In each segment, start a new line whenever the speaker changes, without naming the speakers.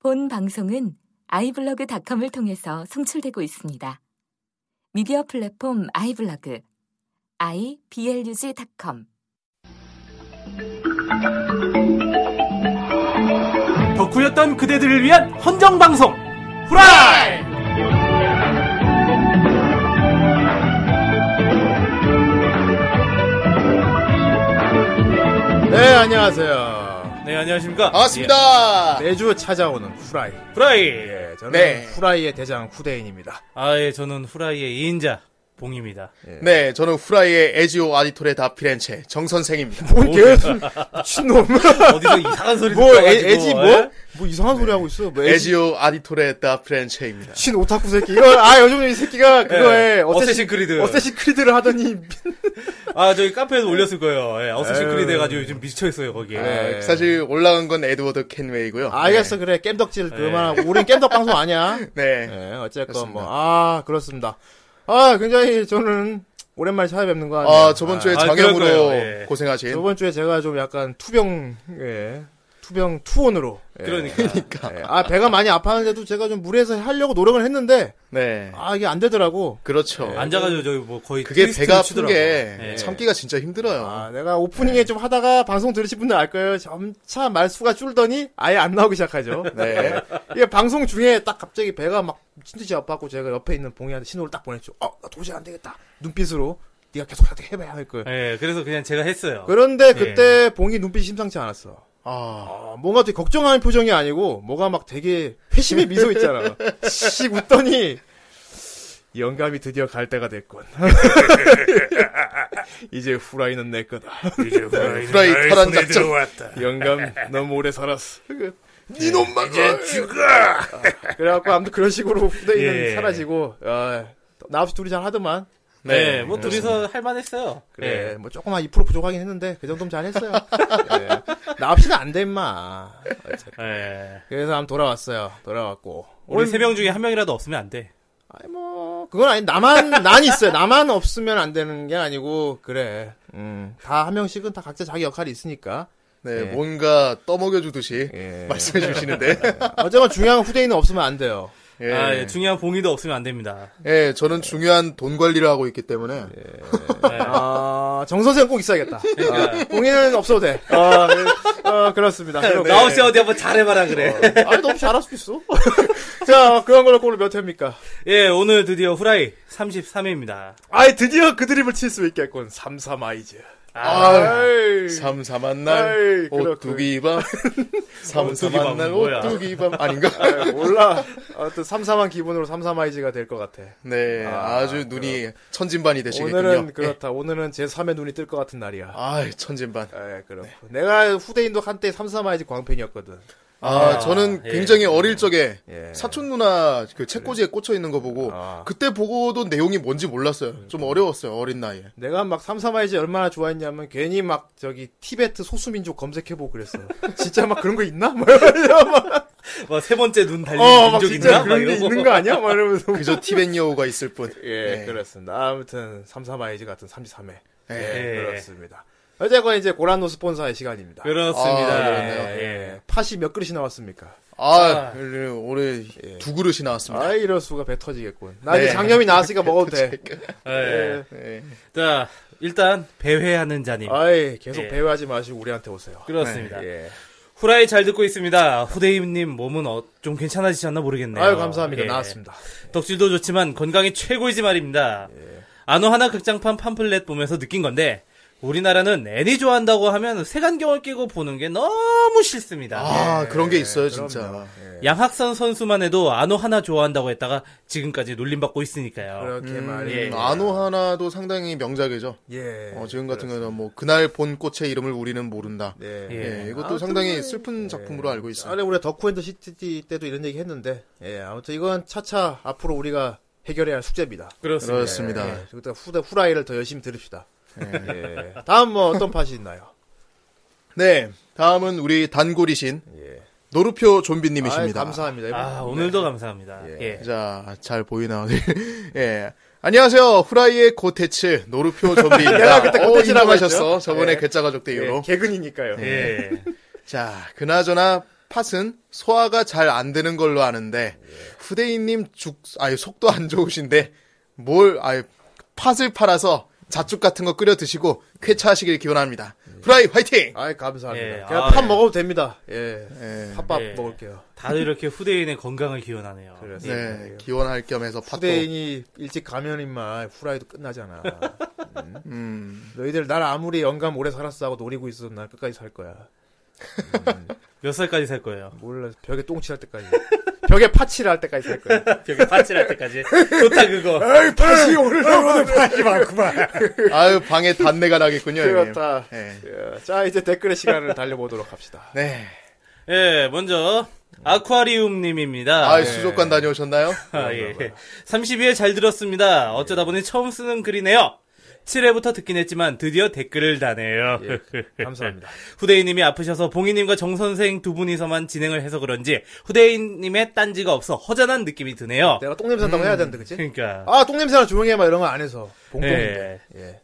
본 방송은 아이블로그닷컴을 통해서 송출되고 있습니다. 미디어 플랫폼 아이블로그 iblog.com
덕후였던 그대들을 위한 헌정 방송 후라이.
네, 안녕하세요.
네 안녕하십니까.
반갑습니다.
매주 찾아오는 후라이.
예, 후라이.
예, 저는
네.
후라이의 대장 후대인입니다.
아예 저는 후라이의 2인자 봉입니다.
네. 저는 후라이의 에지오 아디토레 다 피렌체 정선생입니다.
뭔 개수 신놈.
어디서 이상한 소리
네. 뭐 애,
듣어가지고,
애지
예?
뭐? 뭐 이상한 소리 하고 있어. 뭐 애지
에지오 아디토레 다 피렌체입니다.
신 오타쿠 새끼. 이거 아 요즘 이 새끼가 그거에
예,
어쌔신
어쌔신 크리드.
어쌔신 크리드를 하더니
아 저기 카페에도 올렸을 거예요. 예, 어쌔신
에휴.
크리드 해가지고 요즘 미쳐 있어요 거기에.
네.
아, 사실 올라간 건 에드워드 켄웨이고요.
아, 알겠어 그래 겜덕질 그만하고 우린 겜덕 방송 아니야.
네. 네.
네, 어쨌건 뭐 아 그렇습니다. 아 굉장히 저는 오랜만에 찾아뵙는 거 아니에요. 아,
아, 저번 주에
아,
장염으로
그럴 거예요. 예.
고생하신.
저번 주에 제가 좀 약간 투병 예 투병 투혼으로 예.
그러니까.
네.
예. 아 배가 많이 아파하는데도 제가 좀 무리해서 하려고 노력을 했는데
네.
아 이게 안 되더라고.
그렇죠.
앉아가지고 저기 뭐 거의
그게
트위스트를
배가 아픈
치더라고요.
게
예.
참기가 진짜 힘들어요.
아 내가
네.
오프닝에 좀 하다가 방송 들으신 분들 알 거예요. 점차 말수가 줄더니 아예 안 나오기 시작하죠.
네.
이게 방송 중에 딱 갑자기 배가 막 진짜 아파갖고 제가 옆에 있는 봉이한테 신호를 딱 보냈죠. 어나 도저히 안 되겠다. 눈빛으로 네가 계속 어떻게 해봐야 할 거예요.
예, 그래서 그냥 제가 했어요.
그런데 그때 봉이 눈빛이 심상치 않았어.
아.
아, 뭔가 되게 걱정하는 표정이 아니고 뭐가 막 되게 회심의 미소 있잖아. 씩 웃더니 영감이 드디어 갈 때가 됐군. 이제 후라이는 내 거다. 아,
후라이 탈환 작전.
영감 너무 오래 살았어.
니놈만 이제 죽어.
그래갖고 아무튼 그런 식으로 후대인은
예.
사라지고 아, 나 없이 둘이 잘 하더만.
네,
네.
뭐 둘이서 할만했어요.
그래
예.
뭐 조금만 2% 부족하긴 했는데 그 정도면 잘했어요. 예. 나 없이는 안돼 임마.
예.
그래서 한번 돌아왔어요. 돌아왔고
우리 세 명 중에 한 명이라도 없으면 안 돼.
아니 뭐 그건 아니 나만 난 있어요. 나만 없으면 안 되는 게 아니고 그래. 음. 다 한 명씩은 다 각자 자기 역할이 있으니까.
네,
예.
뭔가 떠먹여 주듯이
예. 아,
말씀해 주시는데.
어쨌건 중요한 후대인은 없으면 안 돼요.
예.
아, 예, 중요한 봉의도 없으면 안 됩니다.
예, 저는 중요한 돈 관리를 하고 있기 때문에.
아, 정 선생 꼭 있어야겠다. 아, 공인은 없어도 돼. 아, 네. 어, 그렇습니다. 그럼
나오시 어디 한번 잘해봐라 그래.
아니 너무 잘할 수 있어. 자, 그런 걸로 골을 몇 회입니까?
예, 오늘 드디어 후라이 33회입니다.
아이 드디어 그 드립을 칠 수 있겠군. 삼삼 아이즈.
아,
아이.
삼삼한
아이,
날
그렇군.
오뚜기밤 삼삼한
오뚜기밤은
날
뭐야?
오뚜기밤 아닌가?
아이, 몰라. 어떤 삼삼한 기분으로 삼삼 아이즈가 될 것 같아.
네, 아, 주 눈이 천진반이 되시겠군요. 예.
오늘은 그렇다. 오늘은 제 3의 눈이 뜰 것 같은 날이야.
아, 천진반.
예, 그렇고. 내가 후대인도 한때 삼삼아이즈 광팬이었거든.
아,
아,
저는
예.
굉장히 어릴 적에
예. 네.
사촌 누나 그 책꽂이에 꽂혀 있는 거 보고
아. 음.
그때 보고도 내용이 뭔지 몰랐어요. 좀 어려웠어요, 어린 나이에.
내가 막 삼삼아이즈 얼마나 좋아했냐면 괜히 막 저기 티베트 소수민족 검색해보고 그랬어. 진짜 막 그런 거 있나? 막 이러면서 막
막뭐 세 번째 눈 달린
어, 막
민족
진짜
있나?
그런 게 있는 거 아니야? 막 이러면서.
그저 티벳 여우가 있을 뿐.
예,
네.
그렇습니다. 아무튼 삼삼아이즈 같은 33회.
예.
예.
그렇습니다. 어쨌건 이제 고란노 스폰서의 시간입니다.
그렇습니다.
아,
예.
그러네요.
예.
팥이 몇 그릇이 나왔습니까?
아, 올해 두 그릇이 나왔습니다.
아, 이럴 수가 배 터지겠군. 나 이제
네.
장염이 나왔으니까 먹어도 돼.
예.
네.
자, 일단 배회하는 자님.
아이, 계속
예.
배회하지 마시고 우리한테 오세요.
그렇습니다.
예.
후라이 잘 듣고 있습니다. 후대임님 몸은 어- 좀 괜찮아지셨나 모르겠네요.
아유 감사합니다.
예.
나왔습니다.
덕질도 좋지만 건강이 최고이지 말입니다.
예.
아노 하나 극장판 팜플렛 보면서 느낀 건데 우리나라는 애니 좋아한다고 하면 색안경을 끼고 보는 게 너무 싫습니다.
아, 그런 게
예,
있어요, 진짜.
예. 양학선 선수만 해도 아노 하나 좋아한다고 했다가 지금까지 놀림받고 있으니까요.
그렇게
예.
말이.
아노 음, 하나도 상당히 명작이죠.
예.
어, 지금 같은 경우는 뭐 그날 본 꽃의 이름을 우리는 모른다.
예. 네.
예.
예, 이것도 상당히 슬픈 작품으로 알고 있어요.
전에 우리 더쿠엔더 시티 때도 이런 얘기 했는데, 예. 아무튼 이건 차차 앞으로 우리가 해결해야 할 숙제입니다.
그렇습니다.
그렇습니다.
예. 그리고 또 후대 후라이를 더 열심히 들읍시다. 예. 다음 뭐 어떤 팟이 있나요?
네, 다음은 우리 단골이신
예.
노루표
아이,
좀비님이십니다.
감사합니다.
아, 오늘도 감사합니다. 예.
자, 잘 보이나? 예. 안녕하세요. 후라이의 고테츠 노루표 좀비입니다.
내가 그때
어,
고테츠라고
인정하셨어.
했죠?
저번에
예.
괴짜 가족 때 이후로.
개근이니까요.
예.
자, 그나저나 팥은 소화가 잘 안 되는 걸로 아는데 후대인님 죽 아유 속도 안 좋으신데 뭘 아유 팥을 팔아서 자축 같은 거 끓여 드시고 쾌차하시길 기원합니다. 후라이 화이팅!
아이 감사합니다.
예,
그냥
아,
팥
예.
먹어도 됩니다. 예.
예.
팥밥
예.
먹을게요.
다들 이렇게 후대인의 건강을 기원하네요.
그래서.
예.
네, 기원할 겸해서 팥도
후대인이 일찍 가면 인마 후라이도 끝나잖아.
음,
너희들 날 아무리 영감 오래 살았어 하고 노리고 있어도 난 끝까지 살 거야.
몇 살까지 살 거예요?
몰라 벽에 똥칠할 때까지. 벽에 파치를 할 때까지 살 거야.
벽에 파칠할 때까지. 좋다 그거.
에이 파치 오늘 어, 오늘 파치 많구만.
아유 방에 단내가 나겠군요. 형님.
그렇다.
예.
예. 자 이제 댓글의 시간을 달려보도록 합시다.
네.
예, 먼저 아쿠아리움님입니다. 예.
아, 수족관 다녀오셨나요?
아, 예. 32회 잘 들었습니다. 어쩌다 보니 처음 쓰는 글이네요. 7회부터 듣긴 했지만 드디어 댓글을 다네요.
예. 감사합니다.
후대인님이 아프셔서 봉희님과 정선생 두 분이서만 진행을 해서 그런지 후대인님의 딴지가 없어 허전한 느낌이 드네요.
내가 똥냄새 난다고 해야 되는데 그치?
그러니까
아 똥냄새나 조용히 해막 이런 거 안 해서 봉똥인데. 예.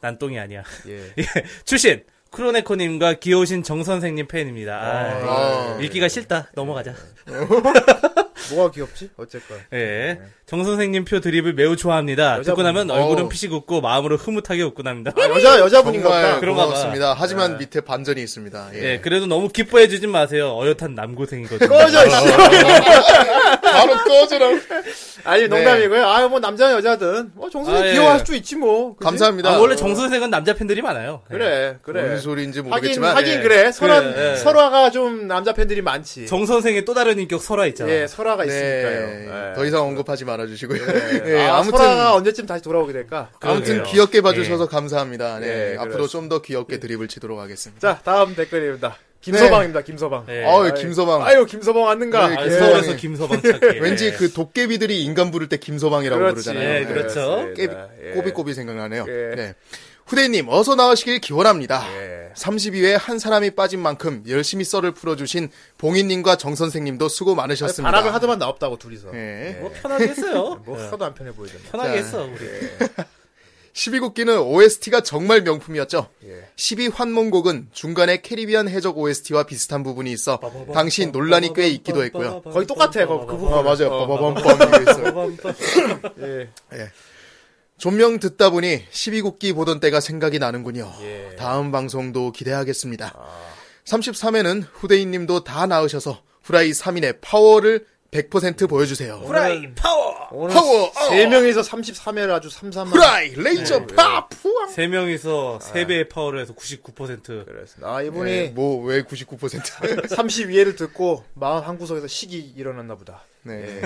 난 똥이 아니야.
예.
예. 출신 크로네코님과 귀여우신 정선생님 팬입니다. 아,
아,
예. 읽기가 싫다. 넘어가자.
뭐가 귀엽지? 어쨌건.
예. 정선생님 표 드립을 매우 좋아합니다. 듣고 나면
여자분.
얼굴은
어우.
피식 웃고 마음으로 흐뭇하게 웃고 납니다.
아, 여자 여자분인가
정말
보다.
그런가 봐.
고맙습니다. 하지만 밑에 반전이 있습니다. 예.
예, 그래도 너무 기뻐해 주진 마세요. 어엿한 남고생이거든요.
꺼져 씨.
바로 꺼져라.
아니 농담이고요. 아 뭐 남자든 여자든 뭐 정선생
아, 예.
귀여워할 수 있지 뭐. 그치?
네. 감사합니다.
아, 원래 정선생은 남자 팬들이 많아요. 예.
그래 그래.
무슨 소리인지
하긴
모르겠지만
하긴
예.
그래. 설화
그래, 예.
설화가 좀 남자 팬들이 많지.
정선생의 또 다른 인격 설화 있잖아.
예 설화가
네.
있으니까요. 예.
더 이상 언급하지 말아주시고요.
예.
예,
아,
아무튼
설화가 언제쯤 다시 돌아오게 될까?
아무튼
그러네요.
귀엽게 봐주셔서 감사합니다.
예,
네,
그래서-
앞으로 좀 더 귀엽게 드립을 치도록 하겠습니다.
자 다음 댓글입니다. 김서방입니다. 김서방.
예.
네. 어우
네. 아이,
김서방.
아유 김서방 왔는가?
네,
아,
예.
서울에서 김서방 찾기.
왠지
예.
그 도깨비들이 인간 부를 때 김서방이라고
그렇지.
부르잖아요. 네,
예, 그렇죠.
그렇습니다.
깨비,
예.
꼬비꼬비 생각나네요.
예.
네. 후대님 어서 나오시길 기원합니다.
예.
32회 한 사람이 빠진 만큼 열심히 썰을 풀어주신 봉인님과 정 선생님도 수고 많으셨습니다.
바람을 하더만 나왔다고 둘이서.
예.
뭐 편하게 했어요.
뭐
네.
예.
하나도 안 편해 보이잖아.
편하게
자.
했어 우리.
12국기는 OST가 정말 명품이었죠.
예.
12환몽곡은 중간에 캐리비안 해적 OST와 비슷한 부분이 있어 당시 논란이 꽤 있기도 했고요.
거의 똑같아. 거, 그 부분.
아 맞아요.
어.
빠바밤밤 이게 있어요.
예.
존명 듣다 보니 12국기 보던 때가 생각이 나는군요.
예.
다음 방송도 기대하겠습니다. 33회는 후대인님도 다 나으셔서 후라이 3인의 파워를 100% 보여주세요.
프라이 파워.
오늘
파워!
세 명이서 33회를 아주 삼삼한.
후라이 레이저 팝!
세 명이서 세 배의 파워를 해서 99%.
그랬습니다. 아 이분이
네, 뭐왜 99%?
32회를 듣고 마음 한 구석에서 식이 일어났나 보다.
네.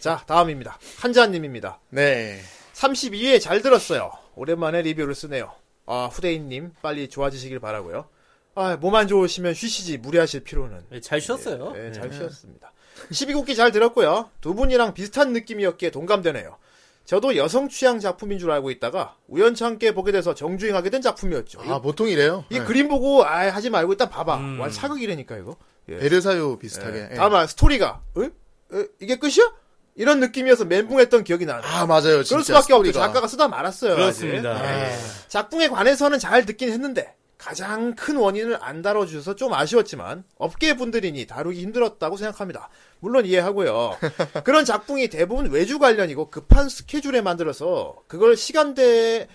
자 다음입니다. 한자님입니다.
네.
32회 잘 들었어요. 오랜만에 리뷰를 쓰네요. 아 후대인님 빨리 좋아지시길 바라고요. 아 몸 안 좋으시면 쉬시지 무리하실 필요는.
예, 잘 쉬었어요.
네, 잘 쉬었습니다. 12국기 잘 들었고요. 두 분이랑 비슷한 느낌이었기에 동감되네요. 저도 여성 취향 작품인 줄 알고 있다가 우연찮게 보게 돼서 정주행하게 된 작품이었죠.
아
이,
보통 이래요.
이
네. 음.
그림 보고 아 하지 말고 일단 봐봐. 완 사극이라니까 이거. 예.
베르사유 비슷하게. 예.
네. 다만 스토리가 어? 어? 이게 끝이야? 이런 느낌이어서 멘붕했던 기억이 나요.
아 맞아요. 진짜
그럴 수밖에 없죠.
스토리가.
작가가 쓰다 말았어요. 아직.
그렇습니다. 예.
작품에 관해서는 잘 듣긴 했는데 가장 큰 원인을 안 다뤄주셔서 좀 아쉬웠지만 업계 분들이니 다루기 힘들었다고 생각합니다. 물론 이해하고요. 그런 작품이 대부분 외주 관련이고 급한 스케줄에 만들어서 그걸 시간대에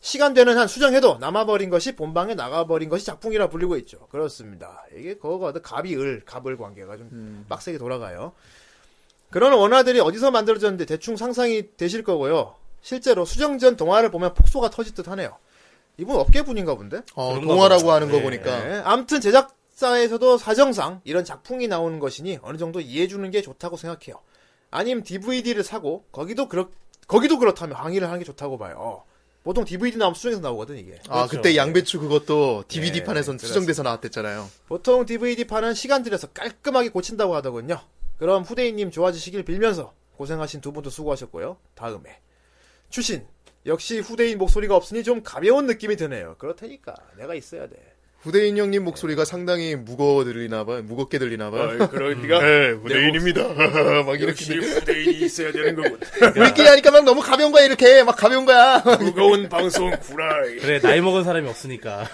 시간대는 한 수정해도 남아버린 것이 본방에 나가버린 것이 작품이라 불리고 있죠. 그렇습니다. 이게 그거가 어떤 갑이 을, 갑을 관계가 좀 빡세게 돌아가요. 그런 원화들이 어디서 만들어졌는데 대충 상상이 되실 거고요. 실제로 수정전 동화를 보면 폭소가 터지듯 하네요. 이분 업계 분인가 본데?
어,
그런가
동화라고
보다.
하는 거
예.
보니까
네. 아무튼 제작사에서도 사정상 이런 작품이 나오는 것이니 어느 정도 이해해주는 게 좋다고 생각해요. 아님 DVD를 사고 거기도 그렇 거기도 그렇다면 항의를 하는 게 좋다고 봐요. 보통 DVD 나오면 수정해서 나오거든 이게.
아
그렇죠.
그때 양배추 그것도 DVD 판에선
그렇습니다.
수정돼서 나왔댔잖아요.
보통 DVD판은 시간 들여서 깔끔하게 고친다고 하더군요. 그럼 후대인님 좋아지시길 빌면서 고생하신 두 분도 수고하셨고요. 다음에 출신 역시 후대인 목소리가 없으니 좀 가벼운 느낌이 드네요. 그렇다니까 내가 있어야 돼.
후대인 형님 목소리가 상당히 무거워 들리나 봐요. 무겁게 들리나 봐요.
그러니까
네, 후대인입니다. 막 이렇게
역시
들리-
후대인이 있어야 되는 거군.
우리끼리 하니까 막 너무 가벼운 거야 이렇게 막 가벼운 거야.
무거운 방송 구라이.
그래 나이 먹은 사람이 없으니까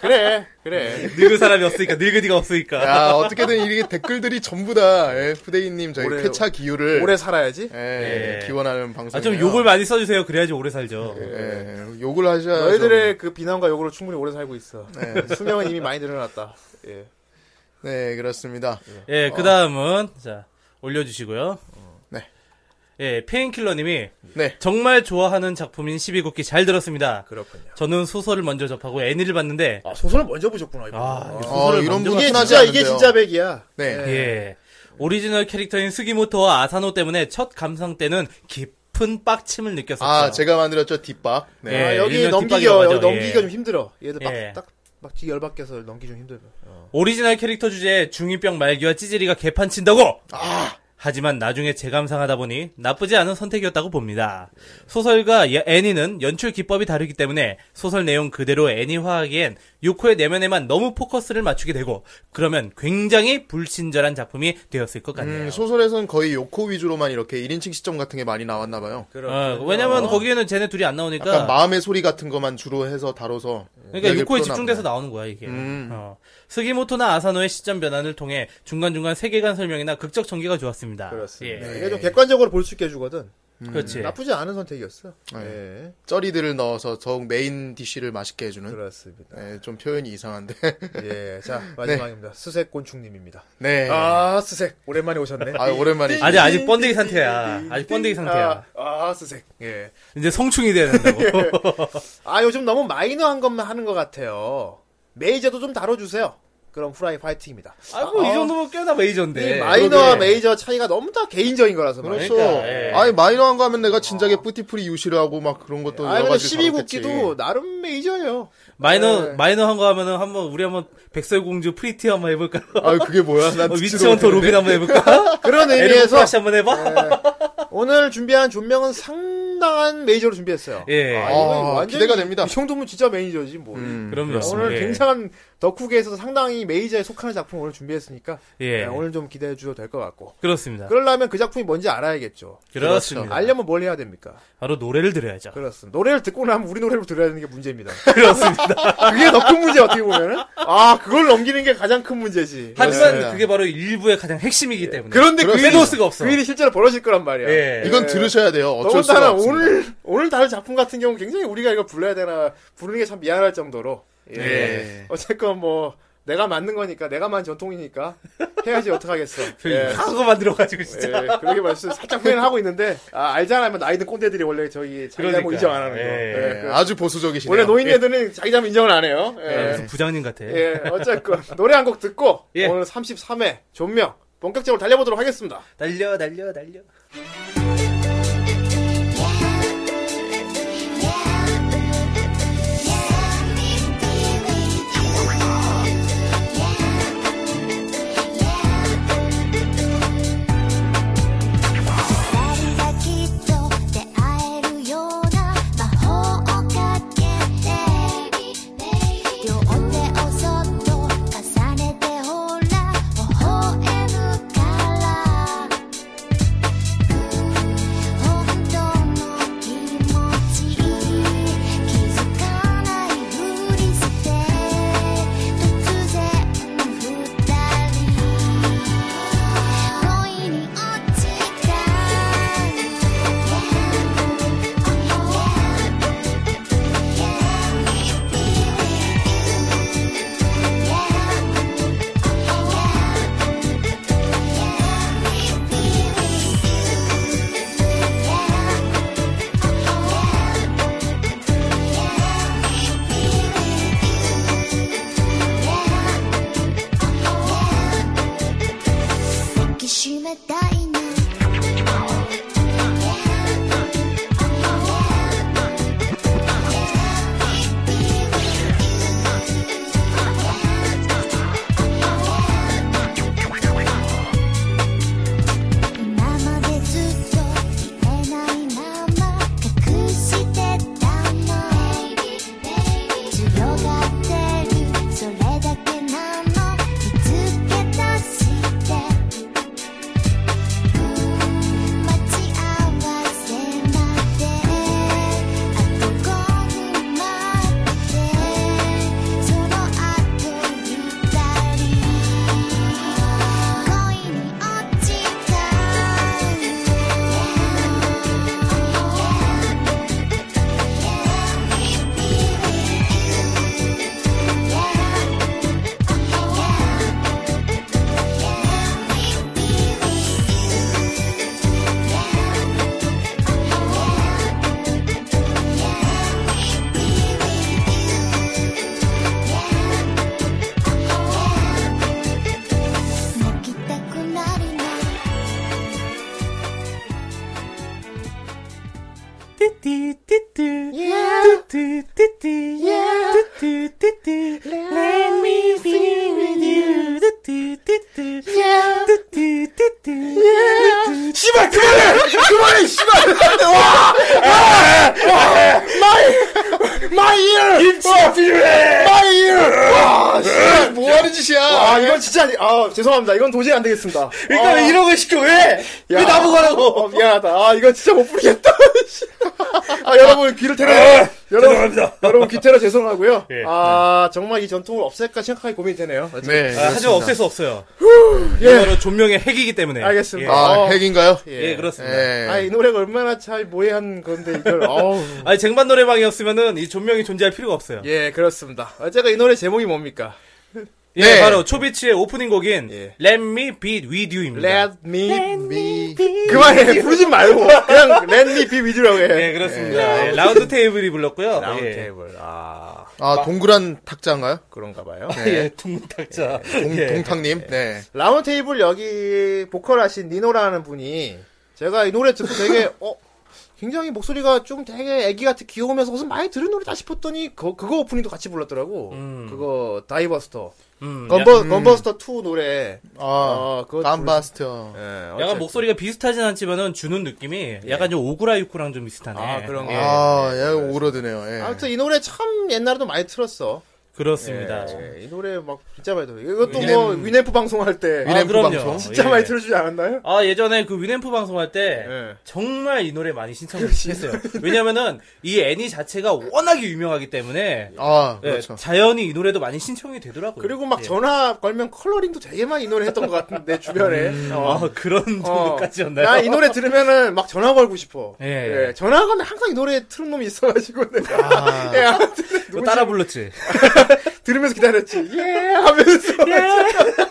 그래, 그래.
늙은 사람이 없으니까 늙은이가 없으니까
야 어떻게든 이게 댓글들이 전부 다 예, 후대인님 저희
올해-
회차 기후를
오래 살아야지.
예,
예.
기원하는 방송.
아, 좀 욕을 많이 써주세요 그래야지 오래 살죠
예, 욕을 하셔야.
너희들의 그 비난과 욕으로 충분히 오래 살고 있어. 수명은 이미 많이 늘어났다. 예.
네 그렇습니다.
예, 그 다음은, 자, 올려주시고요.
네.
예, 페인킬러님이
네.
정말 좋아하는 작품인 12국기 잘 들었습니다.
그렇군요.
저는 소설을 먼저 접하고 애니를 봤는데,
아, 소설을 먼저 보셨구나, 이분.
아,
아,
이
어,
소설을
이런
먼저
분이
이게
흔하지
진짜, 이게
않은데요.
진짜 백이야.
네.
봤- 예. 오리지널 캐릭터인 스기모토와 아사노 때문에 첫 감상 때는 깊은 빡침을 느꼈었죠.
아 제가 만들었죠 뒷박. 네.
예,
아, 여기
일명
넘기기가,
뒷박이라고
여기
하죠.
넘기기가
예.
좀 힘들어. 얘들 막,
예.
딱, 막 뒤에 열받게서 넘기 좀 힘들어. 어.
오리지널 캐릭터 주제에 중이병 말기와 찌질이가 개판 친다고!
아!
하지만 나중에 재감상하다 보니 나쁘지 않은 선택이었다고 봅니다. 소설과 예- 애니는 연출 기법이 다르기 때문에 소설 내용 그대로 애니화하기엔 6호의 내면에만 너무 포커스를 맞추게 되고 그러면 굉장히 불친절한 작품이 되었을 것 같네요.
음, 소설에서는 거의 요코 위주로만 이렇게 1인칭 시점 같은 게 많이 나왔나 봐요.
어, 왜냐면 거기에는 쟤네 둘이 안
약간
나오니까
마음의 소리 같은 것만 주로 해서 다뤄서
그러니까
이야기를
6호에
풀어나가네.
집중돼서 나오는 거야 이게.
음.
어. 스기모토나 아사노의 시점 변환을 통해 중간중간 세계관 설명이나 극적 전개가 좋았습니다.
그렇습니다.
예.
이게 좀 객관적으로 볼 수 있게 해주거든.
그렇지.
나쁘지 않은 선택이었어. 예.
쩌리들을 넣어서 더욱 메인 DC를 맛있게 해주는
그렇습니다.
네, 좀 표현이 이상한데
예. 자, 마지막입니다. 스색곤충님입니다.
네 아,
아, 스색. 오랜만에 오셨네.
오랜만에
아직 아직 번데기 상태야. 아직 번데기 상태야.
아, 아, 스색. 예.
이제 성충이 돼야 된다고.
아, 요즘 너무 마이너한 것만 하는 것 같아요. 메이저도 좀 다뤄주세요. 그럼 후라이 파이팅입니다.
아이고 이 정도면 네. 꽤나 뭐 메이저인데.
이 마이너와 예.
그러게.
메이저 차이가 너무 다 개인적인 거라서 말이야.
그렇죠
그러니까, 예. 아.
아니 마이너한 거 하면 내가 진작에 뿌티프리 유시를 하고 막 그런 것도
아,
여러
근데
가지
12국기도 나름 메이저예요.
마이너 마이너 한 거 하면은 한번 우리 한번 백설공주 프리티 한번 해볼까?
아 그게 뭐야 난
어,
듣지도
위치원터
못했는데.
로빈 한번 해볼까?
그런
에르
의미에서
프라시 한번 해봐.
오늘 준비한 존명은 상당한 메이저로 준비했어요.
예.
아, 이거
아,
완전히
기대가 됩니다.
이 정도면 진짜 메이저지 뭐.
음,
그럼요.
오늘
예.
굉장한 덕후계에서 상당히 메이저에 속하는 작품 오늘 준비했으니까
예.
네, 오늘 좀 기대해 주셔도 될 것 같고.
그렇습니다.
그러려면 그 작품이 뭔지 알아야겠죠.
그렇습니다.
알려면 뭘 해야 됩니까?
바로 노래를 들어야죠.
그렇습니다. 노래를 듣고 나면 우리 노래를 들어야 되는 게 문제입니다.
그렇습니다.
그게 더 큰 문제 어떻게 보면은 아 그걸 넘기는 게 가장 큰 문제지.
하지만
그렇습니다.
그게 바로 일부의 가장 핵심이기 때문에.
네. 그런데 그 일이,
빼놓을 수가 없어.
그 일이 실제로 벌어질 거란 말이야.
예.
이건 들으셔야 돼요 어쩔 수가
더군다나
없습니다
오늘 오늘 다른 작품 같은 경우 굉장히 우리가 이걸 불러야 되나 부르는 게 참 미안할 정도로. 예.
예.
어쨌건 뭐 내가 만든 거니까 내가만 전통이니까 해야지 어떡하겠어. 예.
그러니까.
하고 그 만들어가지고 진짜.
예, 그렇게 말씀 살짝 후회는 하고 있는데 아, 알잖아요. 나이든 꼰대들이 원래 저기 자기 잘못
그러니까.
인정 안 하는 거.
예.
예,
예,
그-
아주 보수적이시네요
원래 노인 애들은 자기 잘못 인정을 안 해요.
야,
예.
무슨 그 부장님 같아.
예, 어쨌건 노래 한 곡 듣고
예.
오늘 33회 존명 본격적으로 달려보도록 하겠습니다.
달려 달려 달려.
「二人がきっと出会えるような魔法をかけて」「両手をそっと重ねてほら微笑むから」「本当の気持ち気づかないふりして」「突然二人」恋に落ちた抱きしめたいな今までずっと言えないまま隠してたの強がって
띠띠띠띠. 띠띠띠띠. 띠띠띠띠. Let me be with you. 띠띠띠띠. 띠띠띠띠.
씨발 그만해 그만해 씨발 와와마이 마이
김치가 필요해.
마이 와
아,
씨발
뭐 하는 짓이야?
와
예? 네.
이건 진짜 아니- 아 죄송합니다 이건 도저히 안 되겠습니다
일단
아,
이런 걸 시켜 왜?
야.
왜 나보고 하라고?
어, 미안하다 아 이건 진짜 못 부르겠다 아 여러분 귀를 테러
네.
여러분
죄송합니다.
여러분 귀 테러 죄송하고요
예.
아 정말 이 전통을 없앨까 생각하기 고민이 되네요
네.
아, 하지만
그렇습니다.
없앨 수 없어요.
예
이거는 존명의 핵이기 때문에.
알겠습니다.
예.
아,
어.
핵인가요?
예, 그렇습니다.
예.
아 이 노래가 얼마나 잘 모해한 건데 이걸 어우
아니 쟁반 노래방이었으면은 이 존명이 존재할 필요가 없어요. 예,
예 그렇습니다 아, 제가 이 노래 제목이 뭡니까
네.
예, 바로 초비치의 오프닝 곡인
예.
Let Me Be With You입니다.
Let me
미-
그만해 부르지 말고 그냥 Let me be with you라고 해
예, 그렇습니다. 예, 라운드 테이블이 불렀고요.
라운드
예.
테이블 아
아, 동그란 탁자인가요?
그런가 봐요
예, 동탁자.
동,
예.
동탁님. 네.
라운드 테이블 여기 보컬 하신 니노라는 분이 제가 이 노래 듣고 되게 어 굉장히 목소리가 좀 되게 애기 같이 귀여우면서 무슨 많이 들은 노래다 싶었더니 그, 그거 오프닝도 같이 불렀더라고
음.
그거 다이버스터
음, 야-
건버, 건버스터 2 노래 어,
아,
어,
그거
깜바스터.
예,
약간
어쨌든. 예.
목소리가 비슷하진 않지만은 주는 느낌이 약간 좀 오그라 육구랑 좀 비슷하네.
아, 그런 예.
아, 예, 오그러드네요. 예.
아무튼 이 노래 참 옛날에도 많이 들었어
그렇습니다.
예, 이 노래 막 진짜 많이 들어 이것도 뭐 위네프 방송할 때
아,
위네프
그럼요.
방송.
진짜
예.
많이 틀어주지 않았나요?
아 예전에 그 위램프 방송할 때
예.
정말 이 노래 많이 신청을 했어요. 왜냐면은 이 애니 자체가 워낙에 유명하기 때문에
아,
예,
그렇죠.
자연히 이 노래도 많이 신청이 되더라고요.
그리고 막
예.
전화 걸면 컬러링도 되게 많이 이 노래 했던 것 같은데 주변에 어.
아 그런 정도까지였나요?
나 이 노래 들으면은 막 전화 걸고 싶어.
네. 예.
예. 전화 걸면 항상 이 노래 틀은 놈이 있어가지고 내가
아,
예, 아무튼
그거 따라 불렀지.
들으면서 기다렸지. 예 하면서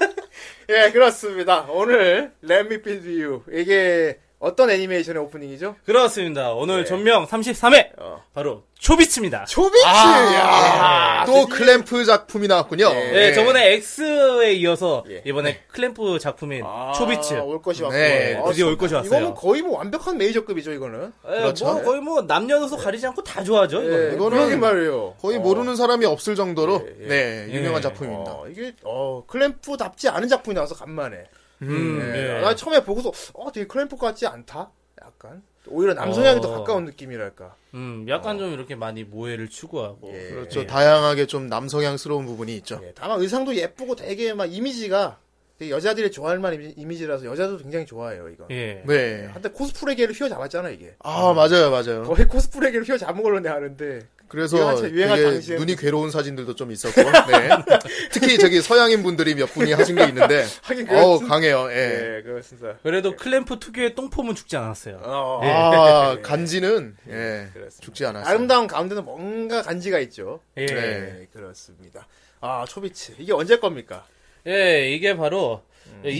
예 그렇습니다. 오늘 Let Me Be With You 이게 어떤 애니메이션의 오프닝이죠?
그렇습니다. 오늘 전명 33회
예. 어.
바로 초비치입니다.
초비치.
아,
야.
또 클램프 작품이 나왔군요.
네, 저번에 X에 이어서
예. 아,
이번에 클램프 작품인 아, 초비츠.
올 것이 왔고.
네,
아,
드디어 올 것이 왔어요.
이거는 거의 뭐 완벽한 메이저급이죠 이거는.
예,
그렇죠.
뭐 거의 뭐 남녀노소 가리지 않고 다 좋아하죠.
예,
이거는.
이거는
그러게 말이에요.
거의
어.
모르는 사람이 없을 정도로 네, 유명한
예.
작품입니다.
어, 이게 어 클램프답지 않은 작품이 나와서 간만에.
음,
예.
예.
나 처음에 보고서 어 되게 클램프 같지 않다. 약간 오히려 남성향이 더
어.
가까운 느낌이랄까.
음, 약간 좀 이렇게 많이 모해를 추구하고.
예.
그렇죠. 다양하게 좀 남성향스러운 부분이 있죠.
예, 다만 의상도 예쁘고 되게 막 이미지가 되게 여자들이 좋아할 만한 이미- 이미지라서 여자도 굉장히 좋아해요 이거.
예.
네.
한때 코스프레계를 휘어잡았잖아 이게.
아, 맞아요, 맞아요.
거의 코스프레계를 휘어잡은 걸로 내가 아는데.
그래서
유행할 때- 유행할
되게
당시에는-
눈이 괴로운 사진들도 좀 있었고, 네. 특히 저기 서양인 분들이 몇 분이 하신 게 있는데,
하긴
어우,
그렇습니다.
강해요, 예.
예, 그렇습니다.
그래도 클램프 특유의 똥폼은 죽지 않았어요.
어,
아, 간지는, 예,
그렇습니다.
죽지 않았어요.
아름다운 가운데는 뭔가 간지가 있죠.
예.
네.
네, 그렇습니다. 아, 초비치. 이게 언제 겁니까?
예, 이게 바로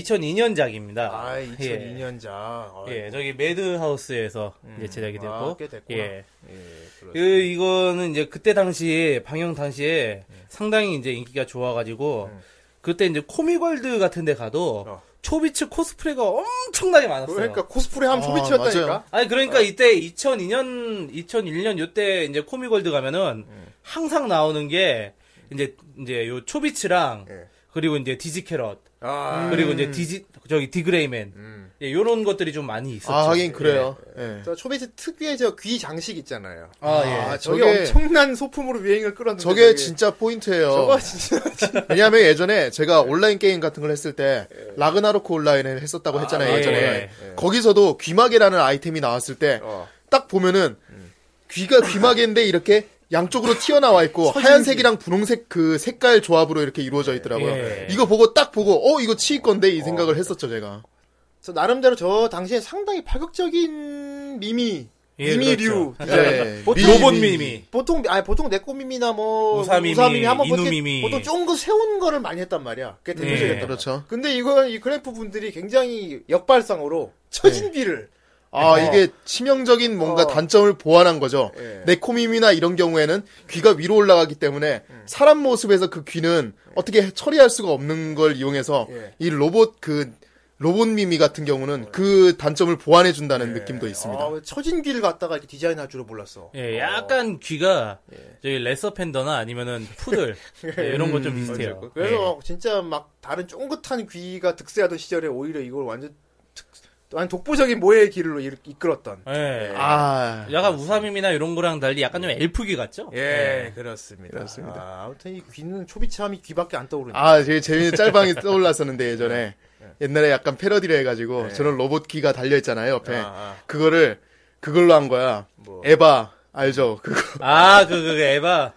2002년작입니다.
음. 아, 2002년작. 아,
예, 저기 매드하우스에서 이제 제작이 됐고,
아, 꽤 됐구나.
예,
그렇습니다.
그 이거는 이제 그때 당시 방영 당시에
네.
상당히 이제 인기가 좋아가지고 그때 이제 코미월드 같은데 가도
어.
초비츠 코스프레가 엄청나게 많았어요.
그러니까 어. 코스프레 하면
아,
초비치였다니까?
맞아요.
아니 그러니까 이때 2002년 2001년 요때 이제 코미골드 가면은
네.
항상 나오는 게 이제 이제 요 초비츠랑
예.
그리고 이제 디지캐럿
아, 음.
그리고 이제 디지 저기 디그레이맨 예, 요런 것들이 좀 많이 있었죠.
아, 하긴 그래요. 예.
저 초비치 특유의 저 귀 장식 있잖아요.
아, 예.
아, 저게,
저게,
엄청난 소품으로 유행을 끌었는데.
저게
저게-
진짜 포인트예요.
저거 진짜. 진짜-
왜냐하면 예전에 제가 온라인 게임 같은 걸 했을 때 라그나로크 온라인을 했었다고 했잖아요.
예,
예전에
예,
거기서도 귀마개라는 아이템이 나왔을 때 딱
어.
보면은 귀가 귀마개인데 이렇게 양쪽으로 튀어나와 있고 하얀색이랑 분홍색 그 색깔 조합으로 이렇게 이루어져 있더라고요.
예.
이거 보고 딱 보고 어 이거 치일 건데 이 생각을 했었죠 제가.
저 나름대로 저 당시에 상당히 파격적인 미미.
예,
미미류.
그렇죠.
디자인.
예.
보통
미-
로봇
미-
미미.
보통 아 보통 네꼬미미나 뭐
우사미미,
한번 보통
이누미미.
보통 쫑긋 세운 거를 많이 했단 말이야. 그게
예.
대표적이었다.
그렇죠.
근데 이건 이 크램프 분들이 굉장히 역발상으로 처진비를
아
어.
이게 치명적인 뭔가
어.
단점을 보완한 거죠.
예.
네코밈이나 이런 경우에는 귀가 위로 올라가기 때문에
음.
사람 모습에서 그 귀는 어떻게 처리할 수가 없는 걸 이용해서
예. 어.
이 로봇 그 로봇 미미 같은 경우는 그 단점을 보완해 준다는 느낌도 있습니다.
아, 왜 처진길 갔다가 이렇게 디자인할 줄은 몰랐어.
예, 약간 귀가 저기 레서 팬더나 아니면은 푸들 예, 이런 거 좀 비슷해요.
음,
예.
그래서 어. 진짜 막 다른 쫑긋한 귀가 득세하던 시절에 오히려 이걸 완전 특, 완 독보적인 모해의 길로 일- 이끌었던.
예. 예.
아,
약간 우삼임이나 이런 거랑 달리 약간 좀 엘프귀 같죠?
예, 그렇습니다.
그렇습니다.
아, 무튼이 귀는 초비참이 귀밖에 안 떠오르네.
아, 제일 재밌는 짤방이 떠올랐었는데 예전에 옛날에 약간 패러디를 해가지고 저런 로봇 귀가 달려 있잖아요 옆에
예. 아,
그거를 그걸로 한 거야.
뭐.
에바 알죠? 그거
아, 그, 그, 그 에바.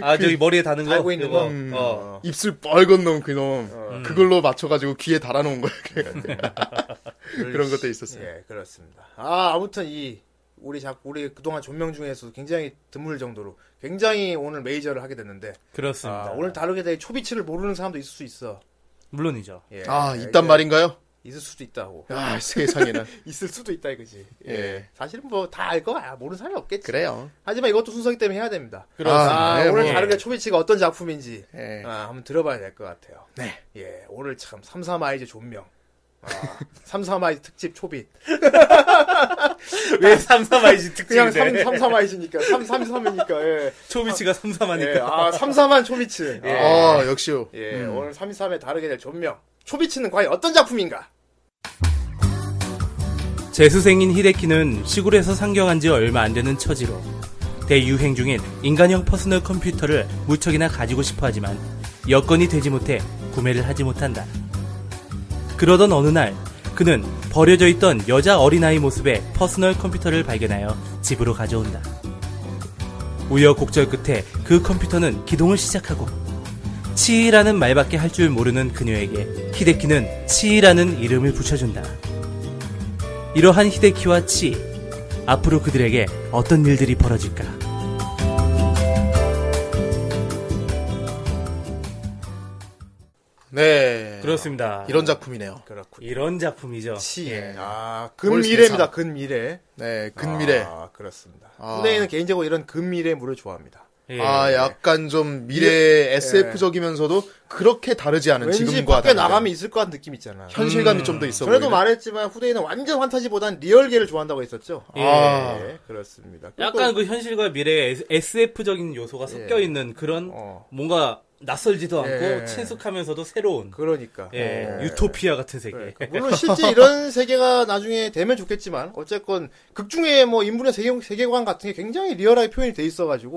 아, 저기 머리에 다는 거.
달고 있는
그거.
거?
음,
어.
입술 뻘건 놈 그놈 그걸로 맞춰가지고 귀에 달아놓은 거야. 그래가지고 그런 것도 있었어요.
예, 그렇습니다. 아, 아무튼 이 우리 작 우리 그동안 존명 중에서도 굉장히 드물 정도로 굉장히 오늘 메이저를 하게 됐는데
그렇습니다.
아, 오늘 다루게 될 초비치를 모르는 사람도 있을 수 있어.
물론이죠.
예,
아, 이딴 말인가요?
있을 수도 있다고.
아, 세상에나.
있을 수도 있다 이거지. 예.
예.
사실은 뭐 다 알 거야. 모르는 사람이 없겠지.
그래요.
하지만 이것도 순서기 때문에 해야 됩니다.
그렇습니다.
아,
네,
오늘
뭐.
다루게 초비치가 어떤 작품인지
예.
아, 한번 들어봐야 될 것 같아요.
네.
예, 오늘 참 삼삼아이즈 존명. 아, 삼삼아이즈 특집 초빗.
왜 삼삼아이지
그냥
특징인데?
삼 삼삼아이즈니까 삼삼삼이니까. 예.
초비치가
예,
삼삼하니까.
아, 삼삼한 초비츠. 예.
어, 역시요.
예, 오늘 33회 다루게 될 존명. 초비츠는 과연 어떤 작품인가?
재수생인 히데키는 시골에서 상경한 지 얼마 안 되는 처지로 대유행 중인 인간형 퍼스널 컴퓨터를 무척이나 가지고 싶어 하지만 여건이 되지 못해 구매를 하지 못한다. 그러던 어느 날 그는 버려져 있던 여자 어린아이 모습의 퍼스널 컴퓨터를 발견하여 집으로 가져온다. 우여곡절 끝에 그 컴퓨터는 기동을 시작하고 치이라는 말밖에 할 줄 모르는 그녀에게 히데키는 치이라는 이름을 붙여준다. 이러한 히데키와 치 앞으로 그들에게 어떤 일들이 벌어질까
네.
그렇습니다
이런 작품이네요.
그렇군요.
이런 작품이죠
치.
예.
아,
올
근미래입니다.
세상.
근미래.
네, 근미래. 아,
아, 그렇습니다.
아.
후대인은 개인적으로 이런 근미래물을 좋아합니다.
예.
약간 좀 미래 SF적이면서도 그렇게 다르지 않은
왠지
지금과
밖에
다르게.
나가면 있을 것 같은 느낌 있잖아.
현실감이 좀 더 있어
전에도
보이는.
말했지만 후대인은 완전 환타지보단 리얼계를 좋아한다고 했었죠.
예.
아.
예, 그렇습니다.
약간 그 현실과 미래의 SF적인 요소가 섞여 있는 그런
예. 어.
뭔가 낯설지도 않고
예.
친숙하면서 새로운
그러니까.
예. 유토피아 같은 세계
그러니까. 물론 실제 이런 세계가 나중에 되면 좋겠지만 어쨌건 극중에 뭐 인물의 세계, 세계관 같은 게 굉장히 리얼하게 표현이 돼 있어가지고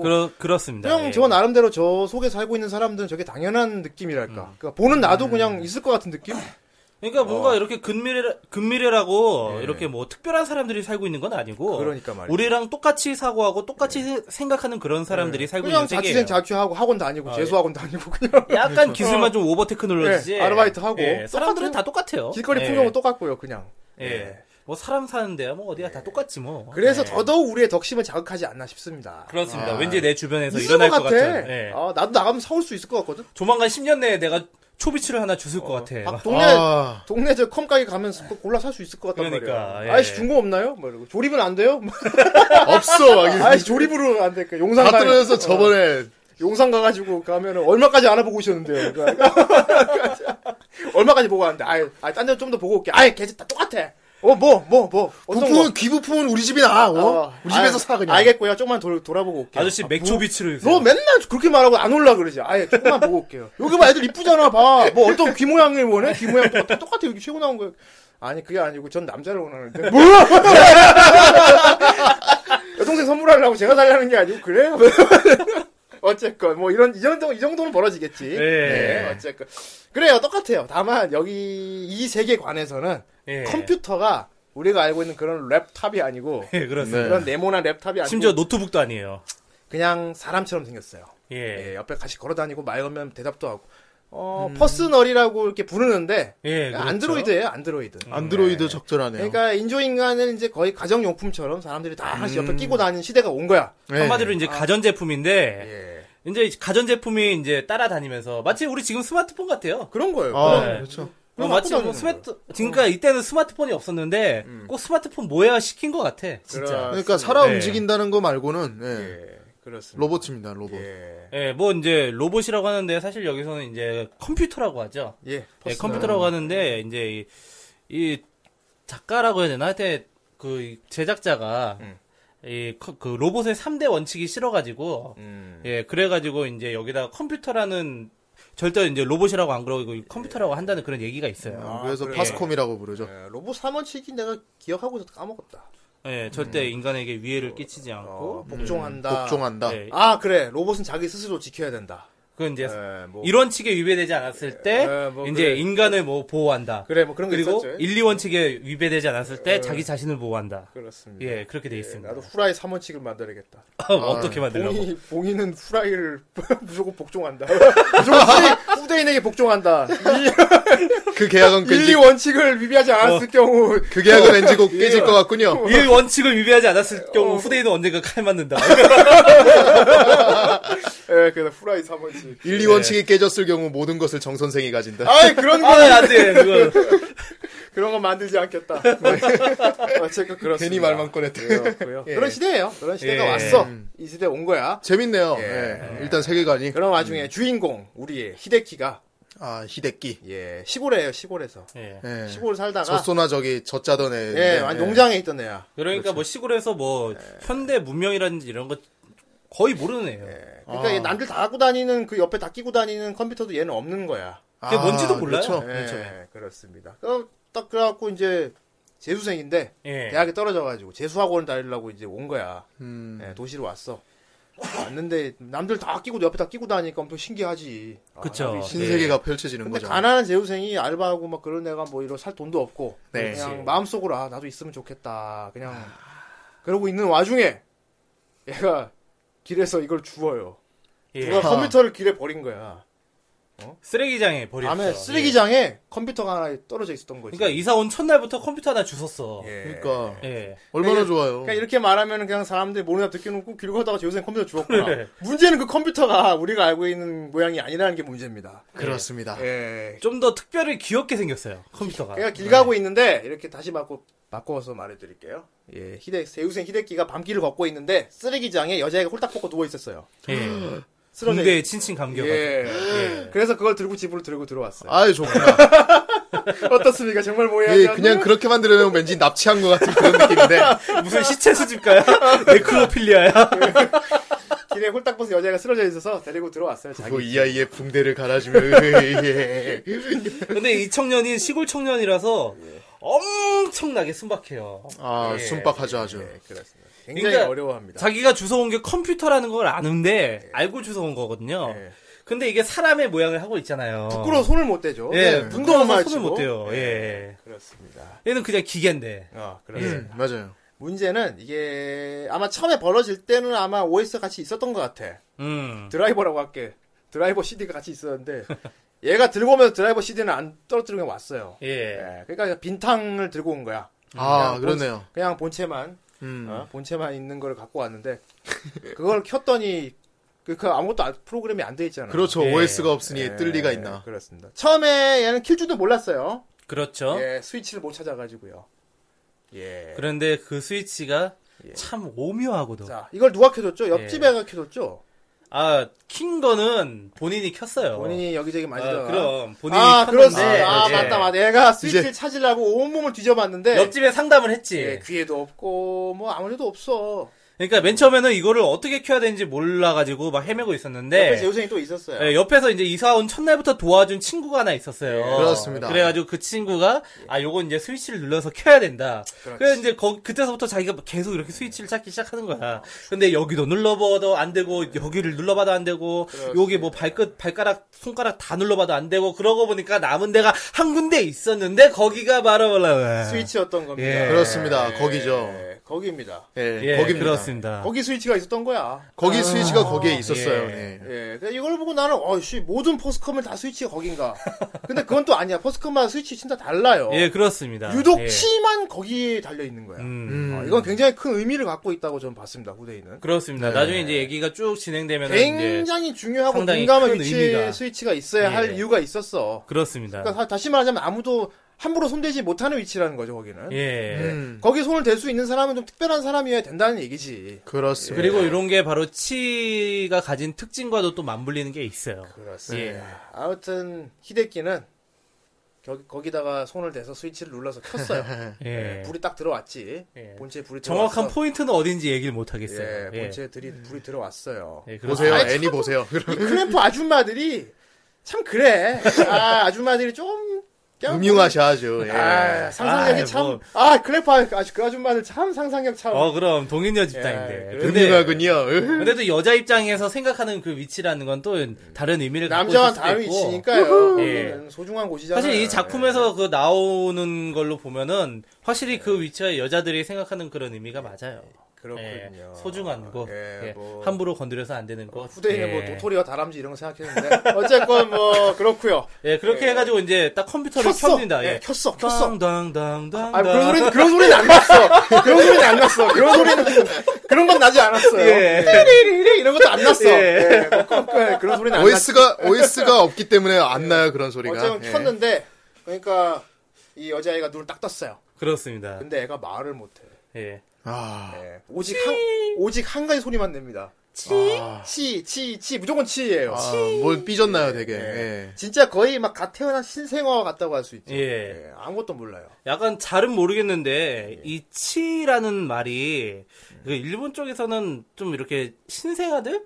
그러, 그렇습니다
그냥
예.
저 나름대로 저 속에 살고 있는 사람들은 저게 당연한 느낌이랄까. 그러니까 보는 나도 그냥 있을 것 같은 느낌? 어.
그러니까 뭔가 이렇게 근미래, 근미래라고 이렇게 뭐 특별한 사람들이 살고 있는 건 아니고
예. 그러니까 말이에요.
우리랑 똑같이 사고하고 똑같이 세- 생각하는 그런 사람들이 살고
그냥
있는
자취생
세계예요 아, 예.
자취하고 학원 다니고 재수학원 다니고 그냥
약간 기술만 좀 오버 테크놀로지지.
그렇죠. 어. 예, 아르바이트 하고.
예, 사람들은 다 똑같아요.
길거리
예,
풍경은 똑같고요, 그냥.
예. 뭐 사람 사는 데야 뭐 어디야 다 똑같지 뭐.
그래서 더더욱 우리의 덕심을 자극하지 않나 싶습니다.
그렇습니다. 왠지 내 주변에서
있을
일어날
것
것
같아.
같은. 예.
아, 나도 나가면 사올 수 있을 것 같거든.
조만간 10년 내에 내가 초비치를 하나 주실 것 같아.
막
막
동네
아.
동네 저 컴가게 가면 스- 골라 살 수 있을 것 같단
그러니까,
말이야.
예.
아저씨 중고 없나요? 뭐 이러고 조립은 안 돼요? 뭐
없어. 막 이렇게.
아저씨 조립으로 안 될까? 용산
다
가
떨어져서 저번에
용산 가가지고 가면은 얼마까지 알아보고 오셨는데요. 그러니까 얼마까지 보고 왔는데 아예 딴데 좀 더 보고 올게. 아예 걔집 다 똑같아. 어뭐뭐뭐 어떤 거?
부품은 귀부품은 우리 집이 나. 어?
어,
우리 집에서
아,
사 그냥.
알겠고요. 조금만 돌, 돌아보고 뭐? 올게요.
아저씨 맥초비치를
너
주세요.
맨날 그렇게 말하고 안 올라 그러지. 아예 조금만 보고 올게요. 여기 봐 애들 이쁘잖아. 봐. 뭐 어떤 귀 모양을 원해? 귀 모양 똑같아. 똑같아. 여기 최고 나온 거야. 아니 그게 아니고 전 남자를 원하는데. 뭐야? 여동생 선물하려고 제가 달라는 게 아니고 그래? 어쨌건 뭐 이런 이 정도 이 정도는 벌어지겠지.
예.
네, 어쨌건 그래요. 똑같아요. 다만 여기 이 세계관에서는
예.
컴퓨터가 우리가 알고 있는 그런 랩탑이 아니고
예, 그렇습니다.
그런 네모난 랩탑이 아니고 뭐?
심지어 노트북도 아니에요.
그냥 사람처럼 생겼어요.
예.
예, 옆에 같이 걸어다니고 말 걸면 대답도 하고. 어, 퍼스널이라고 이렇게 부르는데
예, 음. 그렇죠.
아,
아,
안드로이드예요, 안드로이드.
안드로이드 적절하네요.
그러니까 인조인간을 이제 거의 가정용품처럼 사람들이 다 하나씩
음.
옆에 끼고 다니는 시대가 온 거야.
예.
한마디로 이제 가전제품인데
아. 예.
이제 가전제품이 이제 따라다니면서 마치 우리 지금 스마트폰 같아요.
그런 거예요.
아,
네.
그렇죠.
어,
그럼
마치
갖고
뭐
다니는
스마트 그러니까 이때는 스마트폰이 없었는데 꼭 스마트폰 뭐야 시킨 것 같아 진짜.
그러니까 살아
네.
움직인다는 거 말고는 예.
예, 그렇습니다.
로봇입니다. 로봇.
예.
예, 뭐 이제 로봇이라고 하는데 사실 여기서는 이제 컴퓨터라고 하죠.
예.
예, 컴퓨터라고 하는데 이제 이- 이 작가라고 해야 되나? 하여튼 그이 제작자가 이 그 로봇의 3대 원칙이 싫어가지고
음.
예 그래가지고 이제 여기다 컴퓨터라는 절대 이제 로봇이라고 안 그러고 이거 컴퓨터라고 한다는 그런 얘기가 있어요.
아, 그래서
아, 그래.
파스콤이라고 부르죠.
예, 로봇 3원칙이 내가 기억하고 있어서 까먹었다.
예 절대 인간에게 위해를 끼치지 않고
어, 복종한다.
복종한다.
예,
아 그래 로봇은 자기 스스로 지켜야 된다.
그건 이제
예, 뭐
이런 측에 위배되지 않았을 때
예, 뭐
이제
그래.
인간을 뭐 보호한다.
그래 뭐 그런 거
그리고
있었죠.
1, 2원 측에 위배되지 않았을 때 자기 자신을 보호한다.
그렇습니다.
예, 아, 그렇게 돼
예,
있습니다.
나도 아, 후라이 3원칙을 만들어야겠다.
어떻게 만들려고?
봉이, 봉이는 후라이를 무조건 복종한다. 무조건 후대- 후대인에게 복종한다.
그 계약은 왠지
1, 2원칙을 어, 위배하지 않았을 경우
그 계약은 왠지 곧 깨질 것 같군요.
이 원칙을 위배하지 않았을
어,
경우 후대인은 언젠가 칼 맞는다.
예, 그래서 후라이 3원칙.
1, 2원칙이 깨졌을 경우 모든 것을 정 선생이 가진다.
예. 아이 그런 거
아, 안 돼. 그건
그런 거 만들지 않겠다. 네. 어쨌든 그렇습니다.
괜히 말만 꺼냈다.
그렇고요. 그런 시대예요. 그런 시대가
예.
왔어. 이 시대 온 거야.
재밌네요.
예.
예. 일단 세계관이
그런 와중에 주인공 우리 히데키가
아 히데끼.
예 시골에요 시골에서
예.
예.
시골 살다가
젖소나 저기 젖자던 애.
예 완- 농장에 있던 애야.
그러니까 뭐 시골에서 뭐 현대 문명이라든지 이런 거 거의 모르는 애예요.
예. 그러니까 얘 남들 다 갖고 다니는 그 옆에 다 끼고 다니는 컴퓨터도 얘는 없는 거야.
그게 뭔지도 몰라요.
그렇죠.
예, 그렇습니다. 그럼 딱 그래갖고 이제 재수생인데
예.
대학에 떨어져가지고 재수학원 다니려고 이제 온 거야.
음.
예, 도시로 왔어. 왔는데 남들 다 끼고 옆에 다 끼고 다니니까 엄청 신기하지. 아,
그쵸.
나도 이-
신세계가 펼쳐지는
근데
거죠.
가난한 재우생이 알바하고 막 그런 애가 뭐 이런 살 돈도 없고
네.
그냥
그치.
마음속으로 아 나도 있으면 좋겠다 그냥 그러고 있는 와중에 얘가 길에서 이걸 주워요.
예.
누가 컴퓨터를 길에 버린 거야.
쓰레기장에 버렸어.
밤에
예.
쓰레기장에 컴퓨터가 하나 떨어져 있었던 거지.
그러니까 이사 온 첫날부터 컴퓨터 하나 주웠어. 예.
예.
그러니까 얼마나
그러니까
좋아요.
그러니까 이렇게 말하면 그냥 사람들이 모른 앞 듣기놓고 길 걷다가 재우생 컴퓨터 주웠구나.
그래.
문제는 그 컴퓨터가 우리가 알고 있는 모양이 아니라는 게 문제입니다.
그렇습니다.
예.
좀 더 특별히 귀엽게 생겼어요. 컴퓨터가.
그러니까 길 가고 있는데 이렇게 다시 바꿔 바꿔서 말해드릴게요. 예, 히데 세우생 히데키가 밤길을 걷고 있는데 쓰레기장에 여자애가 홀딱 벗고 누워 있었어요. 음.
예.
쓰러져.
군대에 친친 감겨 가지고.
예. 그래서 그걸 들고 집으로 들고 들어왔어요.
아유 좋구나.
어떻습니까? 정말 모해하지
예, 그냥 그렇게 만들어내면 왠지 납치한 것 같은 그런 느낌인데
예. 무슨 시체 수집가야? 네크로필리아야?
길에 홀딱 벗은 여자애가 쓰러져 있어서 데리고 들어왔어요. 자기.
그이 아이의 붕대를 갈아주면 예.
근데 이 청년이 시골 청년이라서
예.
엄청나게 순박해요.
아 순박하죠 아주.
예, 그렇습니다. 굉장히
그러니까
어려워합니다.
자기가 주워온 게 컴퓨터라는 걸 아는데 알고 주워온 거거든요.
예.
근데 이게 사람의 모양을 하고 있잖아요.
부끄러워 손을 못 대죠. 네,
예,
분도
부끄러워서 손을 못 대요. 예.
네, 그렇습니다.
얘는 그냥 기계인데.
어, 그렇습니다.
음, 맞아요.
문제는 이게 아마 처음에 벌어질 때는 아마 OS 가 같이 있었던 것 같아.
음.
드라이버라고 할게. 드라이버 CD가 같이 있었는데 얘가 들고 오면서 드라이버 CD는 안 떨어뜨리고 그냥 왔어요.
예.
예, 그러니까 빈탕을 들고 온 거야.
음,
아
뭐
그냥
그렇네요.
본- 그냥 본체만
음.
아,
어, 본체만 있는 걸 갖고 왔는데 그걸 켰더니 그, 그 아무것도 안- 프로그램이 안 돼 있잖아.
그렇죠.
예.
OS가 없으니 뜰 리가 있나.
그렇습니다. 처음에 얘는 킬 줄도 몰랐어요.
그렇죠.
예, 스위치를 못 찾아가지고요. 예.
그런데 그 스위치가 참 오묘하고도. 예.
자, 이걸 누가 켜줬죠? 옆집 애가 켜줬죠?
아, 킨 거는 본인이 켰어요.
본인이 여기저기
아,
만지다가.
그럼 본인이
아,
켰는데.
그렇습니다. 아,
예.
맞다, 네. 맞다. 얘가 스위치를 찾으려고 온몸을 뒤져봤는데.
옆집에 상담을 했지.
예, 귀에도 없고, 뭐, 아무래도 없어.
그러니까 맨 처음에는 이거를 어떻게 켜야 되는지 몰라가지고 막 헤매고 있었는데
옆에 재우생이 또 있었어요.
예, 옆에서 이제 이사 온 첫날부터 도와준 친구가 하나 있었어요.
네,
그렇습니다.
그래가지고 그 친구가 아 요건 이제 스위치를 눌러서 켜야 된다.
그렇지.
그래서 이제 거- 그때서부터 자기가 계속 이렇게 스위치를 찾기 시작하는 거야. 근데 여기도 눌러봐도 안 되고 여기를 눌러봐도 안 되고 여기 뭐 발끝 발가락 손가락 다 눌러봐도 안 되고 그러고 보니까 남은 데가 한 군데 있었는데 거기가 바로 뭐,
스위치였던 겁니다.
예.
그렇습니다. 거기죠.
예, 거기입니다.
예,
예,
거기입니다.
그렇습니다.
거기 스위치가 있었던 거야.
거기 스위치가 거기에 있었어요.
예.
네.
예, 그래서 이걸 보고 나는, 어이씨, 모든 포스컴은 다 스위치가 거긴가. 근데 그건 또 아니야. 포스컴마다 스위치 진짜 달라요.
예 그렇습니다.
유독
예.
키만 거기에 달려있는 거야.
음.
음.
어, 이건 굉장히 큰 의미를 갖고 있다고 저는 봤습니다, 후대인은.
그렇습니다. 나중에 이제 얘기가 쭉 진행되면 이제
굉장히 중요하고
상당히
민감한
큰
위치에
의미가.
스위치가 있어야 할
예.
이유가 있었어.
그렇습니다.
그러니까 다- 다시 말하자면 아무도 함부로 손대지 못하는 위치라는 거죠, 거기는.
예.
음,
거기 손을 댈 수 있는 사람은 좀 특별한 사람이어야 된다는 얘기지. 예.
그렇습니다.
그리고 이런 게 바로 치가 가진 특징과도 또 맞물리는 게 있어요.
그렇습니다. 아무튼 히데키는 겨- 거기다가 손을 대서 스위치를 눌러서 켰어요.
예.
네, 불이 딱 들어왔지.
예.
본체에 불이
정확한
들어왔어.
포인트는 어딘지 얘기를 못 하겠어요.
예, 본체에 들이, 불이 들어왔어요.
예, 그럼-
보세요,
아,
애니 보세요.
이 클램프 아줌마들이 참 그래. 아, 아줌마들이 좀 그냥
음흉하셔야죠. 예.
아, 상상력이
아,
참.
뭐.
아, 클램프 아주 그 아줌마들 참 상상력 참.
어, 그럼 동인여 집단인데.
예,
근데,
음흉하군요. 으흐.
근데 또 여자 입장에서 생각하는 그 위치라는 건 또 다른 의미를 갖고
남자와
있을 수도
다른
있고.
위치니까요.
예.
그거는 소중한 곳이잖아요. 예,
사실 이 작품에서 그 나오는 걸로 보면은 확실히 그 위치와 여자들이 생각하는 그런 의미가 맞아요.
그렇군요.
예, 소중한 곳.
예,
예,
뭐.
함부로 건드려서 안 되는 곳.
후대인은
예.
뭐 도토리와 다람쥐 이런 거 생각했는데 어쨌건 뭐 그렇고요.
예, 그렇게 해가지고 이제 딱 컴퓨터를
켰어.
켭니다.
예, 켰어, 켰어.
당당당당.
아, 그런 소리는 그런 소리는 안 났어. 그런 소리는 안 났어. 그런 소리는 그런 건 나지 않았어요.
예.
띠리리리 이런 것도 안 났어.
예.
예, 뭐 그런- 그런 그런 소리는 안 났어.
OS가 OS가 없기 때문에 안 나요 그런 소리가.
어쨌건
예.
켰는데 그러니까 이 여자애가 눈을 딱 떴어요.
그렇습니다.
근데 애가 말을 못해.
예.
아,
예. 오직 한 오직 한 가지 소리만 냅니다.
아,
치, 치, 치 무조건 치예요.
아, 뭘 삐졌나요 되게.
예.
예.
진짜 거의 막 갓 태어난 신생아와 같다고 할 수 있죠.
예.
예, 아무것도 몰라요.
약간 잘은
예.
모르겠는데 이 치라는 말이 그 일본 쪽에서는 좀 이렇게 신생아들?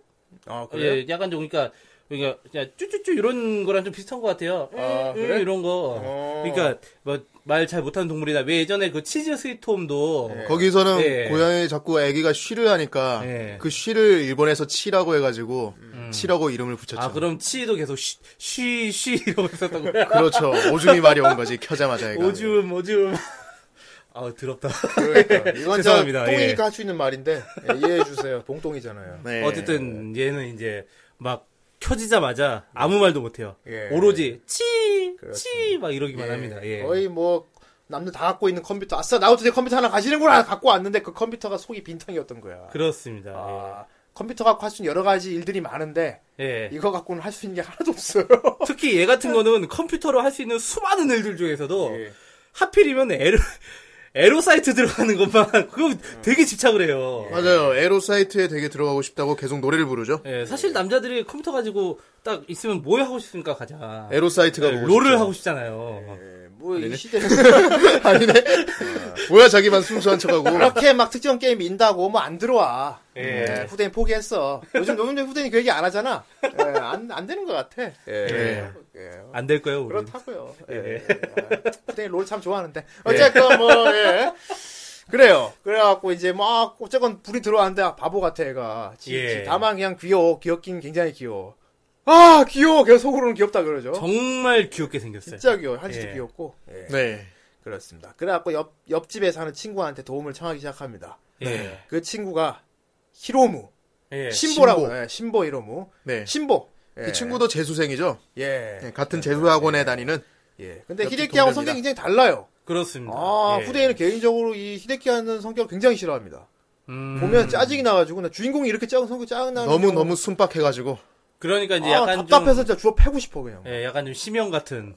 아
예, 약간 좀 그러니까 그러니까 그냥 쭈쭈쭈 이런 거랑 좀 비슷한 것 같아요.
아,
음, 음,
그래?
이런 거.
어.
그러니까 뭐 말 잘 못하는 동물이나 왜 예전에 그 치즈 스위트홈도
거기서는
예.
고양이 자꾸 애기가 쉬를 하니까
예. 음.
그 쉬를 일본에서 치라고 해가지고 치라고 이름을 붙였죠.
아 그럼 치도 계속 쉬쉬쉬 이러고 있었던 거야.
그렇죠. 오줌이 마려운 거지 켜자마자 애가.
오줌 오줌. 아 드럽다.
그러니까. 이건 저
죄송합니다. 예.
똥이니까 할 수 있는 말인데 예, 이해해 주세요. 봉똥이잖아요.
네.
어쨌든 얘는 이제 막 켜지자마자 아무 말도 못해요.
예.
오로지 치, 치, 막 이러기만 합니다. 예.
거의 뭐 남들 다 갖고 있는 컴퓨터 아싸 나도 드디어 컴퓨터 하나 가시는구나 갖고 왔는데 그 컴퓨터가 속이 빈탕이었던 거야.
그렇습니다.
아, 컴퓨터 갖고 할 수 있는 여러 가지 일들이 많은데
예. 예.
이거 갖고는 할 수 있는 게 하나도 없어요.
특히 얘 같은 거는 컴퓨터로 할 수 있는 수많은 일들 중에서도
예.
하필이면 에로, 에로 사이트 들어가는 것만 그거 되게 집착을 해요.
예.
맞아요. 에로 사이트에 되게 들어가고 싶다고 계속 노래를 부르죠.
예, 사실 남자들이 컴퓨터 가지고 딱 있으면 뭘 하고 싶습니까 가자.
에로 사이트가
예,
보고
롤을
싶죠.
하고 싶잖아요.
뭐 이 시대
아니네. 뭐야 자기만 순수한 척하고.
그렇게 막 특정 게임 인다고 뭐 안 들어와.
예.
예, 후대인 포기했어. 요즘 요즘 후대인 그 얘기 안 하잖아. 예, 안, 안 되는 것 같아. 예.
예.
예,
안 될 거예요, 우리.
그렇다고요. 예. 아, 후대인 롤 참
예.
좋아하는데. 어쨌건 뭐 예. 그래요. 그래갖고 이제 막 어쨌건 불이 들어왔는데 아, 바보 같아 얘가. 지-
예.
지- 다만 그냥 귀여워. 귀엽긴 굉장히 귀여워. 아 귀여워. 걔 속으로는 귀엽다 그러죠.
정말 귀엽게 생겼어요.
진짜 귀여워. 한시도
예.
귀엽고. 예.
네.
그렇습니다. 그래갖고 옆 옆집에 사는 친구한테 도움을 청하기 시작합니다.
예.
그 친구가 히로무
예.
신보라고
신보.
신보, 예, 신보 히로무
네.
신보 예.
그 친구도 재수생이죠.
예.
네, 같은 재수학원에 다니는.
예. 근데
옆집
히데키하고
동료입니다.
성격이 굉장히 달라요.
그렇습니다.
아,
예.
후대인은 개인적으로 이 히데키 하는 성격 을 굉장히 싫어합니다.
음.
보면 짜증이 나가지고, 나 주인공이 이렇게 짜은 성격 짜증나는.
너무
경우-
너무 순박해가지고.
그러니까 이제
아,
약간
답답해서
좀
진짜 주워 패고 싶어, 그냥.
예, 약간 좀 심형 같은.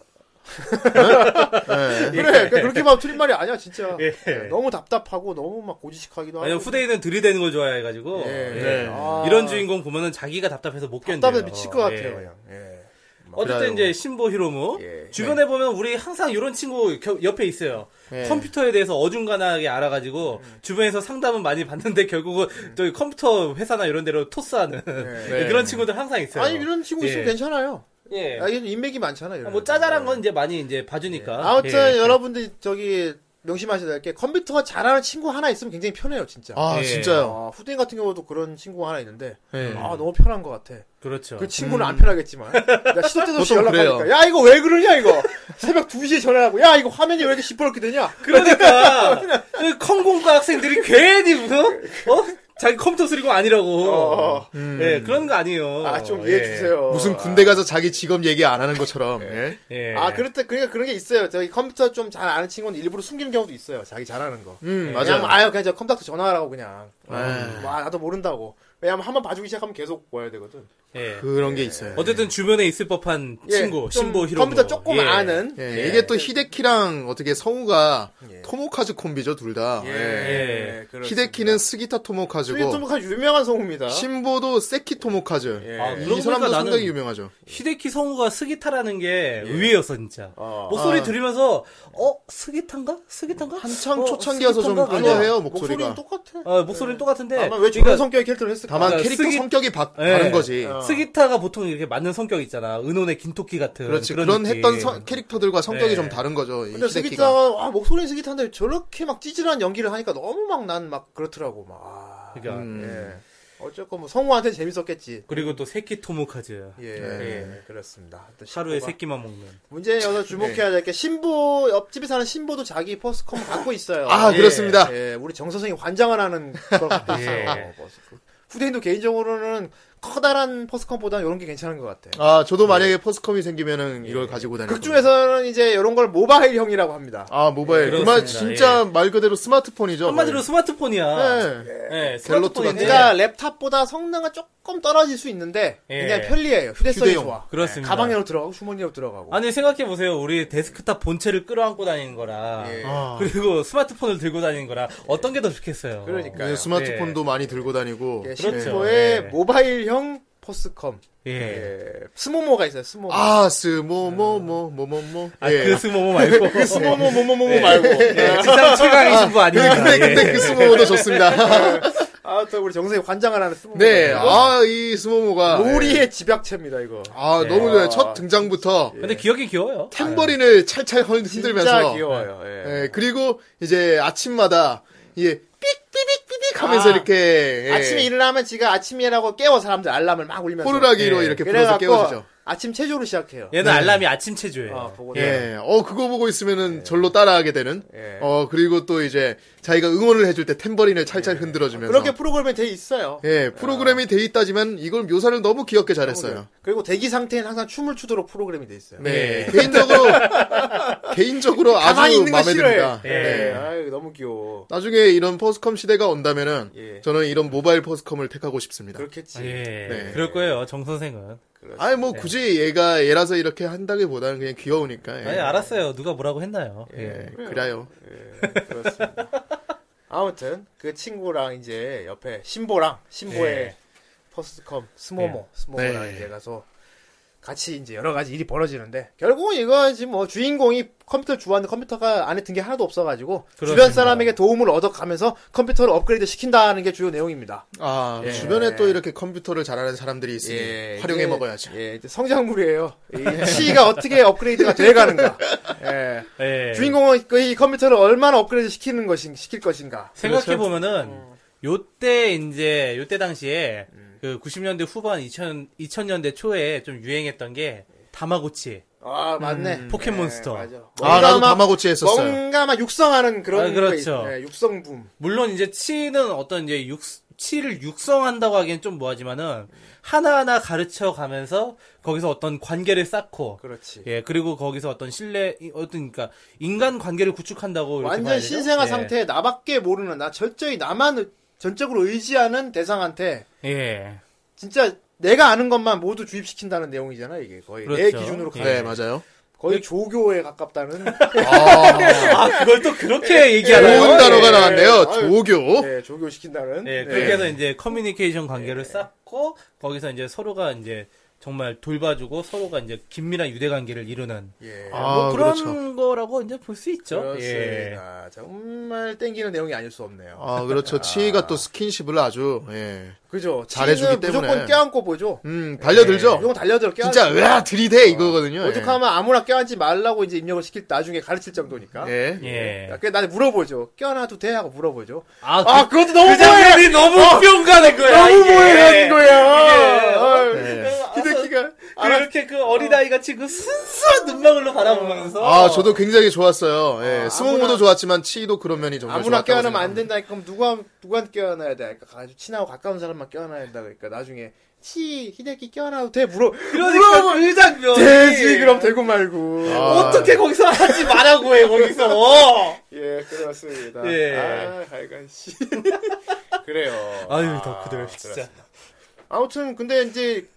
네.
그래, 그렇게 봐도 틀린 말이 아니야, 진짜.
예.
예, 너무 답답하고, 너무 막 고지식하기도 하고.
왜냐면 후대인은 들이대는 걸 좋아해가지고
아, 예,
예.
예. 아,
이런 주인공 보면은 자기가 답답해서 못 견뎌요.
답답해 미칠 것
예.
같아요, 그냥. 예.
어쨌든 이제 신보 히로무
예.
주변에 보면 우리 항상 이런 친구 겨- 옆에 있어요. 예.
예.
컴퓨터에 대해서 어중간하게 알아가지고 주변에서 상담은 많이 받는데 결국은 또 컴퓨터 회사나 이런 데로 토스하는
예.
그런 친구들 항상 있어요.
아니, 이런 친구 있으면
예.
괜찮아요.
예.
아, 이런 인맥이 많잖아, 이런.
뭐 짜잘한 건 이제 많이 이제 봐주니까.
아무튼
예.
여러분들 저기 명심하셔야 될 게 컴퓨터가 잘하는 친구 하나 있으면 굉장히 편해요 진짜.
아
예.
진짜요.
아, 후대인 같은 경우도 그런 친구 하나 있는데
예.
아 너무 편한 것 같아.
그렇죠.
그 친구는 안 편하겠지만 나 시도 때도 없이
보통
연락하니까
그래요.
야 이거 왜 그러냐 이거 새벽 2시에 전화하고 야 이거 화면이 왜 이렇게 시퍼렇게 되냐
그러니까 그 컴공과 학생들이 괜히 무슨 어 자기 컴퓨터 쓰리고 아니라고
어.
예 그런 거 아니에요 예.
아 좀 이해해 주세요
무슨 군대 가서 자기 직업 얘기 안 하는 것처럼. 예.
예.
아 그럴 때 그러니까 그런 게 있어요 저기 컴퓨터 좀 잘 아는 친구는 일부러 숨기는 경우도 있어요 자기 잘하는 거
네.
음
그냥
맞아요.
아유 그냥 저 컴퓨터 전화하라고 그냥 어, 뭐, 아,
에이.
와 나도 모른다고 왜냐면 한번 봐주기 시작하면 계속 와야 되거든
예.
그런 게 있어요.
어쨌든 주변에 있을 법한
예,
친구,
좀
신보, 히로.
컴퓨터 조금 아는.
예, 이게 또 히데키랑 어떻게 성우가 토모카즈 콤비죠 둘 다.
예,
예.
예, 그렇습니다.
히데키는 스기타 토모카즈고
스위트 토모카 유명한 성우입니다.
신보도 세키 토모카즈.
예.
아,
이
그러고
사람도
보니까
상당히
나는-
유명하죠.
히데키 성우가 스기타라는 게
예.
의외였어 진짜.
어.
목소리
아.
들으면서 어 스기탄가? 스기탄가?
한창
어,
초창기여서 좀
스기탄가?
아니야.
그냥.
좋아해요, 네.
목소리는
목소리가.
똑같아.
어, 목소리는 똑같은데.
아마 왜
그러니까
주변 성격의 캐릭터를 했을까?
다만
그러니까
캐릭터
스기-
성격이 바,
예.
다른 거지.
어.
스기타가 보통 이렇게 맞는 성격 있잖아. 은혼의 긴토끼 같은
그렇지. 그런,
느낌.
했던 성- 캐릭터들과 성격이
예.
좀 다른 거죠. 이
근데
히데키가.
스기타가 아, 목소리는 스기타인데 저렇게 막 찌질한 연기를 하니까 너무 막 난 막 그렇더라고 막. 아,
그러니까.
음.
예. 어쨌건 뭐 성우한테 재밌었겠지.
그리고 또 새끼 토모카즈.
예, 예, 그렇습니다. 또
뭐.
하루에 네.
신보가-
새끼만 먹는.
어,
문제는 여기서 주목해야 될 게 신보 옆집에 사는 신보도 자기 포스컴 갖고 있어요.
아, 그렇습니다.
예, 우리 정 선생이 환장을 하는 그런 것도 있어요.
예.
포스컴. 후대인도 개인적으로는 커다란 포스컴보다는 이런 게 괜찮은 것 같아. 요
아, 네, 저도 만약에 포스컴이 생기면은 이걸 가지고 다니고.
극중에서는 이제 이런 걸 모바일형이라고 합니다.
아, 모바일.
예,
그말
그렇습니다.
진짜 말 그대로 스마트폰이죠.
한마디로 스마트폰이야.
예.
예,
갤럭트가
스마트폰인데.
그러니까 랩탑보다 성능은 조금 떨어질 수 있는데
네. 예.
그냥 편리해요. 휴대성이
휴대용.
좋아.
네,
그렇습니다.
가방에로 들어가고 주머니로 들어가고.
아니 생각해보세요. 우리 데스크탑 본체를 끌어안고 다니는 거라.
예.
아.
그리고 스마트폰을 들고 다니는 거라 어떤 게 더 좋겠어요.
그러니까요.
네, 스마트폰도 많이 들고 다니고.
예,
그렇죠.
신보의
예.
모바일형 포스컴.
예.
예. 스모모가 있어요. 스모모.
아, 스모모모모모모.
아,
예.
그 스모모 말고. 그
스모모모모모 말고.
예, 지상 최강의 신부 아닙니다.
네,
근데,
예.
근데 그 스모모도 좋습니다.
아, 또 우리 정선이 관장을 하는 스모모. 예.
네, 아, 이 스모모가. 예.
로리의 네. 집약체입니다, 이거.
아,
예.
너무 좋아요. 첫 등장부터
근데 귀엽긴 귀여워요.
탬버린을 찰찰 흔- 흔들면서.
진짜 귀여워요. 예.
예, 그리고 이제 아침마다 이게 삑삑삑삑 하면서
아,
이렇게 예,
아침에 일을 하면 지가 아침이라고 깨워 사람들 알람을 막 울리면서.
호루라기로
예,
이렇게 불어서
그래갖고
깨워주죠.
아침 체조를 시작해요.
얘는 알람이 아침 체조예요.
아, 보고
네. 예.
예. 어 그거 보고 있으면은 절로 따라하게 되는.
예.
어 그리고 또 이제 자기가 응원을 해줄 때 탬버린을 찰찰 흔들어주면서.
그렇게 프로그램이 돼 있어요.
예 프로그램이 돼 있다지만 이걸 묘사를 너무 귀엽게 잘했어요.
네. 그리고 대기 상태엔 항상 춤을 추도록 프로그램이 돼 있어요.
네 개인적으로 개인적으로
가만히
아주
있는 거
마음에
싫어해.
듭니다.
예.
네.
아유, 너무 귀여워.
나중에 이런 포스컴 시대가 온다면은
예.
저는 이런 모바일 포스컴을 택하고 싶습니다.
그렇겠지.
예.
네.
그럴 거예요, 정 선생은.
아니 뭐
예.
굳이 얘가 얘라서 이렇게 한다기보다는 그냥
네.
귀여우니까. 예.
아니, 알았어요. 누가 뭐라고 했나요? 예.
예, 그래요.
예, 그렇습니다. 아무튼 그 친구랑 이제 옆에 신보랑 신보의
예.
퍼스트컴 예, 스모모 스모모랑
네.
이제 가서 같이 이제 여러 가지 일이 벌어지는데 결국은 이거 지금 뭐 주인공이 컴퓨터 주웠는데 컴퓨터가 안에 든 게 하나도 없어가지고 주변
그렇습니다.
사람에게 도움을 얻어가면서 컴퓨터를 업그레이드 시킨다는 게 주요 내용입니다.
아
예.
주변에 또 이렇게 컴퓨터를 잘하는 사람들이 있으니 활용해
이제-
먹어야죠.
예, 이제 성장물이에요. 이 시가 어떻게 업그레이드가 돼가는가. 예.
예.
주인공은 그이 컴퓨터를 얼마나 업그레이드 시키는 것인 시킬 것인가. 음.
생각해보면은, 요때, 이제, 요때 당시에, 그 90년대 후반 2000, 2000년대 초에 좀 유행했던 게, 다마고치.
아 맞네.
음, 포켓몬스터.
네, 맞아.
아 나도
뭔가 막-
다마고치 했었어요.
뭔가 막 육성하는 그런
아, 그렇죠.
거 있- 네, 육성붐.
물론 이제 치는 어떤 이제 육, 치를 육성한다고 하기엔 좀 뭐하지만은, 하나하나 가르쳐 가면서, 거기서 어떤 관계를 쌓고,
그렇지.
예, 그리고 거기서 어떤 신뢰, 이- 어떤, 그니까, 인간 관계를 구축한다고. 이렇게 봐야
완전
되죠?
신생아
예.
상태에 나밖에 모르는 나 철저히 나만 의- 전적으로 의지하는 대상한테
예.
진짜 내가 아는 것만 모두 주입시킨다는 내용이잖아 이게 거의 내
그렇죠.
기준으로 가면
네 맞아요.
거의 조교에 가깝다는
아,
아, 그걸 또 그렇게 얘기하나요?
좋은 단어가
예.
나왔네요.
아유.
조교.
네, 조교시킨다는
예,
네.
그렇게 해서 이제 커뮤니케이션
예.
관계를 쌓고 거기서 이제 서로가 이제 정말 돌봐주고 서로가 이제 긴밀한 유대 관계를 이루는
예.
아,
뭐 그런
그렇죠.
거라고 이제 볼 수 있죠. 예.
그렇습니다. 정말 땡기는 내용이 아닐 수 없네요.
아 그렇죠. 치이가 또 스킨십을 아주 예.
그죠.
잘해주기
지는 무조건
때문에.
껴안고 보죠. 네,
음 달려들죠.
무조건 달려들어 껴안고.
진짜 으아 들이대 이거거든요. 예.
오죽하면 아무나 껴안지 말라고 이제 입력을 시킬 때 나중에 가르칠 정도니까. 네.
예.
예.
그래 나한테 물어보죠. 껴안아도 돼 하고 물어보죠.
아, 그,
아 그것도 너무 뭐해.
장면이 너무 뿅가는 거야.
어,
예.
너무
이게.
뭐해한
이게.
거야.
네.
기대기가
그렇게 그 어린아이가 지금 순수한 눈망울로 바라보면서
아 저도 굉장히 좋았어요. 예. 스모모도
아무나-
좋았지만 치이도 그런 면이 정말
아무나
좋았다고
껴안으면 안
생각합니다.
된다. 그럼 누가 누구한테 껴안아야 돼? 그러니까 아주 친하고 가까운 사람만 껴안아야 된다. 그러니까 나중에 치 히데키 껴안아도 돼 물어.
그러니까 아. 그 장면
되지 그럼 되고 말고.
어떻게 거기서 하지 말라고 해 거기서
예, 그렇습니다.
예.
아, 하여간 씨. 그래요.
아, 아유 덕후들 진짜
아무튼 근데 이제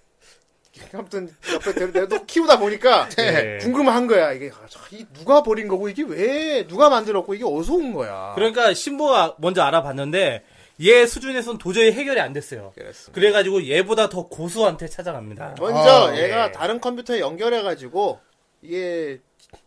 아무튼 옆에 내- 내도 키우다 보니까
네.
궁금한 거야 이게 아, 참, 이 누가 버린 거고 이게 왜 누가 만들었고 이게 어디서 온 거야.
그러니까 신보가 먼저 알아봤는데 얘 수준에선 도저히 해결이 안 됐어요.
그랬습니다.
가지고 얘보다 더 고수한테 찾아갑니다.
먼저
아,
얘가
예.
다른 컴퓨터에 연결해 가지고 이게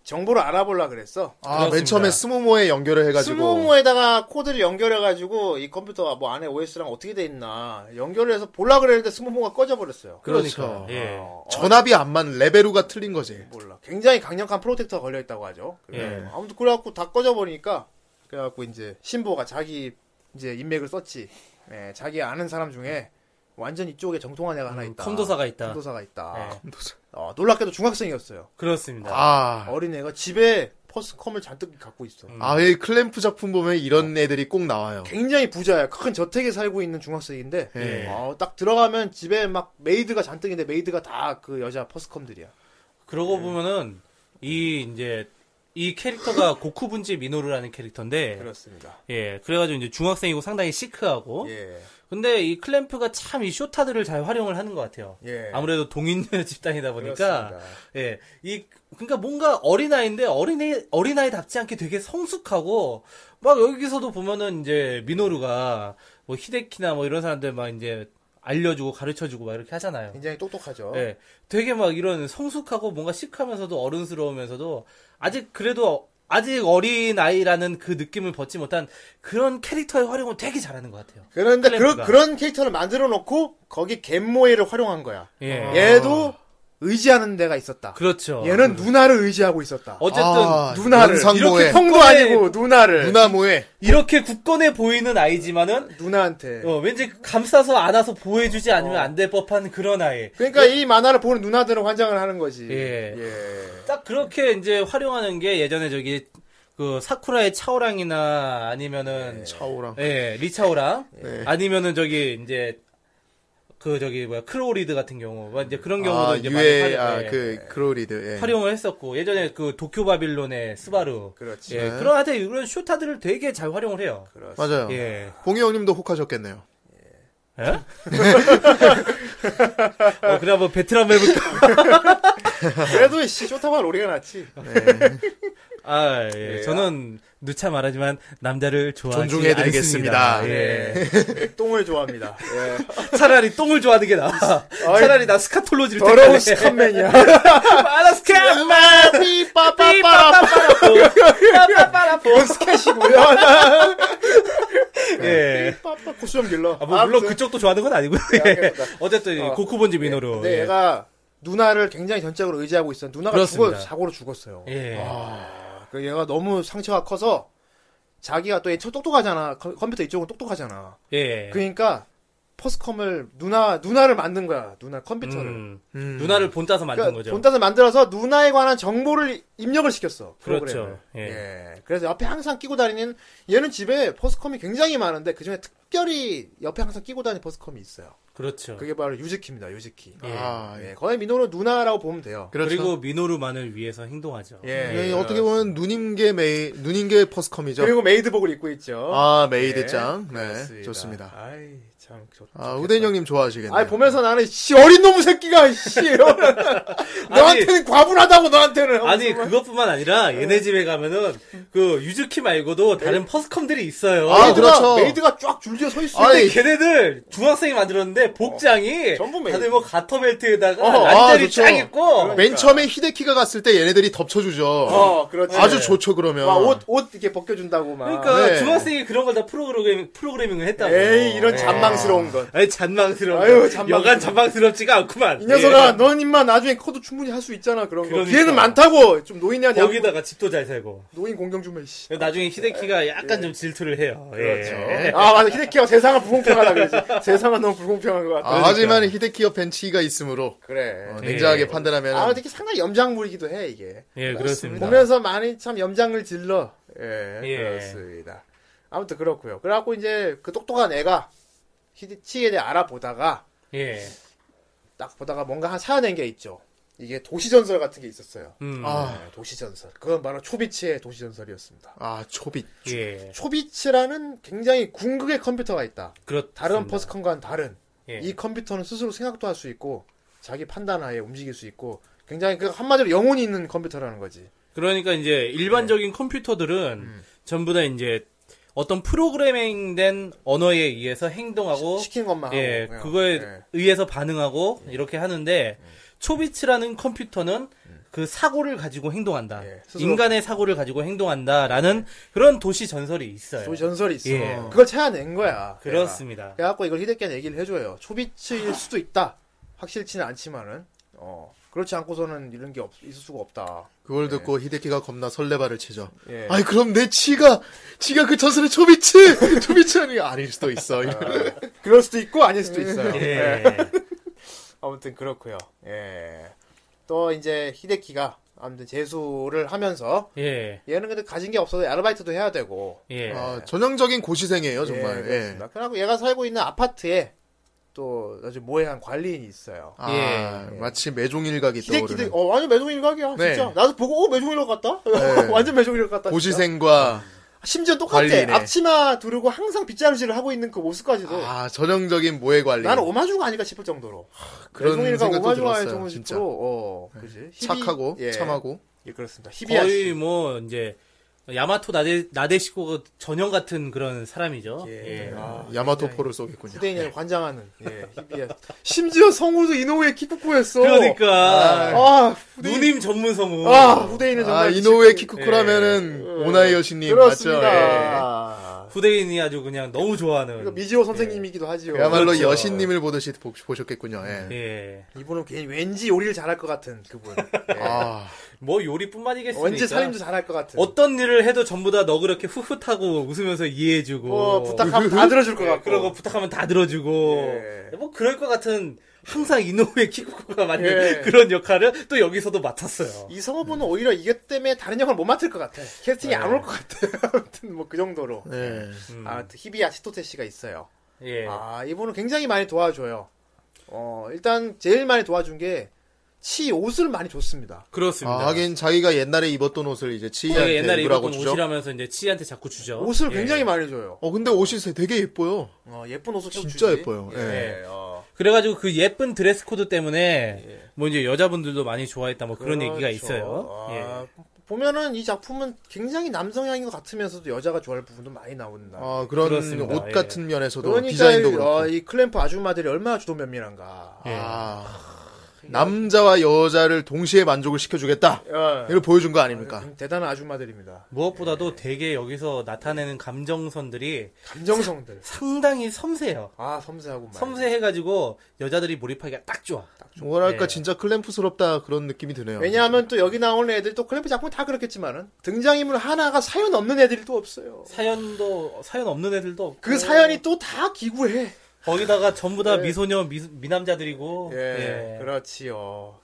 정보를 알아보려 그랬어.
아,
그렇습니다.
맨 처음에 스모모에 연결을 해가지고.
스모모에다가 코드를 연결해 가지고 이 컴퓨터가 뭐 안에 OS랑 어떻게 돼 있나 연결을 해서 보려 그랬는데 스모모가 꺼져 버렸어요. 어,
그러니까
그렇죠.
예.
아.
전압이 안 맞는 레베루가 틀린 거지.
몰라. 굉장히 강력한 프로텍터가 걸려 있다고 하죠. 그래.
예.
아무튼 그래갖고 다 꺼져 버리니까 그래갖고 이제 신보가 자기 이제 인맥을 썼지. 예, 자기 아는 사람 중에 완전 이쪽에 정통한 애가 하나 있다.
음, 컴도사가 있다.
컴도사가 있다.
예.
어, 놀랍게도 중학생이었어요.
그렇습니다.
아.
어린 애가 집에 퍼스컴을 잔뜩 갖고 있어.
음.
아, 이 클램프 작품 보면 이런 애들이 꼭 나와요.
굉장히 부자야. 큰 저택에 살고 있는 중학생인데,
예.
어, 딱 들어가면 집에 막 메이드가 잔뜩인데 메이드가 다 그 여자 퍼스컴들이야. 예.
그러고 보면은 이 이제 이 캐릭터가 고쿠분지 미노루라는 캐릭터인데
그렇습니다.
예 그래가지고 이제 중학생이고 상당히 시크하고
예.
근데 이 클램프가 참 이 쇼타들을 잘 활용을 하는 것 같아요.
예.
아무래도 동인녀 집단이다 보니까
그렇습니다.
예. 이 그러니까 뭔가 어린아이인데 어린애 어린아이답지 않게 되게 성숙하고 막 여기서도 보면은 이제 미노루가 뭐 히데키나 뭐 이런 사람들 막 이제 알려주고 가르쳐주고 막 이렇게 하잖아요.
굉장히 똑똑하죠.
예. 되게 막 이런 성숙하고 뭔가 시크하면서도 어른스러우면서도 아직 그래도 아직 어린아이라는 그 느낌을 벗지 못한 그런 캐릭터의 활용을 되게 잘하는 것 같아요.
그런데
클램프가.
그, 런 캐릭터를 만들어 놓고 거기 갯모에를 활용한 거야.
예.
얘도 의지하는 데가 있었다.
그렇죠.
아. 얘는 누나를 의지하고 있었다.
어쨌든
아,
누나를
연상모에.
이렇게 형도
국가의-
아니고 누나를
누나모에.
이렇게 굳건해 보이는 아이지만은
네.
누나한테.
어, 왠지 감싸서 안아서 보호해주지
어.
않으면 안 될 법한 그런 아이.
그러니까 이 만화를 보는 누나들은 환장을 하는 거지.
예.
예.
딱 그렇게 이제 활용하는 게 예전에 저기 그 사쿠라의 차오랑이나 아니면은
차오랑.
예, 리차오랑
네.
아니면은 저기 이제 그 저기 뭐야 크로리드 같은 경우 뭐 이제 그런 경우도
아,
이제 많이
유에,
활용,
아,
예,
그, 크로리드. 예.
활용을 했었고 예전에 그 도쿄 바빌론의 스바루
그렇지.
예, 그런 하여 이런 쇼타들을 되게 잘 활용을 해요.
그렇습니다.
맞아요.
예.
봉이 형님도 혹하셨겠네요.
예? 어, 그래 한번 배틀 한번 해볼까?
그래도 씨 쇼타가 로리가 낫지.
아, 예. 저는 누차 말하지만 남자를 좋아하지
존중해드리겠습니다.
않습니다. 예.
똥을 좋아합니다. 예.
차라리 똥을 좋아하는 게 나아. 차라리 나 스카톨로지를
더러운
택할래.
스칸맨이야.
알아 스칸만.
삐빠빠빠.
빠빠빠라뽀.
스캣이고요.
예.
삐빠빠 코스염 길러.
아, 뭐 물론
아무튼.
그쪽도 좋아하는 건 아니고요.
예,
예.
알겠습니다.
어쨌든
어.
고쿠본지 미노로.
근데 얘가 누나를 굉장히 전적으로 의지하고 있어요. 누나가
그렇습니다.
죽어 사고로 죽었어요.
예.
그 얘가 너무 상처가 커서 자기가 또얘 똑똑하잖아. 컴- 컴퓨터 이쪽은 똑똑하잖아.
예.
그러니까 퍼스컴을 누나 누나를 만든 거야. 누나 컴퓨터를.
음.
음.
누나를 본따서 만든
그러니까
거죠.
본단을 만들어서 누나에 관한 정보를 입력을 시켰어.
그렇죠.
프로그램을.
예.
예. 그래서 옆에 항상 끼고 다니는 얘는 집에 퍼스컴이 굉장히 많은데 그 중에 특별히 옆에 항상 끼고 다니는 퍼스컴이 있어요.
그렇죠.
그게 바로 유즈키입니다. 유즈키.
예.
아, 예.
예, 거의 민호는 누나라고 보면 돼요.
그리
그렇죠.
고 미노루만을 위해서 행동하죠.
네.
예, 어떻게 보면 누님계 메이, 누님계 퍼스컴이죠.
그리고 메이드복을 입고 있죠.
아,
예,
메이드짱. 네,
그렇습니다.
좋습니다.
아이 참 좋.
아, 우대인 형님 좋아하시겠네요.
아 보면서 나는 씨 어린 놈 새끼가 씨 너한테는 과분하다고 너한테는
아니 그것뿐만
예.
아니라 얘네 집에 가면은 그 유즈키 말고도 다른 퍼스컴들이 있어요.
아,
메이드가
그렇죠.
메이드가 쫙 줄지어 서 있어.
아니,
근데 걔네들 중학생이 만들었는데 복장이
어. 전부 메이드.
다들 뭐 가터벨트에다가
어, 아,
란짜리
좋죠.
쫙
그러니까.
입고
맨 처음에 히데키가 갔을 때 얘네들이 덮쳐주죠.
어 그렇지.
아주 좋죠, 그러면.
막옷옷 이렇게 벗겨준다고 막.
네. 그러니까
네.
중학생이 그런 걸 다 프로그래밍 프로그래밍을 했다고.
에이 이런
예.
잔망스러운 것.
아니 잔망스러워.
아유, 잔망스러워.
여간 잔망스럽지가 않구만.
이 녀석아,
예.
넌 임마 나중에 커도 충분히 할 수 있잖아 네. 그런 거.
그러니까.
기회는 많다고 좀 노인이한테
거기다가 집도 잘 살고.
노인 공경 좀 해. 씨.
나중에 히데키가 약간 좀 질투를 해요.
아, 예. 그렇죠.
예.
아 맞아 히데키가 세상을 불공평하다 그러지. 세상은 너무 불공평한 것 같아.
아, 하지만 히데키와 벤치가 있으므로
그래.
어, 냉정하게
예.
판단하면
네. 아 되게 상당히 염장물이기도 해 이게.
예, 그렇습니다.
보면서 많이 참 염장을 질러. 예,
예.
그렇습니다. 아무튼 그렇고요. 그래갖고 이제 그 똑똑한 애가 히데치에 대해 알아보다가
예.
딱 보다가 뭔가 한 사연낸 게 있죠. 이게 도시전설 같은 게 있었어요.
음.
아,
네, 도시전설. 그건 바로 초비치의 도시전설이었습니다.
아, 초빛.
예.
초비치라는 굉장히 궁극의 컴퓨터가 있다.
그렇
다른 퍼스컴과는 다른.
예.
이 컴퓨터는 스스로 생각도 할 수 있고 자기 판단하에 움직일 수 있고 굉장히 그 한마디로 영혼이 있는 컴퓨터라는 거지.
그러니까 이제
네.
일반적인 컴퓨터들은
음.
전부 다 이제 어떤 프로그래밍된 언어에 의해서 행동하고
시킨 것만
예,
하고.
그거에
예.
의해서 반응하고 이렇게 하는데 초비츠라는 컴퓨터는 그 사고를 가지고 행동한다.
예, 스스로- 예.
인간의 사고를 가지고 행동한다라는 그런 도시 전설이 있어요.
소위 전설이 네. 있어.
예.
그걸 찾아낸 거야.
그렇습니다.
그래갖고 이걸 히데키가 얘기를 해줘요. 초비츠일 수도 있다. 확실치는 않지만은 어 그렇지 않고서는 이런 게 없, 있을 수가 없다.
그걸 듣고 히데키가 겁나 설레발을 치죠.
예.
아이 그럼 내 치가 치가 그 전설의 초비츠 초비츠 아니 아닐 수도 있어. 이런.
그럴 수도 있고 아닐 수도 있어요.
예.
아무튼 그렇고요. 예. 또 이제 히데키가 아무튼 재수를 하면서
예.
얘는 근데 가진 게 없어서 아르바이트도 해야 되고
예.
아, 전형적인 고시생이에요
예,
정말. 예.
네. 그렇습니다. 그리고 얘가 살고 있는 아파트에 또 아주 모해한 관리인이 있어요.
아,
예.
마치 매종일각이
히데키 히데,
떠오르는
어 완전 매종일 각이야
네.
진짜. 나도 보고 어 매종일각 같다.
네.
완전 매종일각 같다. 진짜.
고시생과
심지어 똑같아.
관리네.
앞치마 두르고 항상 빗자루질을 하고 있는 그 모습까지도
아 전형적인 모해 관리.
나는 오마주가 아닐까 싶을 정도로.
그런
매종일과
생각도
오마주와의
들었어요,
정은
진짜. 네.
싶고, 어, 그지. 히비-
착하고
예.
참하고.
예, 그렇습니다. 히비아시.
거의 뭐 이제 야마토 나데 나데시코 전형 같은 그런 사람이죠.
예.
예.
아,
야마토포를 쏘겠군요.
후대인을 관장하는 예, 히비야. 심지어 성우도 이노우에 키쿠쿠였어.
그러니까
어,
뭐.
아,
누님 전문 성우.
아 후대인은 정말
아 이노우에
미치겠네.
키쿠쿠라면은 오나이 여신님 맞죠? 예.
그렇습니다.
후대인이 아주 그냥 너무 좋아하는.
그러니까 아, 미지오 선생님이기도 하지요.
예. 그야말로
그렇죠.
여신님을 보듯이 보, 셨겠군요 예.
예.
이분은 괜히 왠지 요리를 잘할 것 같은 그분. 예.
아,
뭐 요리뿐만이겠습니까?
왠지 살림도 잘할 것 같은.
어떤 일을 해도 전부 다 너그럽게 풋풋하고 웃으면서 이해해주고.
뭐 부탁하면 다 들어줄 것
예,
같고.
어, 그러고 부탁하면 다 들어주고.
예.
뭐 그럴 것 같은 항상 이노우의 키쿠코가 맞는
예.
그런 역할을 또 여기서도 맡았어요.
이 성우분은 오히려 이것 때문에 다른 역할 못 맡을 것 같아. 캐스팅이 안 올 것 같아. 아무튼 뭐 그 정도로.
네.
네. 음.
아무튼 히비야 시토테 씨가 있어요.
예.
아 이분은 굉장히 많이 도와줘요. 어 일단 제일 많이 도와준 게 치 옷을 많이 줬습니다.
그렇습니다.
아, 하긴 자기가 옛날에 입었던 옷을 이제
자기가
예,
치이한테
옛날에
입으라고
입었던
주죠.
옷이라면서 이제 치한테 자꾸 주죠.
옷을
예.
굉장히 많이 줘요.
어, 근데 옷이 되게 예뻐요.
어, 예쁜 옷을 계속
진짜
주지.
예뻐요.
예.
예.
어.
그래가지고 그 예쁜 드레스 코드 때문에 뭐 이제 여자분들도 많이 좋아했다 뭐 그런 얘기가
예. 그렇죠.
있어요. 예.
아, 보면은 이 작품은 굉장히 남성향인 것 같으면서도 여자가 좋아할 부분도 많이 나온다.
아, 그런
그렇습니다.
옷
예.
같은 면에서도
그러니까
디자인도 그렇고.
어, 이 클램프 아줌마들이 얼마나 주도 면밀한가.
예.
아, 남자와 여자를 동시에 만족을 시켜주겠다.
예. 음,
이걸 보여준 거 아닙니까?
대단한 아줌마들입니다.
무엇보다도 되게 여기서 나타내는 감정선들이
감정성들.
상당히 섬세해요.
아 섬세하고 말.
섬세해가지고 여자들이 몰입하기가 딱 좋아.
뭐랄까
예.
진짜 클램프스럽다 그런 느낌이 드네요.
왜냐하면 또 여기 나오는 애들 또 클램프 작품 다 그렇겠지만은 등장인물 하나가 사연 없는 애들이 또 없어요.
사연도 사연 없는 애들도 없고
그 사연이 또 다 기구해.
거기다가 전부 다 미소녀 미, 미남자들이고 예.
네. 그렇지요.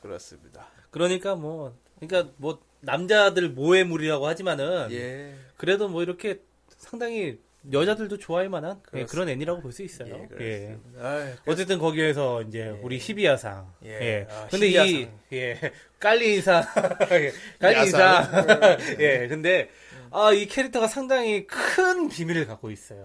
크, 그렇습니다.
그러니까 뭐 그러니까 뭐 남자들 모해물이라고 하지만은
예,
그래도 뭐 이렇게 상당히 여자들도 좋아할 만한 예, 그런 애니라고 볼 수 있어요.
예,
예.
그렇습니다. 아이,
어쨌든 거기에서 이제 우리 히비야상.
예.
예.
아,
근데 이
히비야상.
예. 깔리이상. 예, 깔리이상. 예. 근데
음.
아, 이 캐릭터가 상당히 큰 비밀을 갖고 있어요.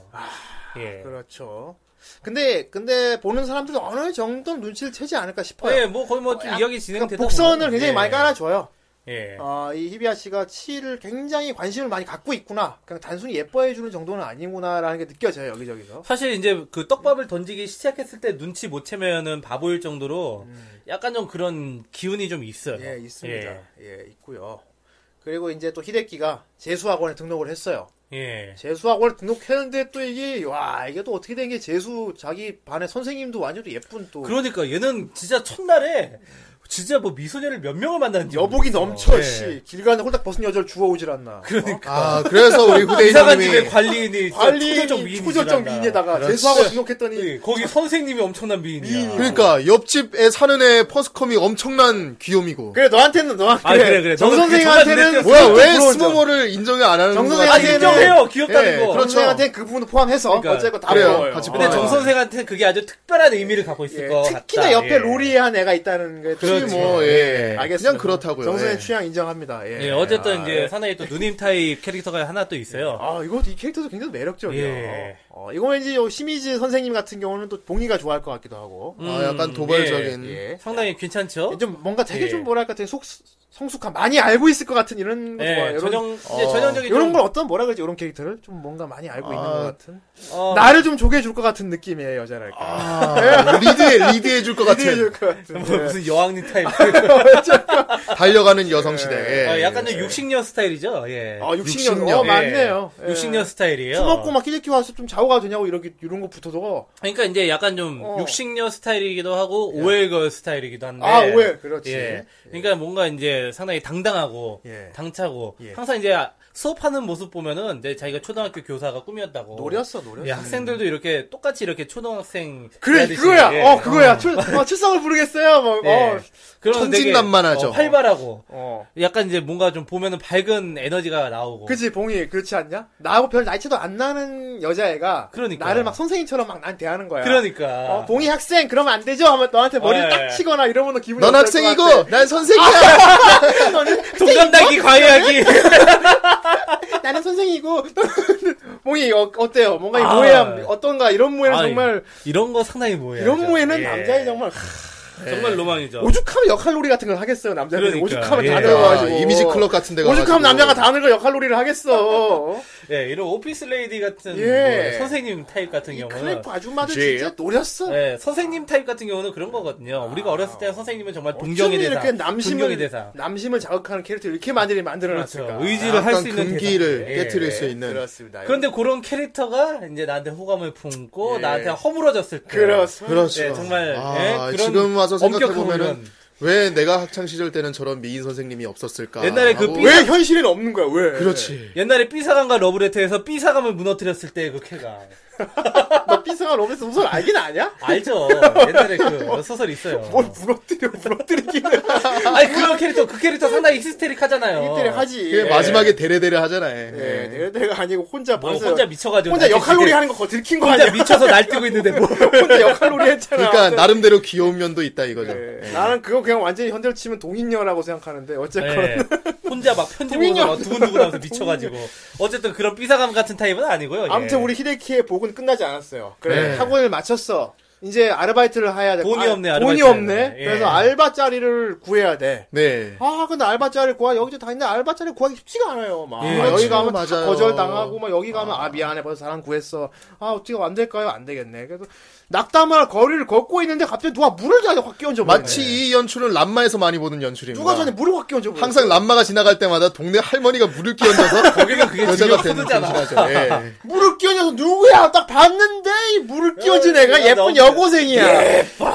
예.
아, 그렇죠. 근데 근데 보는 사람들도 어느 정도 눈치를 채지 않을까 싶어요.
예, 뭐 거의 뭐 좀
약-
이야기 진행되다
그러니까 복선을
보면,
굉장히
예.
많이 깔아줘요.
예.
아, 이 히비야 씨가 치를 굉장히 관심을 많이 갖고 있구나. 그냥 단순히 예뻐해주는 정도는 아니구나라는 게 느껴져요 여기저기서.
사실 이제 그 떡밥을 던지기 시작했을 때 눈치 못 채면은 바보일 정도로 약간 좀 그런 기운이 좀 있어요.
음. 예, 있습니다.
예.
예, 있고요. 그리고 이제 또 히데키가 재수학원에 등록을 했어요.
예.
재수학원에 등록했는데 또 이게 와 이게 또 어떻게 된 게 재수 자기 반의 선생님도 완전 히 예쁜 또
그러니까 얘는 진짜 첫날에 진짜 뭐 미소녀를 몇 명을 만났는지
음. 여복이
모르겠어.
넘쳐
예. 그러니까.
씨. 길 가는데 홀딱 벗은 여자를 주워오질 않나. 어?
아, 그래서 우리
이사간 집에
후대인님이
관리인이
관리
초절정 미인이
초절정 미인에다가 재수학원 등록했더니
네, 거기 선생님이 엄청난 미인이야.
그러니까 옆집에 사는 애 퍼스컴이 엄청난 귀요미고.
그래 너한테는 너
아, 그래, 그래.
정
너는 그게
선생한테는
정답이
뭐야 왜
부러운 점.
스모모를 인정을 안 하는
정
거야?
아
선생한테는
인정해요 귀엽다는
예,
거.
그렇죠.
정선생한테는 그 부분도 포함해서
그러니까.
어쨌건 다
그래요.
부러워요.
같이
근데
아.
정 선생한테 그게 아주 특별한 의미를 갖고 있을
예,
것 같다.
특히나 옆에
예.
로리한 애가 있다는 게
그렇지 뭐 예.
알겠습니다.
그냥 그렇다고요.
정선생
예.
취향 인정합니다. 예,
예, 어쨌든
아,
이제 사나이 또 누님 타입 캐릭터가 하나 또 있어요.
아 이거 이 캐릭터도 굉장히 매력적이에요.
예.
어, 이거 왠지 요 심희진 선생님 같은 경우는 또 봉이가 좋아할 것 같기도 하고.
아, 약간 도발적인.
예.
상당히 괜찮죠?
좀 뭔가 되게
예.
좀 뭐랄까 되게 속 성숙한 많이 알고 있을 것 같은 이런 거 좋아요.
예,
이런,
전형, 이제
어.
전형적인.
이런
좀-
걸 어떤 뭐라 그러지 이런 캐릭터를 좀 뭔가 많이 알고 있는 것 같은.
어,
나를 좀 조개줄 것 같은 느낌이에요 여자랄까.
아, 리드해 리드해 줄 것 같은
기대해줄 것 같은.
뭐 무슨 여왕님 타입.
달려가는 여성 시대. 예.
어, 약간 좀 60년 스타일이죠? 예.
아 60년.
육식년.
어
예.
맞네요. 예.
60년 스타일이에요.
술 먹고 막 끼리끼리 와서 좀 좌우가 되냐고 이렇게 이런 것부터도
그러니까 이제 약간 좀
어. 예.
60년 스타일이기도 하고 오웰걸 스타일이기도 한데.
아, 오웰, 그렇지.
예. 그러니까 뭔가 이제 상당히 당당하고
예.
당차고
예.
항상 이제 수업하는 모습 보면은 이제 자기가 초등학교 교사가 꿈이었다고.
노렸어 노렸어.
예, 학생들도 이렇게 똑같이 이렇게 초등학생
그래
하듯이,
그거야.
예.
어 그거야. 출 어, 출석을 부르겠어요. 뭐.
예. 그런
천진난만하죠.
되게, 어, 활발하고
어. 어.
약간 이제 뭔가 좀 보면은 밝은 에너지가 나오고.
그지 봉이 그렇지 않냐? 나하고 별 나이차도 안 나는 여자애가
그러니까.
나를 막 선생님처럼 막 난 대하는 거야.
그러니까.
어, 봉이 학생 그러면 안 되죠 하면 너한테 머리를
예.
딱 치거나 이러면 기분이
넌
어떨 것
학생이고 난 선생이야.
같아. 너는
동감당기 과외하기.
나는 선생이고 봉이 어, 어때요? 뭔가 이
아.
모해함 어떤가 이런 모해는
아,
정말
이런 거 상당히 뭐예요.
이런 모해는 남자애 정말 하,
정말 로망이죠.
예. 어. 오죽하면 역할놀이 같은 걸 하겠어요 남자들이
그러니까,
오죽하면
예.
다
아,
들어가지고
이미지 클럽 같은 데가.
오죽하면 남자가 다 하는 걸 역할놀이를 하겠어.
예, 이런 오피스 레이디 같은
예.
뭐 선생님 타입 같은
이
경우는
클레프 아줌마들
그치.
진짜 노렸어.
예, 선생님 타입 같은 경우는 그런 거거든요. 우리가 어렸을 때 선생님은 정말
어쩜
동경의 대상,
이렇게 남심을
존경의 대상.
남심을 자극하는 캐릭터 를 이렇게 많이 만들어놨을까?
그렇죠. 의지를 할
아, 약간
수 있는
금기를
대상. 예,
깨뜨릴
예.
수 있는.
네. 그렇습니다.
그런데 그런 캐릭터가 이제 나한테 호감을 품고
예.
나한테 허물어졌을 때.
그렇습니다.
그렇죠.
예, 정말
아,
예, 그런
지금 와서 생각해
엄격한
보면은
훈련.
왜 내가 학창 시절 때는 저런 미인 선생님이 없었을까?
옛날에 그
하고
삐- 예.
왜 현실에는 없는 거야? 왜?
그렇지.
옛날에 삐사감과 러브레터에서 삐사감을 무너뜨렸을 때 그 캐가
네. 너 삐스가 로맨스 소설 알긴 아냐?
알죠. 옛날에 그 소설 있어요.
뭘 부러뜨려 부러뜨리기는
아니 그런 캐릭터 그 캐릭터 상당히 히스테릭하잖아요.
이때를 하지.
예.
그게 마지막에 데레데레 하잖아요.
예, 내 내가 아니고 혼자
뭐
벌써-
혼자 미쳐가지고
혼자
날뛰-
역할놀이 하는 거 거 들킨 거
혼자
아니야?
미쳐서 날뛰고 있는데 뭐.
혼자 역할놀이 했잖아.
그러니까 나름대로 귀여운 면도 있다 이거죠.
예. 나는 그거 그냥 완전히 현대로 치면 동인녀라고 생각하는데 어쨌건
예. 혼자 막 편집으로 막 두근두근하면서 미쳐가지고 어쨌든 그런 삐사감 같은 타입은 아니고요. 예.
아무튼 우리 히데키의 복은 끝나지 않았어요. 그래
네.
학원을 마쳤어. 이제 아르바이트를 해야 돼.
돈이
아,
없네,
돈이
아르바이트는.
없네.
예.
그래서 알바 자리를 구해야 돼.
네.
아 근데 알바 자리를 구하 여기저기 다 있는데 알바 자리 구하기 쉽지가 않아요. 막
예,
여기
맞아요,
가면 다
맞아요.
거절 당하고 막 여기 가면 아 미안해 벌써 사람 구했어. 아 어떻게 안 될까요? 안 되겠네. 그래서 낙담할 거리를 걷고 있는데 갑자기 누가 물을 자기 확 끼얹어. 버리네.
마치 이 연출은 람마에서 많이 보는 연출입니다.
누가 전에 물을 확 끼얹어. 버렸어.
항상 람마가 지나갈 때마다 동네 할머니가 물을 끼얹어서
거기가 그게
여자가
중요한
되는
코드잖아.
정신하죠. 예.
물을 끼얹어서 누구야? 딱 봤는데 이 물을 끼얹은 애가
야,
예쁜
너무-
여고생이야. 어, 예뻐.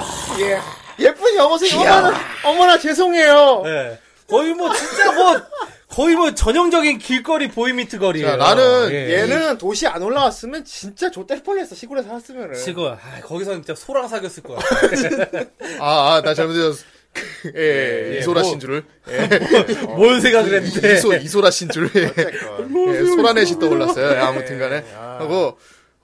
예. 쁜 여고생. 어머나, 어머나 죄송해요.
예. 거의 뭐 진짜 뭐 거의 뭐 전형적인 길거리 보이미트 거리예요.
자, 나는
얘는 도시 안 올라왔으면 진짜 좆될 뻔했어. 시골에 서 살았으면은.
지금 아, 거기서 진짜 소랑 사귀었을 거야.
아, 아, 나 잘못했어. 예,
예,
이소라
뭐-
신주를.
뭘 생각을
네.
했는데.
이소, 이소라 신주를.
그러니까.
예, 소라넷이 떠올랐어요. 예, 아무튼 간에. 하고,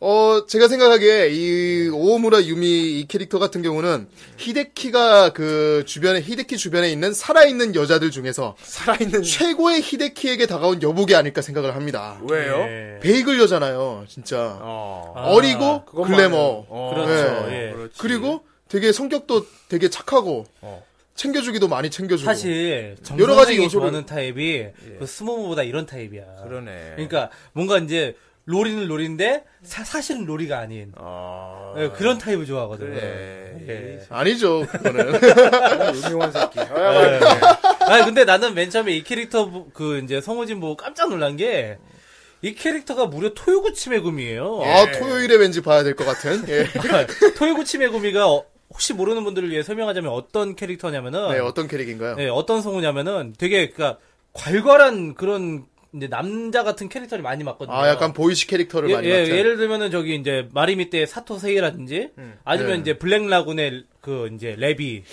어, 제가 생각하기에 이 오무라 유미 이 캐릭터 같은 경우는 히데키가 그 주변에, 히데키 주변에 있는 살아있는 여자들 중에서
살아있는.
최고의 히데키에게 다가온 여복이 아닐까 생각을 합니다.
왜요?
예.
베이글 여잖아요, 진짜.
어.
아,
어, 리고
네. 그것만
글래머.
어,
그렇죠.
예.
예.
그렇지.
그리고 되게 성격도 되게 착하고
어.
챙겨주기도 많이 챙겨주고
사실
여러 가지
정선생이
요소를-
좋아하는 타입이 그 스모모보다 이런 타입이야.
그러네.
그러니까 뭔가 이제 로리는 로리인데 사, 사실은 로리가 아닌
어.
아.
예, 그런 타입을 좋아하거든.
그래.
예.
아니죠 그거는
음흉한 새끼. 아,
예. 아니 근데 나는 맨 처음에 이 캐릭터 보- 그 이제 성우진 보고 깜짝 놀란 게. 이 캐릭터가 무려 토요구치 메구미예요. 아,
아 토요일에 왠지 봐야 될 것 같은 예.
토요구치 메구미가 어- 혹시 모르는 분들을 위해 설명하자면 어떤 캐릭터냐면은
네 어떤 캐릭인가요?
예.
네, 어떤 성우냐면은 되게 그니까 괄괄한 그런 이제 남자 같은 캐릭터를 많이 맡거든요.
아 약간 보이시 캐릭터를
예,
많이
예,
맡은
예를 들면은 저기 이제 마리미 때 사토 세이라든지 아니면
네.
이제 블랙 라군의 그 이제 레비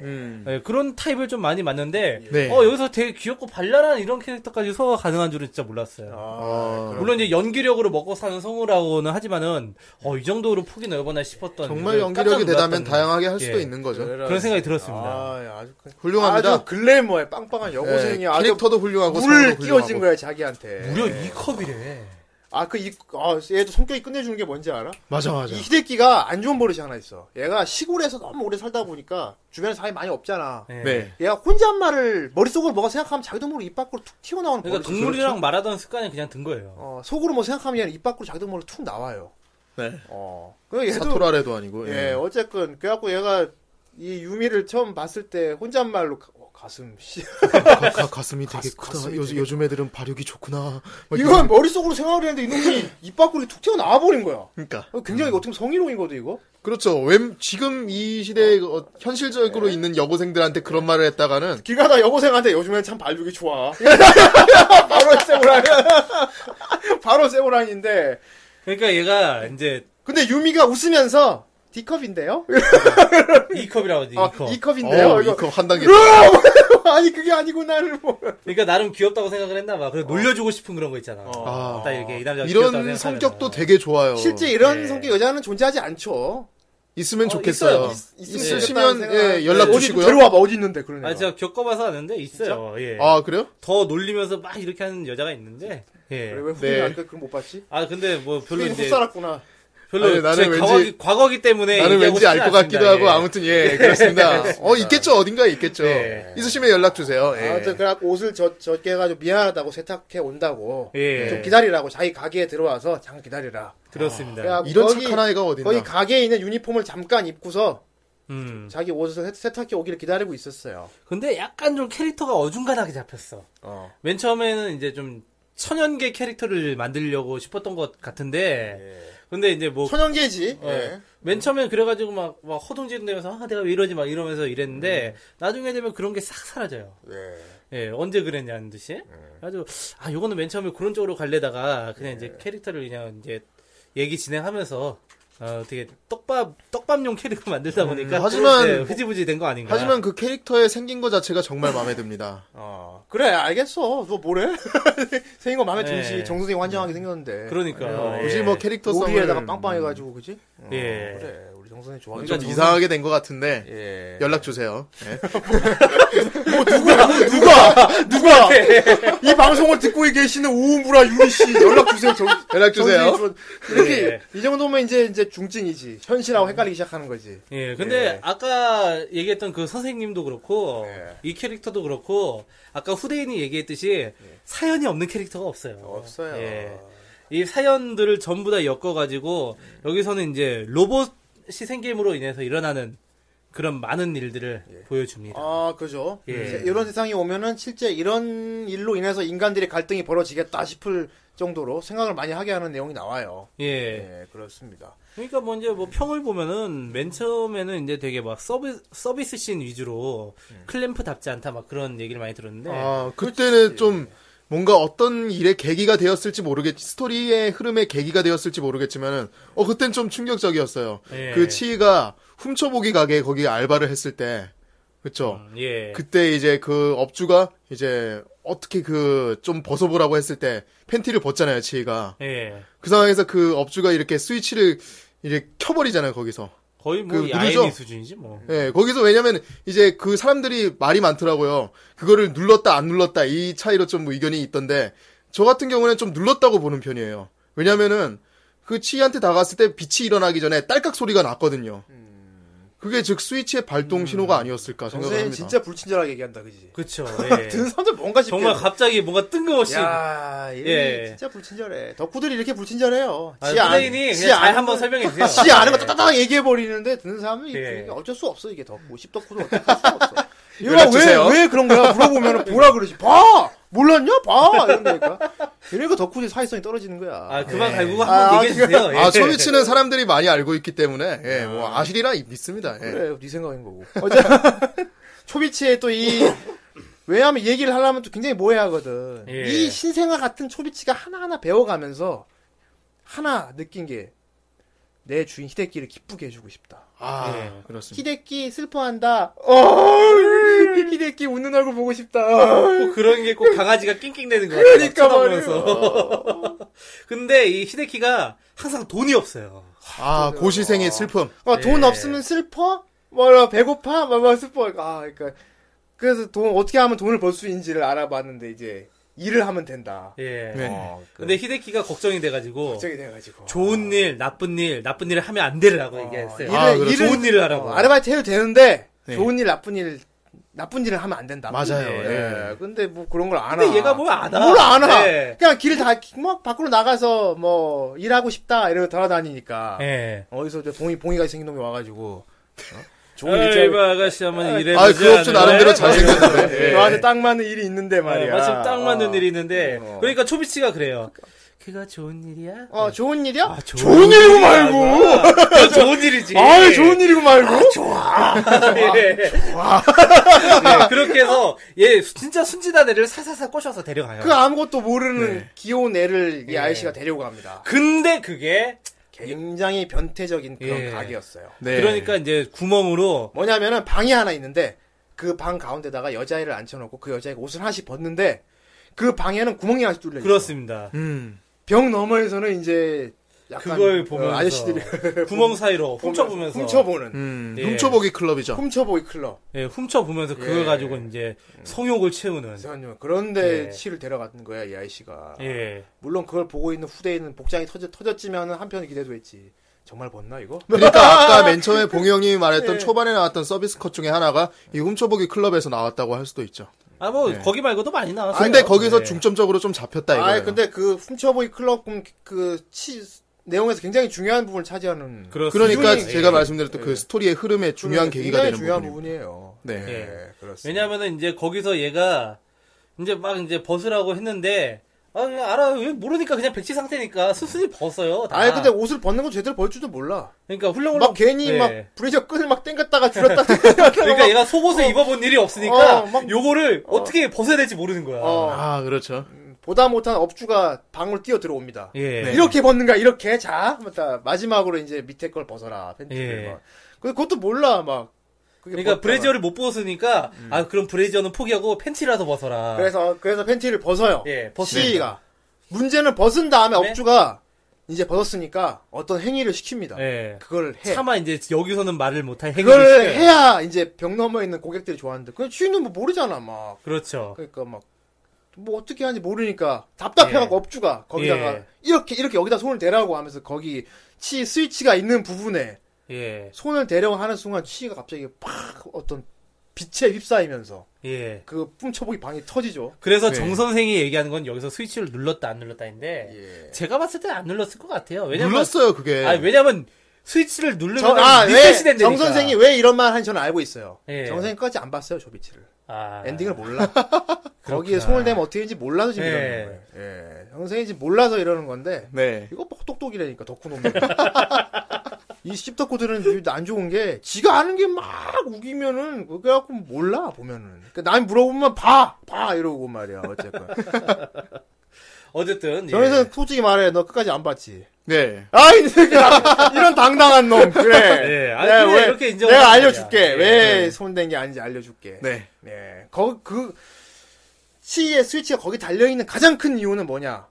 음.
예, 그런 타입을 좀 많이 맞는데
네.
어 여기서 되게 귀엽고 발랄한 이런 캐릭터까지 소화가 가능한 줄은 진짜 몰랐어요.
아,
물론 이제 연기력으로 먹고 사는 성우라고는 하지만은 어 이 정도로 폭이 넓었나 싶었던
정말
그 깜짝
연기력이 되다면
놀랐던
다양하게 할 수도
예.
있는 거죠
그런 생각이 들었습니다.
아, 아주 그-
훌륭합니다.
아주 글래머에 빵빵한
예,
여고생이 예. 아주
캐릭터도 훌륭하고
물
성우도
끼워진
훌륭하고
거야 자기한테.
무려 예. 2컵이래.
아, 그, 이, 아, 얘도 성격이 끝내주는 게 뭔지 알아?
맞아 맞아.
이 히데키가 안 좋은 버릇이 하나 있어. 얘가 시골에서 너무 오래 살다 보니까 주변에 사람이 많이 없잖아.
네.
네.
얘가 혼잣말을 머릿속으로 뭐가 생각하면 자기도 모르게 입 밖으로 툭 튀어나오는
그러니까
그렇죠,
버릇이 있어.
동물이랑 말하던 습관이 그냥 든 거예요.
어, 속으로 뭐 생각하면 얘는 입 밖으로 자기도 모르게 툭 나와요.
네.
어. 그리고 얘도
사토라레도 아니고.
예, 어쨌건 그래갖고 얘가 이 유미를 처음 봤을 때 혼잣말로 가, 어, 가슴 씨.
가, 가, 가슴이 되게
가슴-
크다.
가슴이
요,
되게
요즘 애들은 발육이 좋구나. 막
이건
이런-
머릿속으로 생각을 했는데 이놈이 입 밖으로 툭 튀어나와 버린 거야.
그러니까
어, 굉장히 어떻게 보면 성희롱이거든 이거.
그렇죠. 웬 지금 이 시대에 어,
예.
현실적으로 있는 여고생들한테 그런 말을 했다가는
길 가다 여고생한테 요즘엔 참 발육이 좋아. 바로 세고랑 바로 세고랑인데
그러니까 얘가 이제
근데 유미가 웃으면서 D컵인데요?
이 컵이라고 하지. 이
아,
컵.
E컵인데요?
어,
이거.
이거 한 단계.
아니 그게 아니고 나를 뭐.
그러니까 나름 귀엽다고 생각을 했나 봐. 그래 놀려주고 싶은 그런 거 있잖아.
아.
딱 이렇게 이 남자
어. 이런 성격도 되게 좋아요.
실제 이런
예.
성격 여자는 존재하지 않죠.
있으면
어, 있어요.
좋겠어요.
있- 있으면
있으시면
좋겠다는
예,
생각.
연락
어디
주시고요.
데려와봐 어디 있는데 그런 애가.
아 제가 겪어봐서 아는데 있어요. 예.
아 그래요?
더 놀리면서 막 이렇게 하는 여자가 있는데. 예.
그래 왜
네.
후배가 아까 그걸 못 봤지?
아 근데 뭐 별로
후배는
이제
못 살았구나.
별로
그 아니, 나는
제
왠지-
과거기, 과거기 때문에
나는
얘기하고
왠지 알 것
싶진
같기도
네, 않습니다.
하고
예.
아무튼 예 그렇습니다. 어 있겠죠 어딘가에 있겠죠.
예.
있으시면 연락 주세요.
네.
예.
아무튼 그래갖고 옷을 젖, 젖게 해가지고 미안하다고 세탁해 온다고
예.
좀 기다리라고 자기 가게에 들어와서 잠깐 기다리라.
아,
그렇습니다.
그래갖고
이런
거기-
착한 아이가 어딨나?
거기 가게에 있는 유니폼을 잠깐 입고서
음.
자기 옷을 세- 세탁해 오기를 기다리고 있었어요.
근데 약간 좀 캐릭터가 어중간하게 잡혔어.
어.
맨 처음에는 이제 좀 천연계 캐릭터를 만들려고 싶었던 것 같은데
예.
예.
근데 이제 뭐
네. 천연계지.
어,
예.
맨 처음엔 그래가지고 막, 막 허둥지둥대면서 아 내가 왜 이러지 막 이러면서
음.
이랬는데 나중에 되면 그런 게 싹 사라져요.
네.
예, 언제 그랬냐는 듯이.
예.
그래가지고 아 요거는 맨 처음에 그런 쪽으로 갈래다가 그냥 이제 캐릭터를 그냥 이제 얘기 진행하면서 어 되게 떡밥 떡밥용 캐릭터 만들다 보니까
음, 하지만-
예, 흐지부지 된 거 아닌가.
하지만 그 캐릭터의 생긴 것 자체가 정말 마음에 듭니다.
어. 그래 알겠어. 너 뭐래? 생긴 거 마음에
예.
들지. 정선이 완전하게 생겼는데.
그러니까
어,
예.
굳이 뭐 캐릭터성을 음,
요리에다가 빵빵해가지고 그지? 어,
예.
그래 우리 정선이 좋아하는
그러니까
좀
정선-
이상하게 된 것 같은데
예.
연락 주세요. 예.
누가 누가 이 방송을 듣고 계시는 오은부라 유미 씨 연락 주세요. 정,
연락 주세요.
정선이 좀- 이렇게
예.
이 정도면 이제 이제 중증이지. 현실하고 헷갈리기 시작하는 거지.
예, 근데
예.
아까 얘기했던 그 선생님도 그렇고
예.
이 캐릭터도 그렇고 아까 후대인이 얘기했듯이
예.
사연이 없는 캐릭터가 없어요.
없어요.
예. 이 사연들을 전부 다 엮어가지고
네.
여기서는 이제 로봇이 생김으로 인해서 일어나는 그런 많은 일들을 보여줍니다.
아, 그죠.
예.
세- 이런 세상이 오면은 실제 이런 일로 인해서 인간들의 갈등이 벌어지겠다 싶을 정도로 생각을 많이 하게 하는 내용이 나와요.
예.
예, 그렇습니다.
그러니까 뭐 이제 뭐 평을 보면은 맨 처음에는 이제 되게 막 서비스 서비스 씬 위주로
네.
클램프답지 않다 막 그런 얘기를 많이 들었는데
아 그때는 좀 뭔가 어떤 일의 계기가 되었을지 모르겠 스토리의 흐름의 계기가 되었을지 모르겠지만은 어 그땐 좀 충격적이었어요.
예.
그 치이가 훔쳐보기 가게 거기 알바를 했을 때 그쵸?
예.
그때 이제 그 업주가 이제 어떻게 그 좀 벗어보라고 했을 때 팬티를 벗잖아요 치이가
예.
그 상황에서 그 업주가 이렇게 스위치를 이렇게 켜버리잖아요 거기서
거의 뭐
그
이
누르죠?
아이엠이 수준이지
음.
뭐.
네.
예, 거기서 왜냐면 이제 그 사람들이 말이 많더라고요. 그거를 눌렀다 안 눌렀다 이 차이로 좀뭐 의견이 있던데 저 같은 경우는 좀 눌렀다고 보는 편이에요. 왜냐면은 그 치이한테 다가왔을 때 빛이 일어나기 전에 딸깍 소리가 났거든요. 그게 즉 스위치의 발동 신호가 아니었을까
음.
생각을
정선이
합니다.
진짜 불친절하게 얘기한다, 그지?
그쵸. 예.
듣는 사람들 뭔가 싶게.
정말 갑자기 뭔가 뜬금없이.
야, 이
예.
진짜 불친절해. 덕후들이 이렇게 불친절해요.
아,
지 안-
후대인이
지
그냥 잘
아는
한번
거-
설명해 주세요.
지 아는 거 따다닥 얘기해 버리는데 듣는 사람은
예.
이게 어쩔 수 없어 이게 덕후 십덕후도 어쩔 수 없어. 얘가
연락 주세요.
왜왜 그런 거야 물어보면 보라 그러지. 봐 몰랐냐 봐 이런다니까. 그러니까 덕후들 사회성이 떨어지는 거야.
아, 그만
예.
갈구고
아,
한번 얘기해 주세요. 예.
아, 소미치는 사람들이 많이 알고 있기 때문에 예, 뭐 아시리라 믿습니다. 예.
그래 네 생각인 거고. 어째- 초비치의 또 이 왜냐하면 얘기를 하려면 또 굉장히 모해하거든.
예.
이 신생아 같은 초비치가 하나하나 배워가면서 하나 느낀 게 내 주인 히데키를 기쁘게 해주고 싶다.
아,
예.
그렇습니다.
히데키 슬퍼한다. 어, 히데키 웃는 얼굴 보고 싶다. 어.
꼭 그런 게 꼭 강아지가 낑낑대는 거야.
그러니까
근데 이 히데키가 항상 돈이 없어요.
아, 고시생의 슬픔.
어, 돈
예.
없으면 슬퍼? 뭐라 배고파? 뭐라 슬퍼? 아, 그러니까 그래서 돈 어떻게 하면 돈을 벌 수있는지를 알아봤는데 이제 일을 하면 된다.
예.
네.
어, 그
근데 히데키가 걱정이 돼가지고
걱정이 돼가지고.
좋은 일, 나쁜 일, 나쁜 일을 하면 안 되라고 얘기했어요.
아, 그렇죠.
일을, 좋은 일을 하라고.
아르바이트 해도 되는데
네.
좋은 일 나쁜 일 나쁜 일을 하면 안 된다.
맞아요.
예.
예.
근데 뭐 그런 걸 안 하.
네. 근데 얘가 뭐 뭘 안 와.
뭘 안 하.
예.
그냥 길다뭐 밖으로 나가서 뭐 일하고 싶다 이러고 돌아다니니까.
예.
어디서 저 봉이 봉이가 생긴 놈이 와가지고 어? 좋은 일
에이,
좀-
바 아가씨 한번 일해보자.
아, 그 업주 나름대로 잘생겼는데.
예.
네.
너한테 딱 맞는 일이 있는데 말이야.
아, 마침 딱 맞는
어.
일이 있는데
어.
그러니까 초비치가 그래요. 그가 좋은 일이야?
어 좋은 일이야?
아, 좋은,
일이고 말고.
그건 좋은 일이지.
아 좋은 일이고 말고.
예. 예, 그렇게 해서 얘 수- 진짜 순진한 애를 사사사 꼬셔서 데려가요.
그 아무것도 모르는
네.
귀여운 애를
예.
이 아이씨가 데려고 갑니다.
그 근데 그게
굉장히 변태적인 그런
예.
각이었어요.
네.
그러니까 이제 구멍으로
뭐냐면은 방이 하나 있는데 그 방 가운데다가 여자애를 앉혀놓고 그 여자애가 옷을 하나씩 벗는데 그 방에는 구멍이 하나씩 뚫려 있어.
그렇습니다.
음.
병 너머에서는 이제 약간
그걸
어,
보면서
아저씨들이
구멍 사이로 훔쳐보면서
네. 훔쳐보는
음.
예.
훔쳐보기 클럽이죠.
훔쳐보이 클럽.
예, 훔쳐보면서 그걸
예.
가지고 이제 성욕을 채우는
그래서 그런데
네.
예.
치를 데려간 거야 이 아이씨가.
예.
물론 그걸 보고 있는 후대인은 복장이 터져 터졌지만은 한편 기대도 했지. 정말 벗나 이거?
그러니까 아까 맨 처음에 봉이 형님이 말했던
예.
초반에 나왔던 서비스 컷 중에 하나가 이 훔쳐보기 클럽에서 나왔다고 할 수도 있죠.
아, 뭐,
네.
거기 말고도 많이 나왔어요.
근데 거기서
네.
중점적으로 좀 잡혔다 이거예요.
예. 아 근데 그 훔쳐보이 클럽 그- 그 치, 내용에서 굉장히 중요한 부분을 차지하는
그렇습니다.
그러니까
기준이-
제가 말씀드렸던
예.
그 스토리의 흐름에 중요한 계기가
굉장히
되는
중요한
부분이에요.
부분이에요.
네.
예,
예.
그렇습니다.
왜냐면은 이제 거기서 얘가 이제 막 이제 벗으라고 했는데 아 그냥 알아 왜 모르니까 그냥 백지 상태니까 순순히 벗어요. 다.
아니 근데 옷을 벗는 건 제대로 벗을 줄도 몰라.
그러니까 훌렁훌렁
막 괜히
네.
막 브레이저 끈을 막 땡겼다가 줄였다 땡겼다가
그러니까
막-
얘가 속옷을 입어본 일이 없으니까
어, 막-
요거를 어. 떻게 벗어야 될지 모르는 거야.
어,
아, 그렇죠.
보다 못한 업주가 방으로 뛰어 들어옵니다.
예.
네.
이렇게 벗는가 이렇게 자 맞다. 마지막으로 이제 밑에 걸 벗어라 팬티를
예.
막. 근데 그것도 몰라 막. 그게
그러니까
벗다가.
브래지어를 못 벗으니까 아 그럼 브래지어는 포기하고 팬티라도 벗어라.
그래서 그래서 팬티를 벗어요.
예, 벗습니다.
시이가 문제는 벗은 다음에
네?
업주가 이제 벗었으니까 어떤 행위를 시킵니다.
예.
그걸 해.
차마 이제 여기서는 말을 못할 행위를
그걸
시켜요.
해야 이제 병 넘어 있는 고객들이 좋아하는데 그치인는뭐 모르잖아 막
그렇죠.
그러니까 막 뭐 어떻게 하는지 모르니까 답답해갖고
예.
업주가 거기다가
예.
이렇게 이렇게 여기다 손을 대라고 하면서 거기 치 스위치가 있는 부분에
예.
손을 대려고 하는 순간 치가 갑자기 팍 어떤 빛에 휩싸이면서
예.
그 훔쳐보기 방이 터지죠.
그래서
네.
정 선생이 얘기하는 건 여기서 스위치를 눌렀다 안 눌렀다인데
예.
제가 봤을 때 안 눌렀을 것 같아요. 왜냐면
눌렀어요, 그게.
아 왜냐면 스위치를 누르면 리셋이 된다니까.
아왜정 선생이 왜 이런 말 하는지 저는 알고 있어요.
그러니까. 예.
정 선생까지 안 봤어요 조비치를.
아,
엔딩을 몰라. 거기에
그렇구나.
손을 대면 어떻게 되는지 몰라서 지금
예.
이러는 거예요. 예. 형생인지 몰라서 이러는 건데,
네.
이거 뭐 똑똑이라니까, 덕후놈. 이 씹덕후들은 그 안 좋은 게, 지가 아는 게 막 우기면은, 그래갖고 몰라, 보면은. 그남 물어보면 봐! 봐! 이러고 말이야, 어쨌건.
어쨌든
정혜선
예.
솔직히 말해, 너 끝까지 안 봤지.
네.
아, 이 새끼야! 이런 당당한 놈, 그래.
예, 아니,
내가
그래,
왜-
이렇게 인정을
내가
하는
알려줄게.
거야. 예.
왜 손댄 게 아닌지 알려줄게.
네.
네. 거, 그, 시의 스위치가 거기 달려있는 가장 큰 이유는 뭐냐?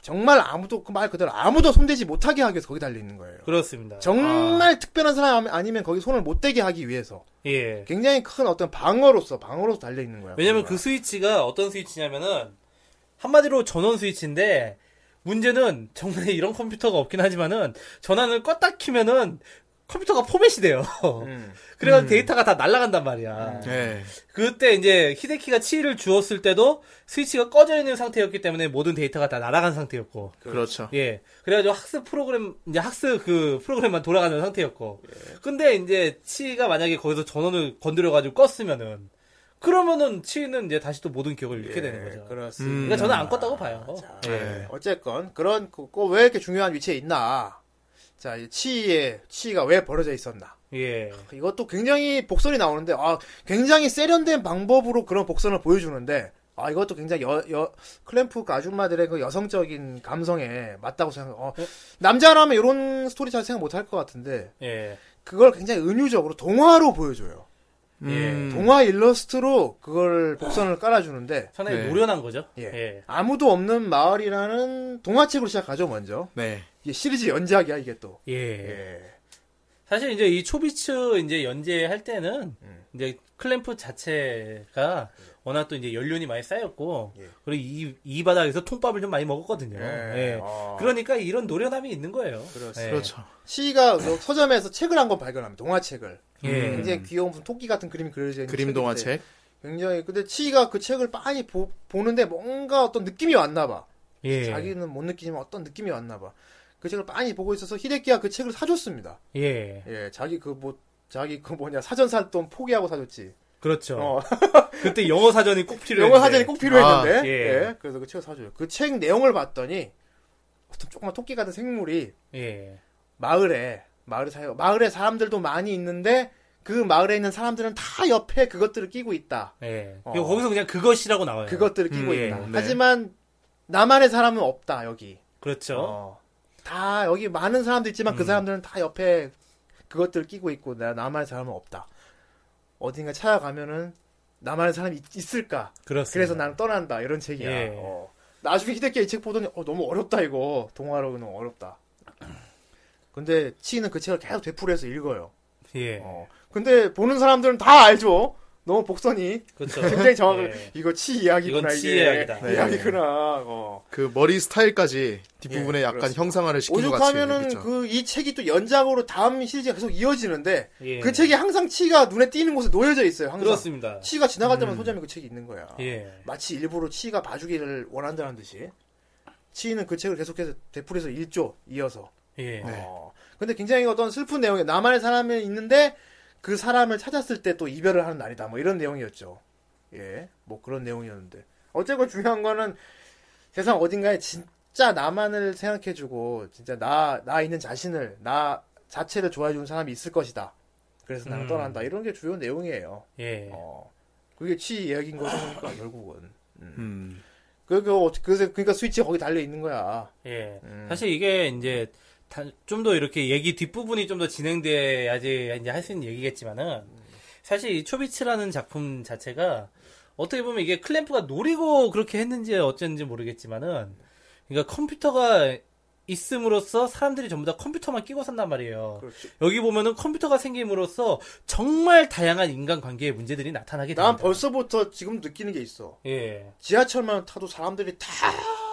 정말 아무도, 그 말 그대로 아무도 손대지 못하게 하기 위해서 거기 달려있는 거예요.
그렇습니다.
정말
아.
특별한 사람 아니면 거기 손을 못 대게 하기 위해서
예.
굉장히 큰 어떤 방어로서, 방어로서 달려있는 거야.
왜냐면 그 스위치가 어떤 스위치냐면은 한마디로 전원 스위치인데 문제는 정말 이런 컴퓨터가 없긴 하지만은 전원을 껐다 키면은 컴퓨터가 포맷이 돼요.
음.
그래서 데이터가 다 날아간단 말이야.
네.
그때 이제 히데키가 치를 주었을 때도 스위치가 꺼져 있는 상태였기 때문에 모든 데이터가 다 날아간 상태였고.
그렇죠.
예. 그래가지고 학습 프로그램, 이제 학습 그 프로그램만 돌아가는 상태였고. 근데 이제 치가 만약에 거기서 전원을 건드려가지고 껐으면은, 그러면은 치는 이제 다시 또 모든 기억을 잃게 되는 거죠. 네, 예, 그러
네, 그렇습니다.
니까 저는 안 껐다고 봐요.
네.
예, 어쨌건, 그런, 그, 그왜 이렇게 중요한 위치에 있나? 자, 이 치의, 치가 왜 벌어져 있었나?
예.
이것도 굉장히 복선이 나오는데 아 굉장히 세련된 방법으로 그런 복선을 보여주는데 아 이것도 굉장히 여, 여 클램프 그 아줌마들의 그 여성적인 감성에 맞다고 생각. 어, 남자라면 이런 스토리 잘 생각 못 할 것 같은데
예.
그걸 굉장히 은유적으로 동화로 보여줘요.
음.
동화 일러스트로 그걸 복선을 깔아주는데
상당히
네.
노련한 거죠.
예.
예.
아무도 없는 마을이라는 동화책으로 시작하죠 먼저
네.
이게 시리즈 연작이야 이게 또.
예.
예.
사실 이제 이 초비츠 이제 연재할 때는 이제 클램프 자체가 워낙 또 이제 연륜이 많이 쌓였고 그리고 이, 이 바닥에서 통밥을 좀 많이 먹었거든요. 예.
어.
그러니까 이런 노련함이 있는 거예요.
네.
예.
그렇죠.
시가 그 서점에서 책을 한 권 발견합니다. 동화책을.
예.
굉장히 귀여운 무슨 토끼 같은 그림이 그려져 있는
그림
책인데
동화책.
굉장히 근데 치이가 그 책을 빤히 보, 보는데 뭔가 어떤 느낌이 왔나 봐.
예.
자기는 못 느끼지만 어떤 느낌이 왔나 봐. 그 책을 빤히 보고 있어서 히데키가 그 책을 사줬습니다.
예.
예, 자기 그 뭐 자기 그 뭐냐 사전 살 돈 포기하고 사줬지.
그렇죠.
어.
그때 영어 사전이 꼭 필요해요.
영어 사전이 꼭 필요했는데.
아, 예.
예. 그래서 그 책을 사줘요. 그 책 내용을 봤더니 어떤 조그만 토끼 같은 생물이
예.
마을에 마을에 사 마을에 사람들도 많이 있는데 그 마을에 있는 사람들은 다 옆에 그것들을 끼고 있다.
예.
어.
그리고 거기서 그냥 그것이라고 나와요.
그것들을 끼고
음, 예.
있다.
네.
하지만 나만의 사람은 없다 여기.
그렇죠.
어. 다 여기 많은 사람도 있지만
음.
그 사람들은 다 옆에 그것들을 끼고 있고 나 나만의 사람은 없다. 어딘가 찾아가면은 나만의 사람이 있- 있을까?
그렇습니다.
그래서 나는 떠난다 이런 책이야.
예.
어. 나중에 히데키 이 책 보더니 어, 너무 어렵다 이거 동화로 너무 어렵다. 근데 치는 그 책을 계속 되풀이해서 읽어요.
예.
어. 근데 보는 사람들은 다 알죠. 너무 복선이
그렇죠.
굉장히 정확하게
예.
이거 치 이야기구나
이건
이게
치 이야기다. 네.
구나 어.
그 머리 스타일까지 뒷부분에
예,
약간
그렇습니다.
형상화를 시킨 것 같이
오죽하면은
그렇죠.
그 이 책이 또 연작으로 다음 시리즈가 계속 이어지는데
예.
그 책이 항상 치가 눈에 띄는 곳에 놓여져 있어요. 항상
그렇습니다. 음.
치가 지나갈 때마다 소점이 그 책이 있는 거야.
예.
마치 일부러 치가 봐주기를 원한다는 듯이 치는 그 책을 계속해서 되풀이해서 읽죠. 이어서.
예.
어. 근데 굉장히 어떤 슬픈 내용이 나만의 사람이 있는데 그 사람을 찾았을 때 또 이별을 하는 날이다. 뭐 이런 내용이었죠. 예. 뭐 그런 내용이었는데. 어쨌건 중요한 거는 세상 어딘가에 진짜 나만을 생각해주고 진짜 나, 나 있는 자신을, 나 자체를 좋아해주는 사람이 있을 것이다. 그래서 나는
음.
떠난다. 이런 게 주요 내용이에요.
예.
어. 그게 취 이야기인 거니까 결국은.
음.
그, 그, 어- 그래서 그러니까 스위치 거기 달려 있는 거야.
예.
음.
사실 이게 이제 좀 더 이렇게 얘기 뒷부분이 좀 더 진행돼야지 이제 할 수 있는 얘기겠지만은 사실 이 초비츠라는 작품 자체가 어떻게 보면 이게 클램프가 노리고 그렇게 했는지 어쨌는지 모르겠지만은 그러니까 컴퓨터가 있음으로써 사람들이 전부 다 컴퓨터만 끼고 산단 말이에요. 여기 보면은 컴퓨터가 생김으로써 정말 다양한 인간 관계의 문제들이 나타나게 됩니다.
난 벌써부터 지금 느끼는 게 있어.
예.
지하철만 타도 사람들이 다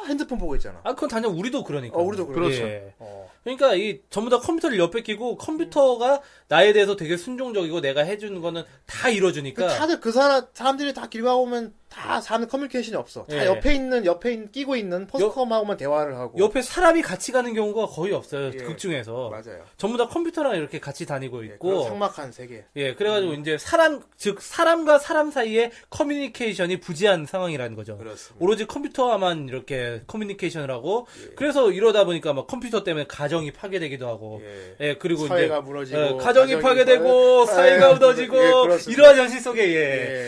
핸드폰 보고 있잖아.
아, 그건 당연 우리도 그러니까.
어, 우리도 그래요.
예.
어.
그러니까 이 전부 다 컴퓨터를 옆에 끼고 컴퓨터가 나에 대해서 되게 순종적이고 내가 해주는 거는 다
그
이뤄주니까. 어.
다들 그 사람 사람들이 다 길가 오면 다 사람 커뮤니케이션이 없어. 다
예.
옆에 있는 옆에 있- 끼고 있는 퍼스컴하고만 대화를 하고.
옆에 사람이 같이 가는 경우가 거의 없어요.
예.
극 중에서.
맞아요.
전부 다 컴퓨터랑 이렇게 같이 다니고
예, 그런 음.
있고.
삭막한 세계.
예, 그래가지고 이제 사람, 즉, 사람과 사람 사이의 커뮤니케이션이 부재한 상황이라는 거죠.
그렇습니다.
오로지 컴퓨터와만 이렇게 커뮤니케이션을 하고.
예.
그래서 이러다 보니까 막 컴퓨터 때문에 가정이 파괴되기도 하고.
예.
예, 그리고
사회가
이제
무너지고
예, 가정이
가정이
파괴되고
파괴-
사회가
예,
무너지고
예, 그렇습니다.
이러한 현실 속에 예.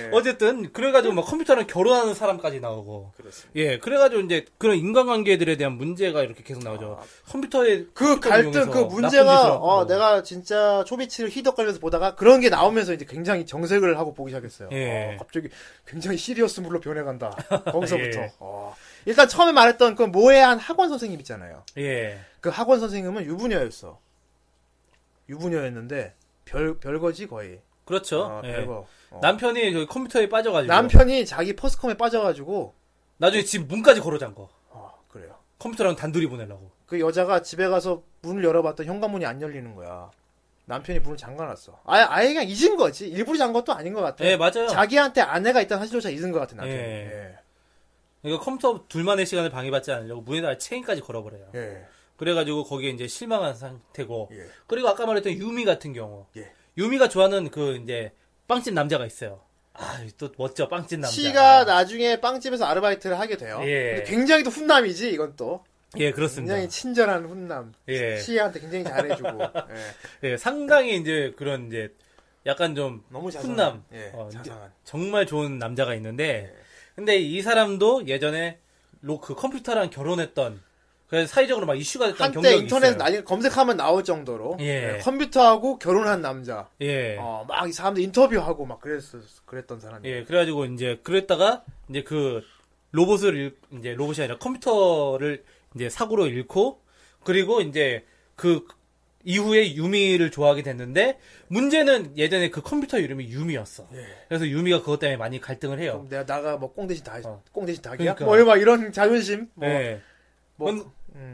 예.
어쨌든 그래가지고 막 컴퓨터랑 결혼하는 사람까지 나오고
그렇습니다.
예, 그래가지고 이제 그런 인간관계들에 대한 문제가 이렇게 계속 나오죠. 컴퓨터의
아, 그
컴퓨터
갈등,
이용해서
그
나쁜 짓을
문제가
하고.
어, 내가 진짜 초비치를 희덕거리면서 보다가 그런 게 나오면서 이제 굉장히 정색을 하고 보기 시작했어요.
예.
어, 갑자기 굉장히 시리어스 물로 변해간다. 거기서부터.
예.
어. 일단 처음에 말했던 그 모해한 학원 선생님 있잖아요.
예,
그 학원 선생님은 유부녀였어. 유부녀였는데 별 별거지 거의.
그렇죠.
아,
예.
별거. 어.
남편이 저기 컴퓨터에 빠져가지고
남편이 자기 퍼스컴에 빠져가지고
나중에 집 문까지 걸어잠 거.
어, 그래요.
컴퓨터랑 단둘이 보내려고.
그 여자가 집에 가서 문을 열어봤더니 현관문이 안 열리는 거야. 남편이 문을 잠가놨어. 아예 아예 그냥 잊은 거지. 일부러 잠근 것도 아닌 것 같아.
예, 맞아요.
자기한테 아내가 있다는 사실조차 잊은 것 같아 남편이.
예.
예.
그러니까 컴퓨터 둘만의 시간을 방해받지 않으려고 문에다 체인까지 걸어버려요.
예.
그래가지고 거기에 이제 실망한 상태고
예.
그리고 아까 말했던 유미 같은 경우
예.
유미가 좋아하는 그 이제 빵집 남자가 있어요. 아 또 멋져 빵집 남자.
씨가 나중에 빵집에서 아르바이트를 하게 돼요.
예.
근데 굉장히 또 훈남이지 이건 또
예 그렇습니다.
굉장히 친절한 훈남.
예.
씨한테 굉장히 잘해주고. 예.
예 상당히 이제 그런 이제 약간 좀
너무 자상한.
훈남
예,
어, 이제
자상한.
정말 좋은 남자가 있는데
네.
근데 이 사람도 예전에 로그 컴퓨터랑 결혼했던 그래서 사회적으로 막 이슈가 됐던
한때
경력이
인터넷
있어요.
난리 검색하면 나올 정도로
예.
예, 컴퓨터하고 결혼한 남자
예.
어, 막 이 사람들 인터뷰하고 막 그랬 그랬던 사람이
예, 그래가지고 이제 그랬다가 이제 그 로봇을 잃- 이제 로봇이 아니라 컴퓨터를 이제 사고로 잃고 그리고 이제 그 이후에 유미를 좋아하게 됐는데 문제는 예전에 그 컴퓨터 이름이 유미였어.
예.
그래서 유미가 그것 때문에 많이 갈등을 해요.
그럼 내가 나가 뭐 꽁 대신 다,
어.
꽁 대신 닭이야?
그러니까.
뭐, 막 이런 자존심? 뭐.
예.
뭐,
건-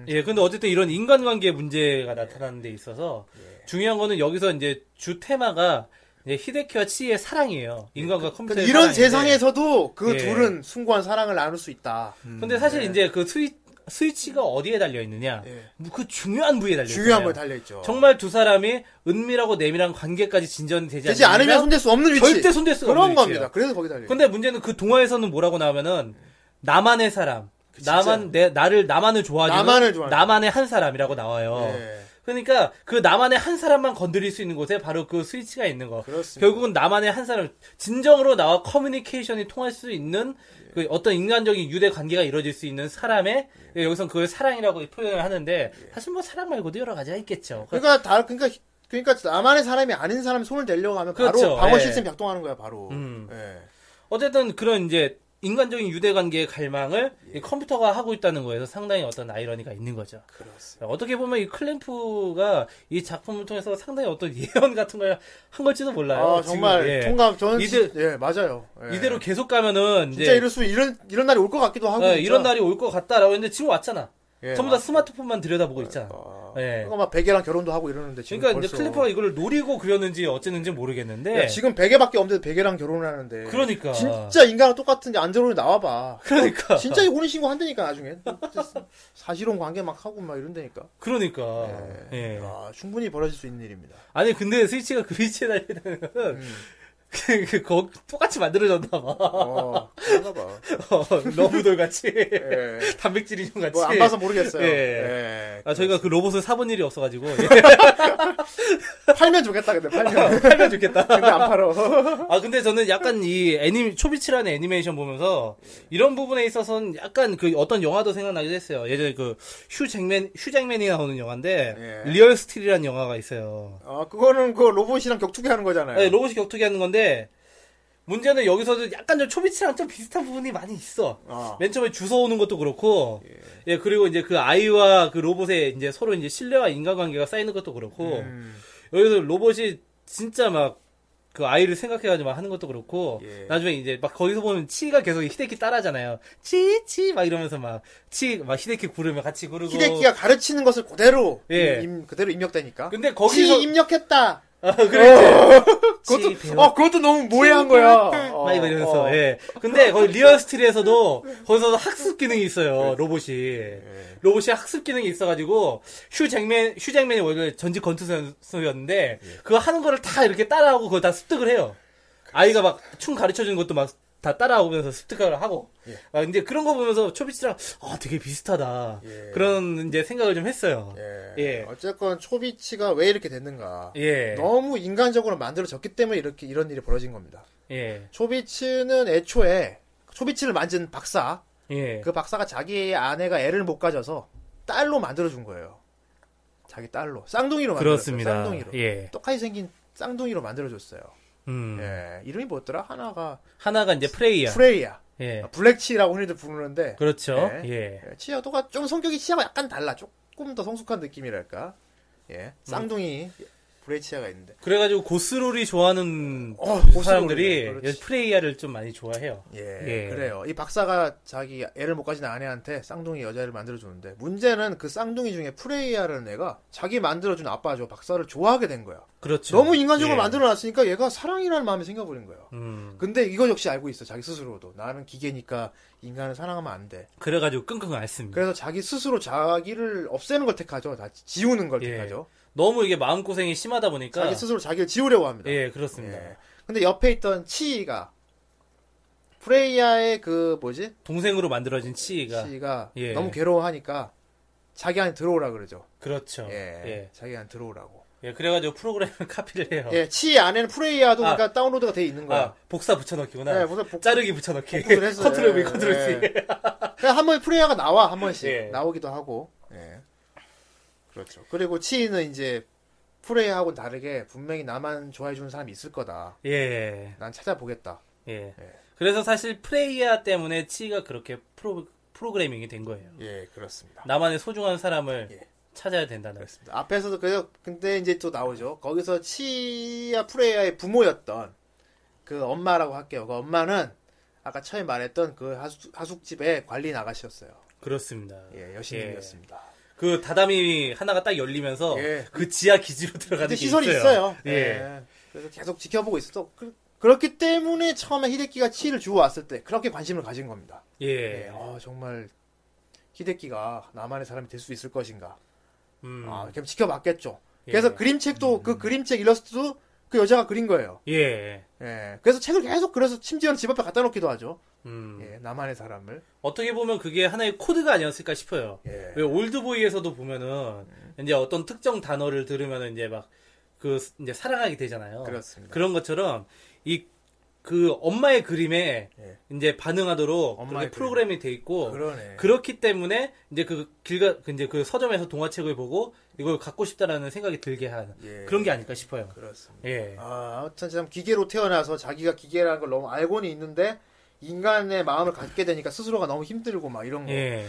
예, 근데 어쨌든 이런 인간관계
예.
문제가 나타나는 데 있어서 중요한 거는 여기서 이제 주 테마가 이제 히데키와 치이의 사랑이에요. 인간과 컴퓨터.
그러니까 이런 세상에서도 그
예.
둘은 숭고한 사랑을 나눌 수 있다.
근데 사실
음,
이제 그 스위, 스위치가 어디에 달려 있느냐?
예.
그 중요한 부위에 달려 있어요.
중요한 거에 달려있죠.
정말 두 사람이 은밀하고 내밀한 관계까지 진전되지
되지 않으면 손댈 수 없는 위치.
절대 손댈 수가
그런
없는 위치예요.
겁니다. 그래서 거기 달려있죠.
근데 문제는 그 동화에서는 뭐라고 나오면은 나만의 사람, 나만 내 나를 나만을 좋아하는
나만을 좋아하는
나만의 한 사람이라고 나와요.
예.
그러니까 그 나만의 한 사람만 건드릴 수 있는 곳에 바로 그 스위치가 있는 거.
그렇습니다.
결국은 나만의 한 사람, 진정으로 나와 커뮤니케이션이 통할 수 있는
예.
그 어떤 인간적인 유대 관계가 이루어질 수 있는 사람의 여기선 그걸 사랑이라고 표현을 하는데 사실 뭐 사랑 말고도 여러 가지가 있겠죠.
예. 그러니까 다 그러니까 히- 그러니까 나만의 사람이 아닌 사람이 손을 대려고 하면
그렇죠.
바로 방어
예.
시스템 작동하는 거야 바로.
음.
예.
어쨌든 그런 이제 인간적인 유대 관계의 갈망을 이 컴퓨터가 하고 있다는 거에서 상당히 어떤 아이러니가 있는 거죠. 그렇습니다. 어떻게 보면 이 클램프가 이 작품을 통해서 상당히 어떤 예언 같은 걸 한 걸지도 몰라요.
아
지금,
정말
예.
통감 저는
이들-
진- 예 맞아요. 예.
이대로 계속 가면은 이제
진짜 이럴 수 이런 이런 날이 올 것 같기도 하고.
어,
진짜.
이런 날이 올 것 같다라고 했는데 지금 왔잖아.
예,
전부 다 스마트폰만 들여다보고 있잖아. 예.
그거 막 베개랑 결혼도 하고 이러는데 지금
그러니까 이제
벌써-
클램프가 이걸 노리고 그렸는지 어쨌는지 모르겠는데.
야, 지금 베개밖에 없는데 베개랑 결혼을 하는데.
그러니까.
진짜 인간은 똑같은데 안 결혼이 나와봐.
그러니까.
진짜 이 혼인신고 한다니까 나중에 사실혼 관계 막 하고 막 이런다니까.
그러니까. 예.
아, 충분히 벌어질 수 있는 일입니다.
아니 근데 스위치가 그 위치에 달리는 거는
음.
그, 그, 거, 똑같이 만들어졌나 봐.
어, 그런가 봐.
어, 너무돌같이.
예.
단백질 인형같이.
뭐 안 봐서 모르겠어요.
예.
예.
아, 저희가 그 로봇을 사본 일이 없어가지고. 예.
팔면 좋겠다 근데 팔면.
아, 팔면 좋겠다.
근데 안 팔어.
아, 근데 저는 약간 이 애니, 초비치라는 애니메이션 보면서 이런 부분에 있어서는 약간 그 어떤 영화도 생각나기도 했어요. 예전에 그 휴 잭맨, 휴 잭맨이 나오는 영화인데
예.
리얼 스틸이라는 영화가 있어요.
아 그거는 그 로봇이랑 격투기 하는 거잖아요.
네, 로봇이 격투기 하는 건데 문제는 여기서도 약간 좀 초비치랑 좀 비슷한 부분이 많이 있어.
아.
맨 처음에 주워오는 것도 그렇고, 예. 그리고 이제 그 아이와 그 로봇의 이제 서로 이제 신뢰와 인간관계가 쌓이는 것도 그렇고,
예. 음.
여기서 로봇이 진짜 막 그 아이를 생각해가지고 막 하는 것도 그렇고,
예.
나중에 이제 막 거기서 보면 치가 계속 히데키 따라하잖아요. 치, 치, 막 이러면서 막, 치, 막 히데키 부르면 같이 부르고.
히데키가 가르치는 것을 그대로
예.
임, 그대로 입력되니까.
근데 거기서.
치 입력했다.
아, 그래.
그것도 어 그것도 너무 모해한 거야. 어,
막 이러면서
어.
예. 근데 거기 리얼 스틸에서도 거기서도 학습 기능이
네.
있어요 로봇이 로봇이 학습 기능이 있어가지고 휴 잭맨 휴 잭맨이 원래 전직 권투 선수였는데
예.
그거 하는 거를 다 이렇게 따라하고 그걸 다 습득을 해요 아이가 막 춤 가르쳐 주는 것도 막 다 따라오면서 습득을 하고
예.
아, 이제 그런 거 보면서 초비치랑 아 되게 비슷하다 그런 이제 생각을 좀 했어요
예.
예.
어쨌건 초비치가 왜 이렇게 됐는가.
예.
너무 인간적으로 만들어졌기 때문에 이렇게 이런 일이 벌어진 겁니다.
예.
초비치는 애초에 초비치를 만든 박사,
예.
그 박사가 자기 아내가 애를 못 가져서 딸로 만들어준 거예요. 자기 딸로 쌍둥이로 만들었어요.
그렇습니다
쌍둥이로
예.
똑같이 생긴 쌍둥이로 만들어줬어요.
음.
예, 이름이 뭐였더라? 하나가
하나가 이제 프레이야
프레이야, 아,
예.
블랙치라고 흔히들 부르는데
그렇죠
예.
예.
예, 치아도가 좀 성격이 치아가 약간 달라, 조금 더 성숙한 느낌이랄까. 예, 쌍둥이 브레이치아가 있는데.
그래가지고 고스롤이 좋아하는
어,
사람들이
고스로리. 그렇지.
프레이야를 좀 많이 좋아해요.
예,
예.
그래요. 이 박사가 자기 애를 못 가진 아내한테 쌍둥이 여자를 만들어주는데 문제는 그 쌍둥이 중에 프레이야라는 애가 자기 만들어준 아빠죠 박사를 좋아하게 된 거야.
그렇죠.
너무 인간적으로
예.
만들어놨으니까 얘가 사랑이라는 마음이 생겨버린 거예요.
음,
근데 이거 역시 알고 있어 자기 스스로도 나는 기계니까 인간을 사랑하면 안 돼.
그래가지고 끙끙 앓습니다.
그래서 자기 스스로 자기를 없애는 걸 택하죠. 다 지우는 걸
예.
택하죠.
너무 이게 마음 고생이 심하다 보니까
자기 스스로 자기를 지우려고 합니다.
예 그렇습니다.
예. 근데 옆에 있던 치이가 프레이야의 그 뭐지
동생으로 만들어진 치이가
씨가
예.
너무 괴로워하니까 자기 안에 들어오라 그러죠.
그렇죠.
예.
예.
자기 안에 들어오라고.
예, 그래가지고 프로그램을 카피를 해요.
예, 치 안에는 프레이야도
아.
그러니까 다운로드가 돼 있는
아 네.
거야.
복사 붙여넣기구나.
예, 무슨 복-
자르기 붙여넣기.
복붙을 했어요.
컨트롤 V,
예,
컨트롤 C.
예. 그냥 한 번에 프레이야가 나와 한 번씩
예.
나오기도 하고. 예. 그렇죠. 그리고 치는 이제 프레이야하고 다르게 분명히 나만 좋아해 주는 사람이 있을 거다.
예.
난 찾아보겠다.
예. 그래서 사실 프레이야 때문에 치이가 그렇게 프로 프로그래밍이 된 거예요.
예, 그렇습니다.
나만의 소중한 사람을 찾아야 된다는
앞에서도 그래서 근데 이제 또 나오죠. 거기서 치아 프레야의 부모였던 그 엄마라고 할게요. 그 엄마는 아까 처음에 말했던 그 하숙, 하숙집의 관리 나가셨어요.
그렇습니다.
예, 여신님이었습니다.
그 다담이 하나가 딱 열리면서
예.
그 지하 기지로 들어가는
근데
게
시설이 있어요.
예.
예. 그래서 계속 지켜보고 있었어. 그, 그렇기 때문에 처음에 히데키가 치를 주워 왔을 때 그렇게 관심을 가진 겁니다.
예.
예. 아, 정말 히데키가 나만의 사람이 될 수 있을 것인가.
음.
아, 그럼 지켜봤겠죠. 그래서
예.
그림책도 그 그림책 일러스트도 그 여자가 그린 거예요.
예.
예. 그래서 책을 계속 그래서 심지어는 집 앞에 갖다 놓기도 하죠.
음.
예. 나만의 사람을.
어떻게 보면 그게 하나의 코드가 아니었을까 싶어요.
예.
왜 올드보이에서도 보면은 이제 어떤 특정 단어를 들으면은 이제 막 그 이제 사랑하게 되잖아요.
그렇습니다.
런 것처럼 이 그 엄마의 그림에
예.
이제 반응하도록
엄마의
그렇게 프로그램이 돼 있고
그러네.
그렇기 때문에 이제 그 길가 이제 그 서점에서 동화책을 보고 이걸 갖고 싶다라는 생각이 들게 한
예.
그런 게 아닐까 싶어요.
그렇습니다.
예.
아, 아무튼 참 기계로 태어나서 자기가 기계라는 걸 너무 알고는 있는데 인간의 마음을 갖게 되니까 스스로가 너무 힘들고 막 이런 거.
예.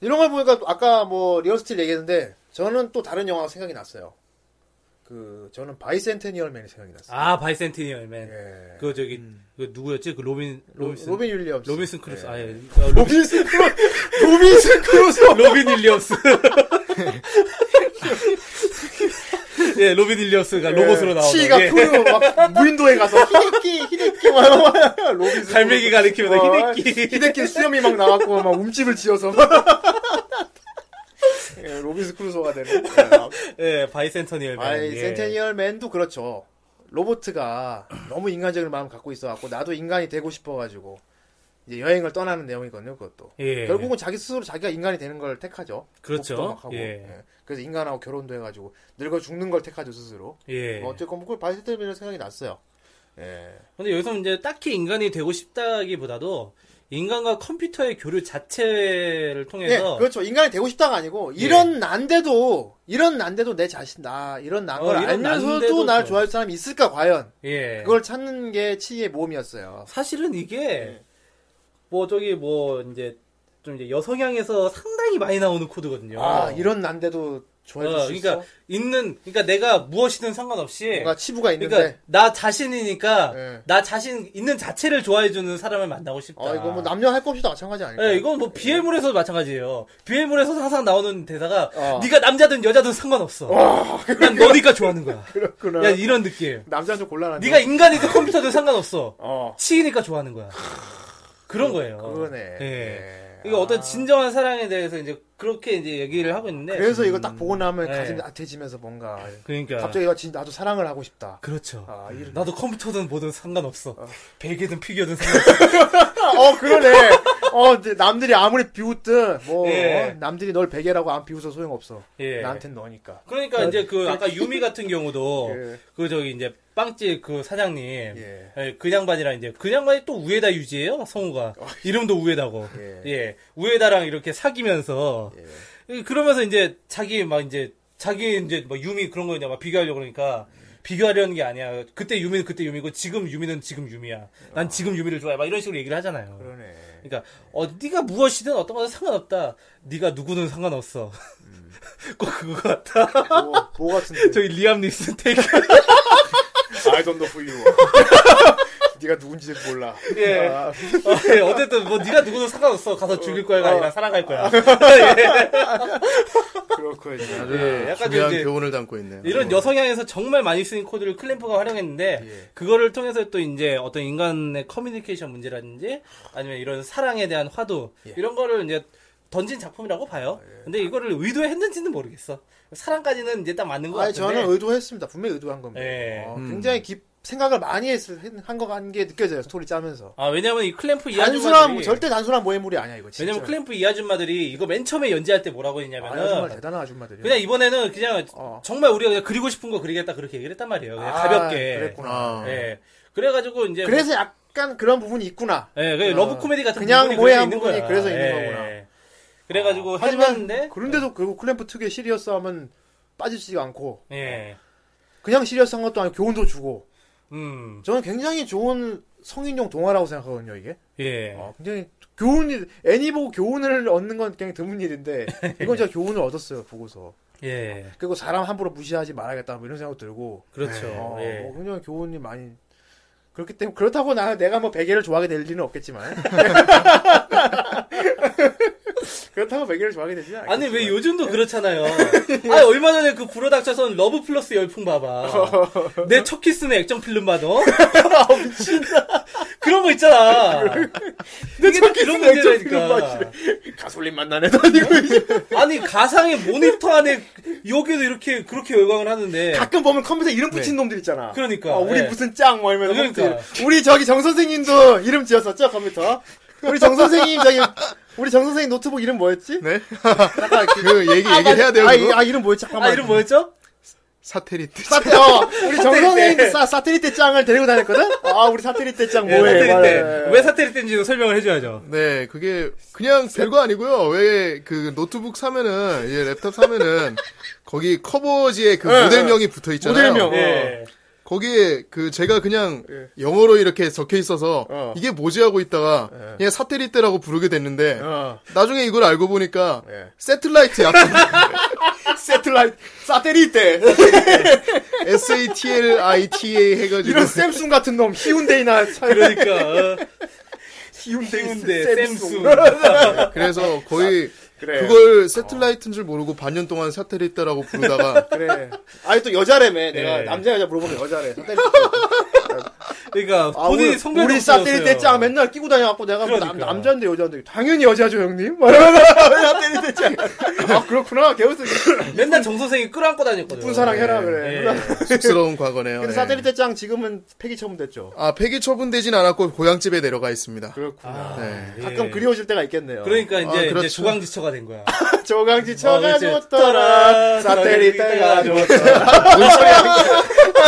이런 걸 보니까 아까 뭐 리얼스틸 얘기했는데 저는 또 다른 영화가 생각이 났어요. 그 저는 바이센테니얼맨이 생각이 났어요.
아, 바이센티니얼맨.
예.
그 저기 그 누구였지? 그 로빈 로빈슨
로빈 윌리엄스.
로빈슨 크루스.
예.
아, 예. 아, 로빈
로빈슨 크루스. 로빈슨 크루스.
로빈 윌리엄스. 예, 로빈 윌리엄스가 로봇으로 나오는
치가
예.
푸르고 막 무인도에 가서 히데키 히데키 막 이러고 로빈슨
갈매기 가리키면서
어,
히데키.
히데키 수염이 막 나왔고 막 움집을 지어서 예, 로빈스 크루소가 되는
예, 바이센테니얼맨.
아이
예.
센테니얼맨도 그렇죠 로보트가 너무 인간적인 마음을 갖고 있어갖고 나도 인간이 되고 싶어가지고 이제 여행을 떠나는 내용이거든요 그것도
예.
결국은 자기 스스로 자기가 인간이 되는 걸 택하죠
그렇죠.
목도 막 하고.
예.
예. 그래서 인간하고 결혼도 해가지고 늙어 죽는 걸 택하죠 스스로
예.
뭐 어쨌건 그 바이센테니얼맨 생각이 났어요 예.
근데 여기서 이제 딱히 인간이 되고 싶다기보다도 인간과 컴퓨터의 교류 자체를 통해서 예.
예, 그렇죠. 인간이 되고 싶다가 아니고 이런 난데도 이런 난데도 내 자신 나 이런 난 걸
어, 이런
알면서도
난데도
날
좀.
좋아할 사람이 있을까 과연
예.
그걸 찾는 게 치의 모험이었어요.
사실은 이게
네.
뭐 저기 뭐 이제 좀 이제 여성향에서 상당히 많이 나오는 코드거든요.
아 이런 난데도 좋아해
어,
줄수
그러니까
있어.
있는 그러니까 내가 무엇이든 상관없이
뭔가 치부가 있는데
그러니까 나 자신이니까
예.
나 자신 있는 자체를 좋아해 주는 사람을 만나고 싶다.
어 이거 뭐 남녀 할 것 없이도 마찬가지 아닐까?
아. 예, 이건 뭐 비엘물에서도 마찬가지예요. 비엘물에서 항상 나오는 대사가
어.
네가 남자든 여자든 상관없어. 난 너니까 좋아하는 거야.
그렇구나.
야 이런 느낌.
남자는 좀 곤란한데.
네가 인간이든 컴퓨터든 상관없어.
어
치이니까 좋아하는 거야. 그런 거예요.
그러네.
예.
예.
이거 어떤 진정한 사랑에 대해서 이제 그렇게 이제 얘기를 하고 있는데.
그래서 이거 딱 보고 나면
예.
가슴이 나태해지면서 뭔가
그러니까.
갑자기 나 진- 나도 사랑을 하고 싶다.
그렇죠.
아, 이런-
나도 컴퓨터든 뭐든 상관없어. 베개든 피규어든 상관없어.
어 그러네. 어 근데 남들이 아무리 비웃든 뭐
예.
어, 남들이 널 베개라고 안 비웃어 소용없어.
예.
나한텐 너니까.
그러니까 이제 그 아까 유미 같은 경우도
네. 예.
그 저기 이제 빵집 그 사장님
예.
예, 그 양반이랑 이제 그 양반이 또 우에다 유지예요 성우가 이름도 우에다고
어, 예.
예. 우에다랑 이렇게 사귀면서 예, 그러면서 이제 자기 막 이제 자기 이제 막 유미 그런 거 이제 막 비교하려고 그러니까 비교하려는 게 아니야 그때 유미는 그때 유미고 지금 유미는 지금 유미야 난 지금 유미를 좋아해 막 이런 식으로 얘기를 하잖아요
어. 그러네.
그러니까 어 네가 무엇이든 어떤 거든 상관없다 네가 누구든 상관없어
음.
꼭 그거 같다
뭐, 뭐 같은데.
저기 리암 니슨 테이크
I don't know who you 네가 누군지 몰라.
예.
아,
어, 예, 어쨌든 뭐 네가 누구든 상관없어 가서 죽일 거야가 아니라 사랑할 거야
그렇군요.
예,
네,
약간 좀
중요한
이제
교훈을 담고 있네요. 음.
이런 여성향에서 정말 많이 쓰인 코드를 클램프가 활용했는데
예.
그거를 통해서 또 이제 어떤 인간의 커뮤니케이션 문제라든지 아니면 이런 사랑에 대한 화두
예.
이런 거를 이제 던진 작품이라고 봐요. 근데 이거를 의도했는지는 모르겠어. 사랑까지는 이제 딱 맞는 것
아니,
같은데.
저는 의도했습니다. 분명히 의도한 겁니다.
예.
어,
음.
굉장히 깊, 생각을 많이 했을, 한거한게 느껴져요. 스토리 짜면서.
아 왜냐면 이 클램프 이
단순한, 뭐,
아줌마들이
절대 단순한 모해물이 아니야, 이거. 진짜.
왜냐면 클램프 이 아줌마들이 이거 맨 처음에 연재할 때 뭐라고
아, 정말
했냐면은
대단한 아줌마들이.
그냥 이번에는 그냥
어.
정말 우리가 그냥 그리고 싶은 거 그리겠다 그렇게 얘기를 했단 말이에요. 그냥
아,
어, 가볍게.
그랬구나.
아.
예. 그래가지고 이제 뭐
그래서 약간 그런 부분이 있구나.
예, 그
어,
러브 코미디 같은
그냥
부분이 그래서
모해한
있는
부분이
거야.
그래서 있는
예.
거구나. 어,
그래가지고
하지만
했는데
그런데도 결국 클램프 특유의 시리어스 하면 빠지지가 않고
예,
그냥 시리어스 한 것도 아니고 교훈도 주고
음,
저는 굉장히 좋은 성인용 동화라고 생각하거든요 이게
예,
어, 굉장히 교훈이 애니 보고 교훈을 얻는 건 굉장히 드문 일인데 이건 제가 교훈을 얻었어요 보고서
예.
그리고 사람 함부로 무시하지 말아야겠다 뭐 이런 생각도 들고
그렇죠.
어,
예.
뭐 굉장히 교훈이 많이 그렇기 때문에 그렇다고 나 내가 뭐 베개를 좋아하게 될 일은 없겠지만 그렇다고 베개를 좋아하게 되지는 않겠
아니 왜 요즘도 그렇잖아요. 아 얼마 전에 그 불어닥쳐선 러브 플러스 열풍 봐봐. 내 첫 키스는 액정 필름 받아. 미친다. 그런 거 있잖아. 이게 다 그런 문제라니까.
가솔린 만나네 다니고 이제
아니 가상의 모니터 안에 여기도 이렇게 그렇게 열광을 하는데.
가끔 보면 컴퓨터 이름 붙인 놈들 있잖아.
그러니까,
아, 우리
예.
무슨 짱뭐 이러면서
그러니까.
컴퓨터 이름. 우리 저기 정 선생님도 이름 지었었죠 컴퓨터. 우리 정 선생님 저기 우리 정 선생님 노트북 이름 뭐였지?
네? 그 얘기 얘기해야 돼요.
아, 이-
그거?
아 이름 뭐였지? 잠깐만.
아 이름 뭐였죠?
사테리트.
어, 우리 정 선생님 사, 사테리테 짱을 데리고 다녔거든? 아, 우리 사테리테 짱
예,
뭐해?
사태리
맞아,
때.
맞아.
왜 사태리 때인지도 설명을 해줘야죠.
네, 그게 그냥 별거 아니고요. 왜 그 노트북 사면은 이제 랩탑 사면은 거기 커버지에 그 모델명이 붙어 있잖아요.
예, 모델명. 예.
예.
거기에 그 제가 그냥 영어로 이렇게 적혀 있어서
어. 예.
이게 뭐지 하고 있다가 그냥 사테리트라고 부르게 됐는데
어.
나중에 이걸 알고 보니까
예.
세틀라이트 약간
세틀라이트, 사테리테.
S A T L I T A 해가지고
이런 샘숭 같은 놈, 히운데이나, 차-
그러니까
히운데이,
세운데 샘수.
그래서 거의
그래.
그걸 세틀라이트인 줄 모르고 반년 동안 사테리트라고 부르다가
그래. 아니, 또 여자래매. 내가
예.
남자, 여자 물어보면 여자래. 사테리테.
그러니까
아,
본인이
우리-
성별이
우리 사테리테 짱 맨날 끼고 다녀갖고 내가 뭐 남,
그러니까.
남자인데 여자인데. 당연히 여자죠, 형님? 사테리테 짱. 아, 그렇구나. 개우스.
맨날 정 선생이 끌어안고 다녔거든요.
이쁜 사랑해라, 그래.
예.
쑥스러운 과거네요.
근데
예.
사테리테 짱 지금은 폐기 처분됐죠.
아, 폐기 처분되진 않았고 고향집에 내려가 있습니다.
그렇구나.
네.
아, 가끔 그리워질 때가 있겠네요.
아, 예. 그러니까
아,
이제 이제
그렇죠.
주광지처가 된 거야.
조강지
어,
쳐가
이제
좋더라.
떠라,
사테리테가
사테리테가
좋더라.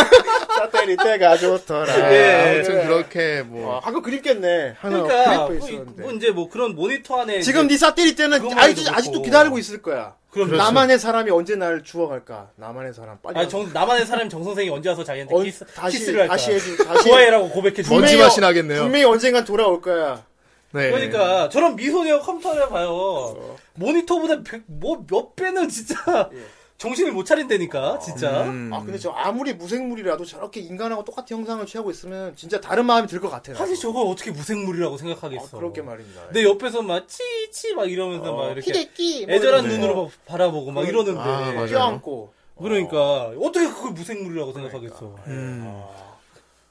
사테리테가 좋더라.
아,
네.
무튼 그렇게 뭐
아, 방금 그립겠네. 하나
그러니까
그립고
뭐, 이-
있었는데.
뭐 이제 뭐 그런 모니터 안에
지금
이제-
네 사테리테는
그것만
아직,
해도
아직도
그렇고.
기다리고 있을 거야.
그럼
나만의 사람이 언제 나를 주워갈까? 나만의 사람 빨리.
아, 정, 나만의 사람 정 선생이 언제 와서 자기한테
어,
키스,
다시-
키스를 할까?
다시 해주- 다시-
좋아해라고 고백해 주.
뭔지
분명히-
맛이 나겠네요.
분명히 언젠간 돌아올 거야.
네.
그러니까 저런 미소녀 컴퓨터를 봐요. 모니터보다 뭐 몇 배는 진짜 정신을 못 차린다니까 진짜.
음.
예. 아 근데 저 아무리 무생물이라도 저렇게 인간하고 똑같은 형상을 취하고 있으면 진짜 다른 마음이 들 것 같아.
사실 저걸 어떻게 무생물이라고 생각하겠어. 네,
아, 그렇게 말입니다. 어.
내 옆에서 막 치치 막 이러면서 막 이렇게
히데끼 뭐
애절한
이러면서.
눈으로 막 바라보고
그-
막 이러는데
아, 맞아요.
껴안고.
그러니까 어떻게 그걸 무생물이라고 생각하겠어.
그러니까.
음.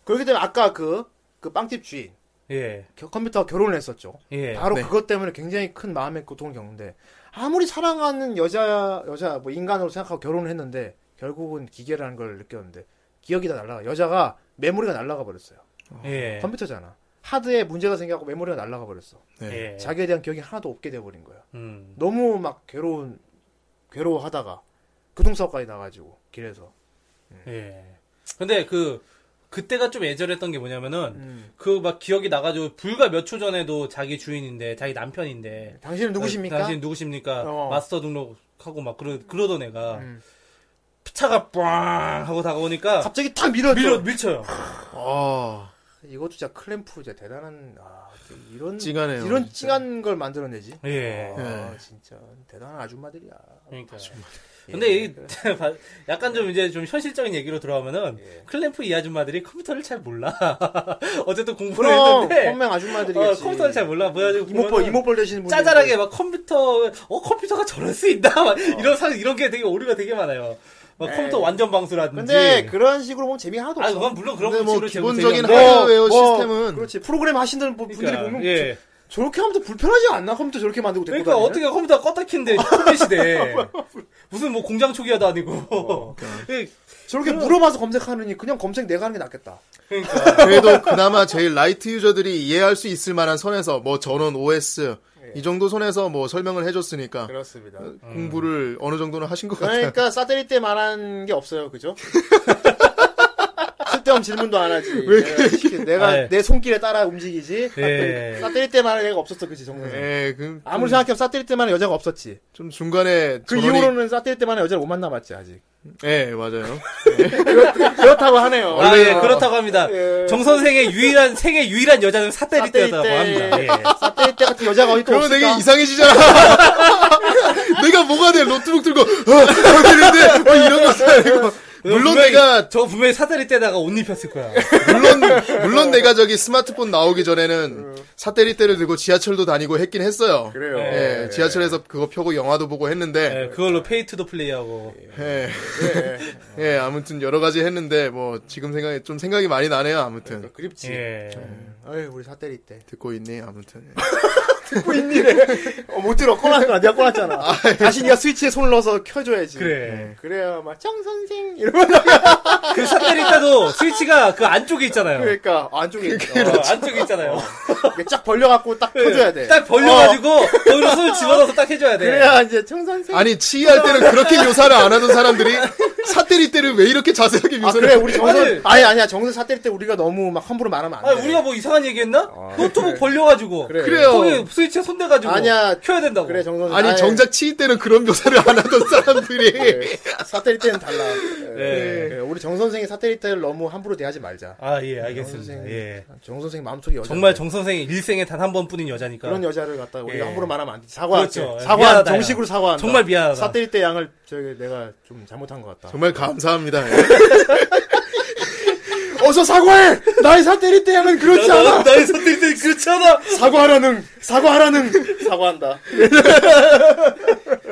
그렇기 때문에 아까 그, 그 빵집 주인,
예.
겨- 컴퓨터와 결혼을 했었죠.
예.
바로
네.
그것 때문에 굉장히 큰 마음의 고통을 겪는데, 아무리 사랑하는 여자, 여자, 뭐 인간으로 생각하고 결혼을 했는데, 결국은 기계라는 걸 느꼈는데, 기억이 다 날라가. 여자가 메모리가 날라가 버렸어요.
예.
컴퓨터잖아. 하드에 문제가 생겨갖고 메모리가 날라가 버렸어.
네.
예.
자기에 대한 기억이 하나도 없게 돼버린 거야.
음.
너무 막 괴로운, 괴로워하다가, 교통사고까지 나가지고, 길에서.
예. 근데 그 그때가 좀 애절했던 게 뭐냐면은
음.
그 막 기억이 나가지고 불과 몇 초 전에도 자기 주인인데 자기 남편인데
당신은 누구십니까?
네, 당신 누구십니까?
어.
마스터 등록하고 막 그러 그러던 애가
음.
차가 빵 하고 다가오니까
갑자기 탁 밀어줘.
밀어 밀쳐요.
아,
이것도 진짜 클램프 진짜 대단한 아, 이런
찡하네요,
이런
진짜. 네.
찡한 걸 만들어내지.
예.
아, 진짜 대단한 아줌마들이야. 예.
그러니까. 근데 이 약간 좀 이제 좀 현실적인 얘기로 들어가면은
예.
클램프 이 아줌마들이 컴퓨터를 잘 몰라. 어쨌든 공부를
그럼
했는데
컴맹
어,
아줌마들이겠지.
컴퓨터를 잘 몰라. 그래가지고
이모뻘
보면은
이모뻘 되시는 분들
뭐 짜잘하게 막 컴퓨터 어 컴퓨터가 저럴 수 있나 막 이런 사 이런 게 되게 오류가 되게 많아요. 막 컴퓨터 완전 방수라든지.
근데 그런 식으로 보면 재미 하나도
네. 아
없어. 뭐,
그건 물론 그런
근데 뭐
식으로 재밌-
기본적인
재밌는데.
하드웨어 시스템은
그렇지 프로그램 하시는 분- 분들이
네. 그러니까,
보면
예.
저, 렇게 하면 또 불편하지 않나? 컴퓨터 저렇게 만들고 데리고
그러니까
다니네?
어떻게 컴퓨터 껐다 킨데 시대 무슨 뭐 공장 초기화도 아니고 예,
저렇게 물어봐서 검색하느니 그냥 검색 내가 하는 게 낫겠다.
그러니까
그래도 그나마 제일 라이트 유저들이 이해할 수 있을 만한 선에서 뭐 전원 OS 이 정도 선에서 뭐 설명을 해줬으니까
그렇습니다.
공부를 어느 정도는 하신 것 같아요.
그러니까 사테리 때 말한 게 없어요, 그죠? 쓸데없는 질문도 안 하지. 내가, 시키- 내가
아, 예.
내 손길에 따라 움직이지.
예.
싸때릴 때만은 애가 없었어, 그치, 정선
예, 그,
아무리 생각해도 싸때릴 때만은 여자가 없었지.
좀 중간에.
그
전원이-
이후로는 싸때릴 때만은 여자를 못 만나봤지, 아직.
예, 맞아요.
그렇다고 하네요.
아,
원래-
예, 그렇다고 합니다.
예.
정 선생의 유일한 생애 유일한 여자는 사태리
사태리
때였다고
때.
합니다. 예.
싸때릴 때 같은 여자가 어디 또
그러면 되게
없을까?
이상해지잖아. 내가 뭐가 돼? 노트북 들고, 어, 어, 그런데, 어, 이런 거 사야 물론
분명히-
내가
저 분명히 사태리 때다가 옷 입혔을 거야.
물론 물론 내가 저기 스마트폰 나오기 전에는 사테리 때를 들고 지하철도 다니고 했긴 했어요.
그래요.
예, 지하철에서 그거 펴고 영화도 보고 했는데
예, 그걸로 페이트도 플레이하고.
예. 예, 아무튼 여러 가지 했는데 뭐 지금 생각에 좀 생각이 많이 나네요. 아무튼
그립지.
예.
어이, 우리 사때릴 때.
듣고 있니? 아무튼 예.
어, 못 들어. 꺼놨잖아. 내가 꺼놨잖아. 다시 네가 스위치에 손을 넣어서 켜줘야지. 예.
그래.
그래야 막, 정선생! 이러면서.
그 사태리 때도 스위치가 그 안쪽에 있잖아요.
그러니까, 안쪽에. 있어.
어, 안쪽에 있잖아요.
이게 쫙 벌려갖고 딱 켜줘야 그렇죠. 돼.
네.
어,
딱 벌려가지고 네. 거기로 손을 집어넣어서 딱 해줘야 돼.
그래야 이제 청선생.
아니 치이할 때는 그렇게 묘사를 안 하던 사람들이 사테리 때를 왜 이렇게 자세하게
아,
묘사를
그래, 우리 정선.
아니.
아니, 아니야. 정선 사때릴 때 우리가 너무 막 함부로 말하면 안 돼. 어.
아, 우리가 뭐 이상한 얘기했나? 노트북 벌려가지고
그래요.
거기 스위치에 손대가지고
아니야.
켜야 된다고.
그래, 정선
아니 정작 치이 때는 그런 묘사를 안 하던
네.
사람들이
예, 사때릴 때는 달라.
예.
예, 우리 정선생이 사때릴 때를 너무 함부로 대하지 말자.
아, 예, 알겠습니다. 예.
정선생 마음속에 여자.
정말 정 선생이 일생에 단 한 번뿐인 여자니까.
그런 여자를 갖다 우리가
예.
함부로 말하면 안 돼. 사과할게.
그렇죠.
사과 한
미안하다,
정식으로 사과한다.
정말 미안하다.
사때릴 때 양을 저기 내가 좀 잘못한 것 같다.
정말 감사합니다. 예.
어서 사과해. 나의 사때릴 때 양은 그렇지
나- 나- 나의 선택들이 그렇잖아.
사과하라는. 사과하라는. 사과한다.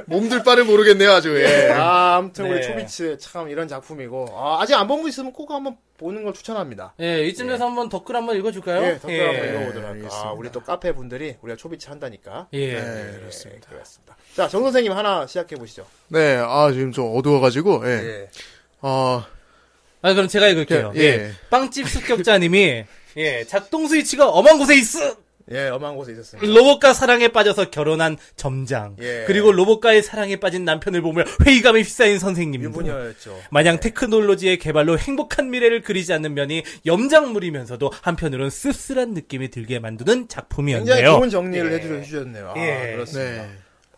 몸둘 바를 모르겠네요, 아주. 예.
아, 아무튼 우리
네.
초비츠 참 이런 작품이고 아, 아직 안 본 분 있으면 꼭 한번 보는 걸 추천합니다.
예, 이쯤 돼서 한번 덧글 한번 읽어줄까요?
예, 댓글
예.
한번 읽어보도록 할까. 아, 우리 또 카페 분들이 우리가 초비치 한다니까.
예.
네,
그렇습니다. 그렇습니다. 자, 정 선생님 하나 시작해 보시죠.
네, 아, 지금 좀 어두워가지고, 예. 어,
아, 그럼 제가 읽을게요.
예,
예.
예.
빵집 습격자님이, 예, 작동 스위치가 엄한 곳에 있어!
예, 엄한 곳에 있었습니다.
로봇과 사랑에 빠져서 결혼한 점장.
예.
그리고 로봇과의 사랑에 빠진 남편을 보며 회의감에 휩싸인 선생님.
음, 유부녀였죠.
마냥 테크놀로지의 개발로 행복한 미래를 그리지 않는 면이 염장물이면서도 한편으론 씁쓸한 느낌이 들게 만드는
굉장히
작품이었네요.
좋은 정리를 해주- 예. 해주셨네요. 아,
예.
그렇습니다.
네.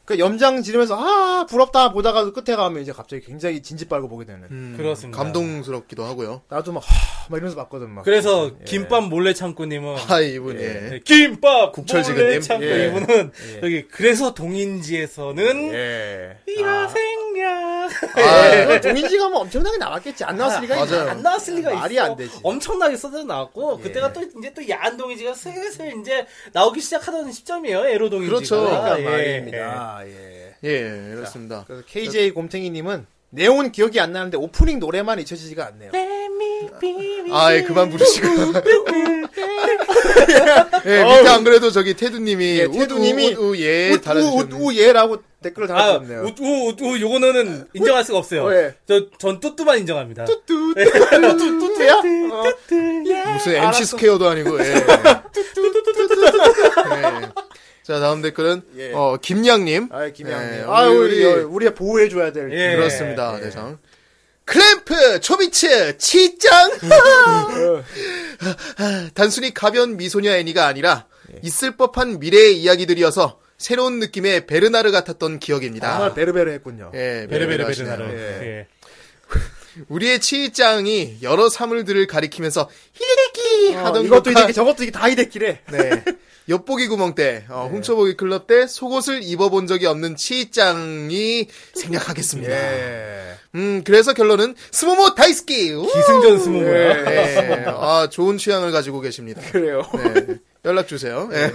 그 염장 지르면서 아 부럽다 보다가 끝에 가면 이제 갑자기 굉장히 진지 빨고 보게 되는.
음,
그렇습니다.
감동스럽기도 하고요.
나도 막, 하, 막 이러면서 봤거든 막. 예.
그래서 김밥 몰래 참고님은
아, 이분, 예.
네, 김밥
국철지근님.
몰래 참고
예.
이분은 여기 그래서 동인지에서는
예.
이야 생략
아,
예. 동인지가 뭐 엄청나게 나왔겠지 안 나왔을 리가 있나?
맞아요.
안 나왔을 리가
말이
있어.
안 되지. 예.
엄청나게 써져 나왔고 그때가 또 이제 또 야한 동인지가 슬슬 이제 나오기 시작하던 시점이에요. 에로 동인지가.
그렇죠.
그러니까
예.
말입니다. 예.
예, 그렇습니다.
그래서 KJ 곰탱이님은 내용은 기억이 안 나는데 오프닝 노래만 잊혀지지가 않네요.
아, 예, 그만 부르시고. 예, 밑에 안 그래도 저기 테두님이,
예, 테두님이
우, 우, 우, 예, 달아주셨는데.
우우우예라고 댓글을
아,
달아주셨네요.
우, 우, 우, 우, 요거는 인정할 수가 없어요.
어, 예.
저, 전 뚜뚜만 인정합니다.
뚜뚜뚜뚜야?
무슨 MC 스퀘어도 아니고, 예. 예. 자, 다음 댓글은,
예.
어, 김양님.
아 김양님.
예,
아 우리
우리,
우리, 우리가 보호해 줘야 될.
예.
그렇습니다. 네, 장. 클램프, 초비츠, 치짱! 단순히 가벼운 미소녀 애니가 아니라 있을 법한 미래의 이야기들이어서 새로운 느낌의 베르나르 같았던
정말
기억입니다.
아, 네. 베르베르 했군요.
아. 예,
베르베르
베르나르시네요.
베르나르.
예.
예.
우리의 치짱이 여러 사물들을 가리키면서 히리리키
어,
하던
이것도
것과-
이제 저것도 이게 다 이데키래.
네. 엿보기 구멍 때, 어, 훔쳐보기 클럽 때 속옷을 입어본 적이 없는 치짱이 생략하겠습니다.
예.
음, 그래서 결론은 스모모 다이스키! 우!
기승전 아, 스무고요.
네. 아, 좋은 취향을 가지고 계십니다.
예. 그래요.
네. 연락 주세요. 예.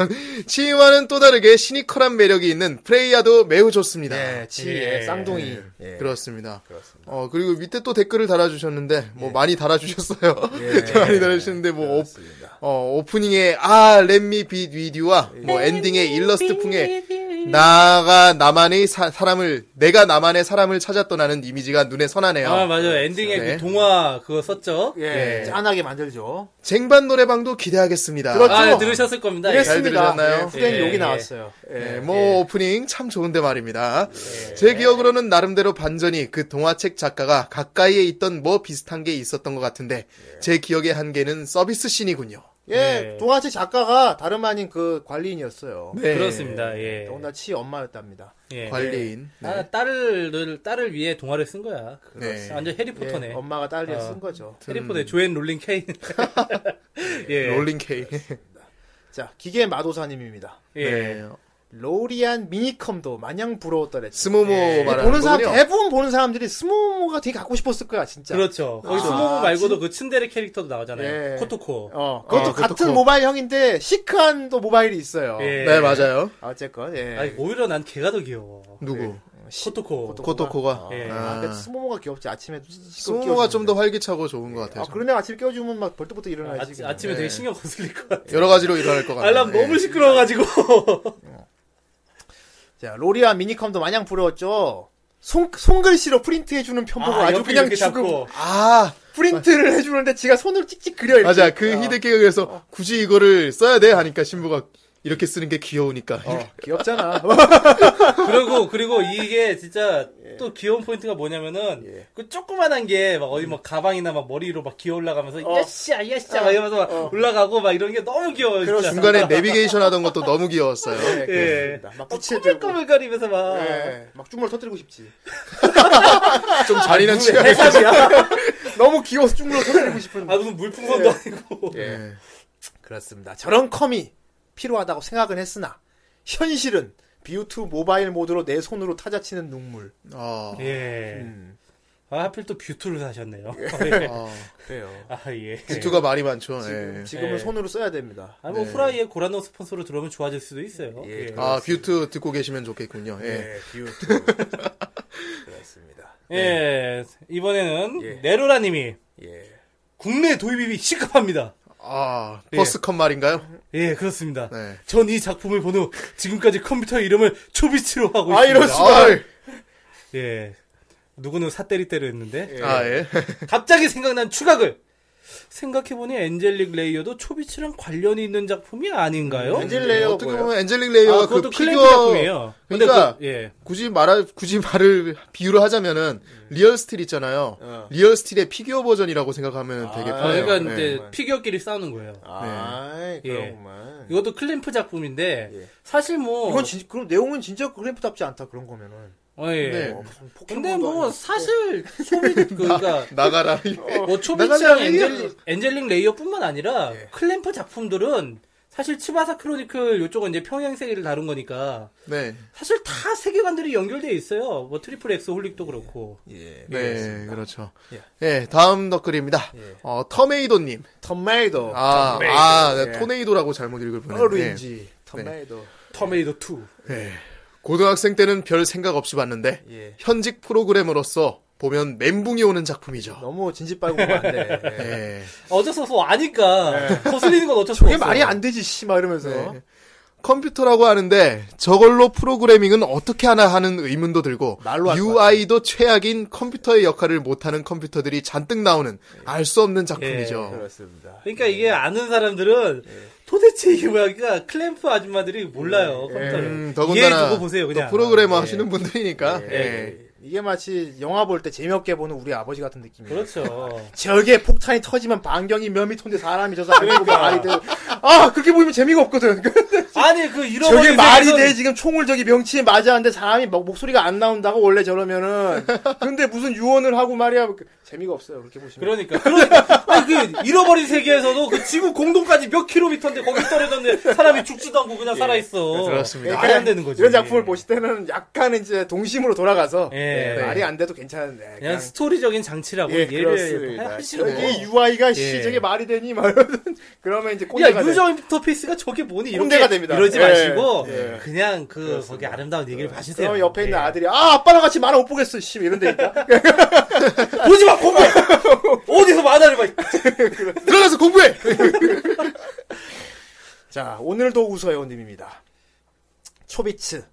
치이와는 또 다르게 시니컬한 매력이 있는 프레이야도 매우 좋습니다.
예,
예.
치의 쌍둥이. 예.
네. 그렇습니다.
그렇습니다.
어, 그리고 밑에 또 댓글을 달아주셨는데,
예.
뭐 많이 달아주셨어요. 많이 달아주셨는데, 뭐, 오,
그렇습니다.
어, 오프닝의 아, 렛미 비 위듀와, 뭐 엔딩의 일러스트풍의 나가 나만의 사, 람을 내가 나만의 사람을 찾아 떠나는 이미지가 눈에 선하네요.
아 맞아요 엔딩에
네.
그 동화 그거 썼죠
예. 짠하게 만들죠.
쟁반 노래방도 기대하겠습니다.
그렇죠.
아 들으셨을 겁니다 예.
네, 잘 들으셨나요?
예, 후대인
예,
욕이
예.
나왔어요. 예.
네, 뭐 오프닝 참 좋은데 말입니다.
예.
제 기억으로는 나름대로 반전이 그 동화책 작가가 가까이에 있던 뭐 비슷한 게 있었던 것 같은데 제 기억의 한계는 서비스 씬이군요.
예,
예.
동화책 작가가 다름 아닌 그 관리인이었어요.
네.
그렇습니다 예,
더군다나 치 엄마였답니다.
예.
관리인. 네.
아, 딸을 딸을 위해 동화를 쓴 거야
네.
완전
예,
해리포터네
엄마가 딸려
어.
쓴 거죠.
해리포터 조앤 롤링 케인 예.
롤링 케이.
자, 기계 마도사님입니다.
예.
네.
로리안 미니컴도 마냥 부러웠더랬죠.
스모모 말하는
보는 사람
거군요.
대부분 보는 사람들이 스모모가 되게 갖고 싶었을 거야 진짜.
그렇죠 거기 스모모 말고도 그 츤데레 캐릭터도 나오잖아요
예.
코토코
어, 그것도
아, 그것도
같은
커.
모바일형인데 시크한 또 모바일이 있어요.
예.
네 맞아요.
아, 어쨌건 예.
아니, 오히려 난 걔가 더 귀여워
누구?
코토코
코토코가.
예.
아, 근데 스모모가 귀엽지 아침에
스모모가 좀 더 활기차고 좋은 것 같아요.
아, 그런데 아침에 깨워주면 막 벌떡부터 일어나지.
아, 아침에 되게 신경 거슬릴 것 같아
여러 가지로 일어날 것 같아요.
알람
예.
너무 시끄러워가지고
자, 로리아 미니컴도 마냥 부러웠죠. 손, 손글씨로 프린트해주는 편보고
아,
아, 주
옆에
그냥
이렇게
죽음.
잡고.
아
프린트를 해주는데 지가 손으로 찍찍 그려. 이렇게.
맞아 그 히데키가 그래서 굳이 이거를 써야 돼 하니까 신부가 이렇게 쓰는 게 귀여우니까.
어.
귀엽잖아.
그리고 그리고 이게 진짜 또 귀여운 포인트가 뭐냐면은 그 조그만한 게 막 어디 막 가방이나 막 머리로 막 기어 올라가면서 야씨야 야씨야
어.
막 이러면서 막 올라가고 막 이런 게 너무 귀여워요. 진짜.
그렇죠. 중간에 내비게이션 하던 것도 너무 귀여웠어요.
예.
예.
그렇습니다. 막
막
부채들고.
꼬물꼬물거리면서 어. 막
예. 막 쭈물 터뜨리고 싶지.
좀
네.
잔인한 취향.
너무 귀여워서 쭈물로 터뜨리고 싶은.
아 무슨 물풍선도 아니고
예. 그렇습니다. 저런 컴이 필요하다고 생각은 했으나 현실은 비우투 모바일 모드로 내 손으로 타자치는 눈물.
어.
예.
음.
아 하필 또 뷰투를 사셨네요. 예.
어.
그래요.
아 예.
기투가 말이 많죠. 예.
지금은
예.
손으로 써야 됩니다.
아뭐 후라이의 고라노 스폰서로 들어오면 좋아질 수도 있어요.
예.
예.
아, 뷰트 듣고 계시면 좋겠군요.
네.
예.
예, 비우투. 그렇습니다.
네.
예. 이번에는
예.
네로라님이
예.
국내 도입이 시급합니다.
아,
예.
버스컵 말인가요?
예, 그렇습니다.
네.
전 이 작품을 본 후 지금까지 컴퓨터의 이름을 초비치로 하고 있습니다.
아, 이럴 수가.
예. 누구는 사때리 때려 했는데
아, 예.
갑자기 생각난 추각을 생각해보니 엔젤릭 레이어도 초비치랑 관련이 있는 작품이 아닌가요?
엔젤 레이어가
어떻게
뭐예요?
보면 엔젤릭 음, 레이어가
아,
그
그것도 클램프
피규어
작품이에요. 근데
그러니까
그- 예.
굳이 말하 굳이 말을 비유를 하자면은
네.
리얼 스틸 있잖아요.
어.
리얼 스틸의 피규어 버전이라고 생각하면 되게
어. 아,
편해요.
그러니까
예.
이제 피규어끼리 싸우는 거예요.
네, 아,
예.
그런구만.
이것도 클램프 작품인데
예.
사실 뭐
이건 진, 그럼 내용은 진짜 그램프답지 않다 그런 거면은.
어, 예.
네.
어, 무슨 포켓몬도
근데 뭐
아니고.
사실 소비 그니까
나가라.
뭐 초비치랑
나가려면
엔젤, 엔젤링 레이어뿐만 아니라
예.
클램프 작품들은 사실 치바사 크로니클 요쪽은 이제 평양 세계를 다룬 거니까
네.
사실 다 세계관들이 연결되어 있어요. 뭐 트리플 엑스 홀릭도 그렇고.
예.
네, 그렇죠. 예, 다음 댓글입니다.
예.
어, 터메이도 님.
텀메이더.
아, 아, 네,
예.
토네이도라고 잘못 읽을 뻔했네. 예.
어루인지. 텀메이더.
터메이더 2.
예. 고등학생 때는 별 생각 없이 봤는데
예.
현직 프로그래머로서 보면 멘붕이 오는 작품이죠.
너무 진지 빨고 보면 안 돼. 예.
예.
어쩔 수 없어. 아니까. 거슬리는 건 어쩔 수 없어.
그게 네. 말이 안 되지, 씨, 막 이러면서.
네. 컴퓨터라고 하는데 저걸로 프로그래밍은 어떻게 하나 하는 의문도 들고
말로 할것
UI도 최악인 컴퓨터의 역할을 못하는 컴퓨터들이 잔뜩 나오는 알 수 없는
어.
작품이죠.
예, 그렇습니다.
그러니까 이게 아는 사람들은
네.
도대체 이게 뭐야. 그러니까 클램프 아줌마들이 몰라요.
네.
컴퓨터를.
음,
이해해주고
더군다나
보세요.
또
그냥.
예.
프로그래머 하시는 분들이니까 예.
그러니까, 이게 마치 영화 볼 때 재미없게 보는 우리 아버지 같은 느낌이에요.
그렇죠.
저게 폭탄이 터지면 반경이 몇 미터인데 사람이 저 사람이고 막 아이들. 아, 그렇게 보이면 재미가 없거든.
아니, 그 잃어버린
저게 말이
세계관-
돼 지금 총을 저기 명치에 맞았는데 사람이 막 목소리가 안 나온다고 원래 저러면은 근데 무슨 유언을 하고 말이야 재미가 없어요 그렇게 보시면
그러니까. 그러니까. 아니, 그, 잃어버린 세계에서도 그 지구 공동까지 몇 킬로미터인데 거기 떨어졌는데 사람이 죽지도 않고 그냥 살아있어. 그러니까
그렇습니다.
말이 안 되는 거지.
예, 그러니까 이런 작품을 보실 때는 약간 이제 동심으로 돌아가서
예.
네, 말이 안 돼도 괜찮은데 그냥,
그냥 스토리적인 장치라고
예
얘를
그렇습니다
하시고.
저기 UI가
예.
시 저게 말이 되니 막 이러면 그러면 이제 꼰대가
야,
돼.
유저 인터페이스가 저게 뭐니? 이렇게
꼰대가 됩니다.
이러지
예,
마시고
예.
그냥 그 거기 아름다운 얘기를 봐주세요.
그럼 옆에 있는
예.
아들이 아 아빠랑 같이 만화 못 보겠어 씨 이런 데 있다
보지 마, 공부. 어디서 만화를 봐.
들어가서 공부해.
자, 오늘도 웃어요 님입니다. 초비츠.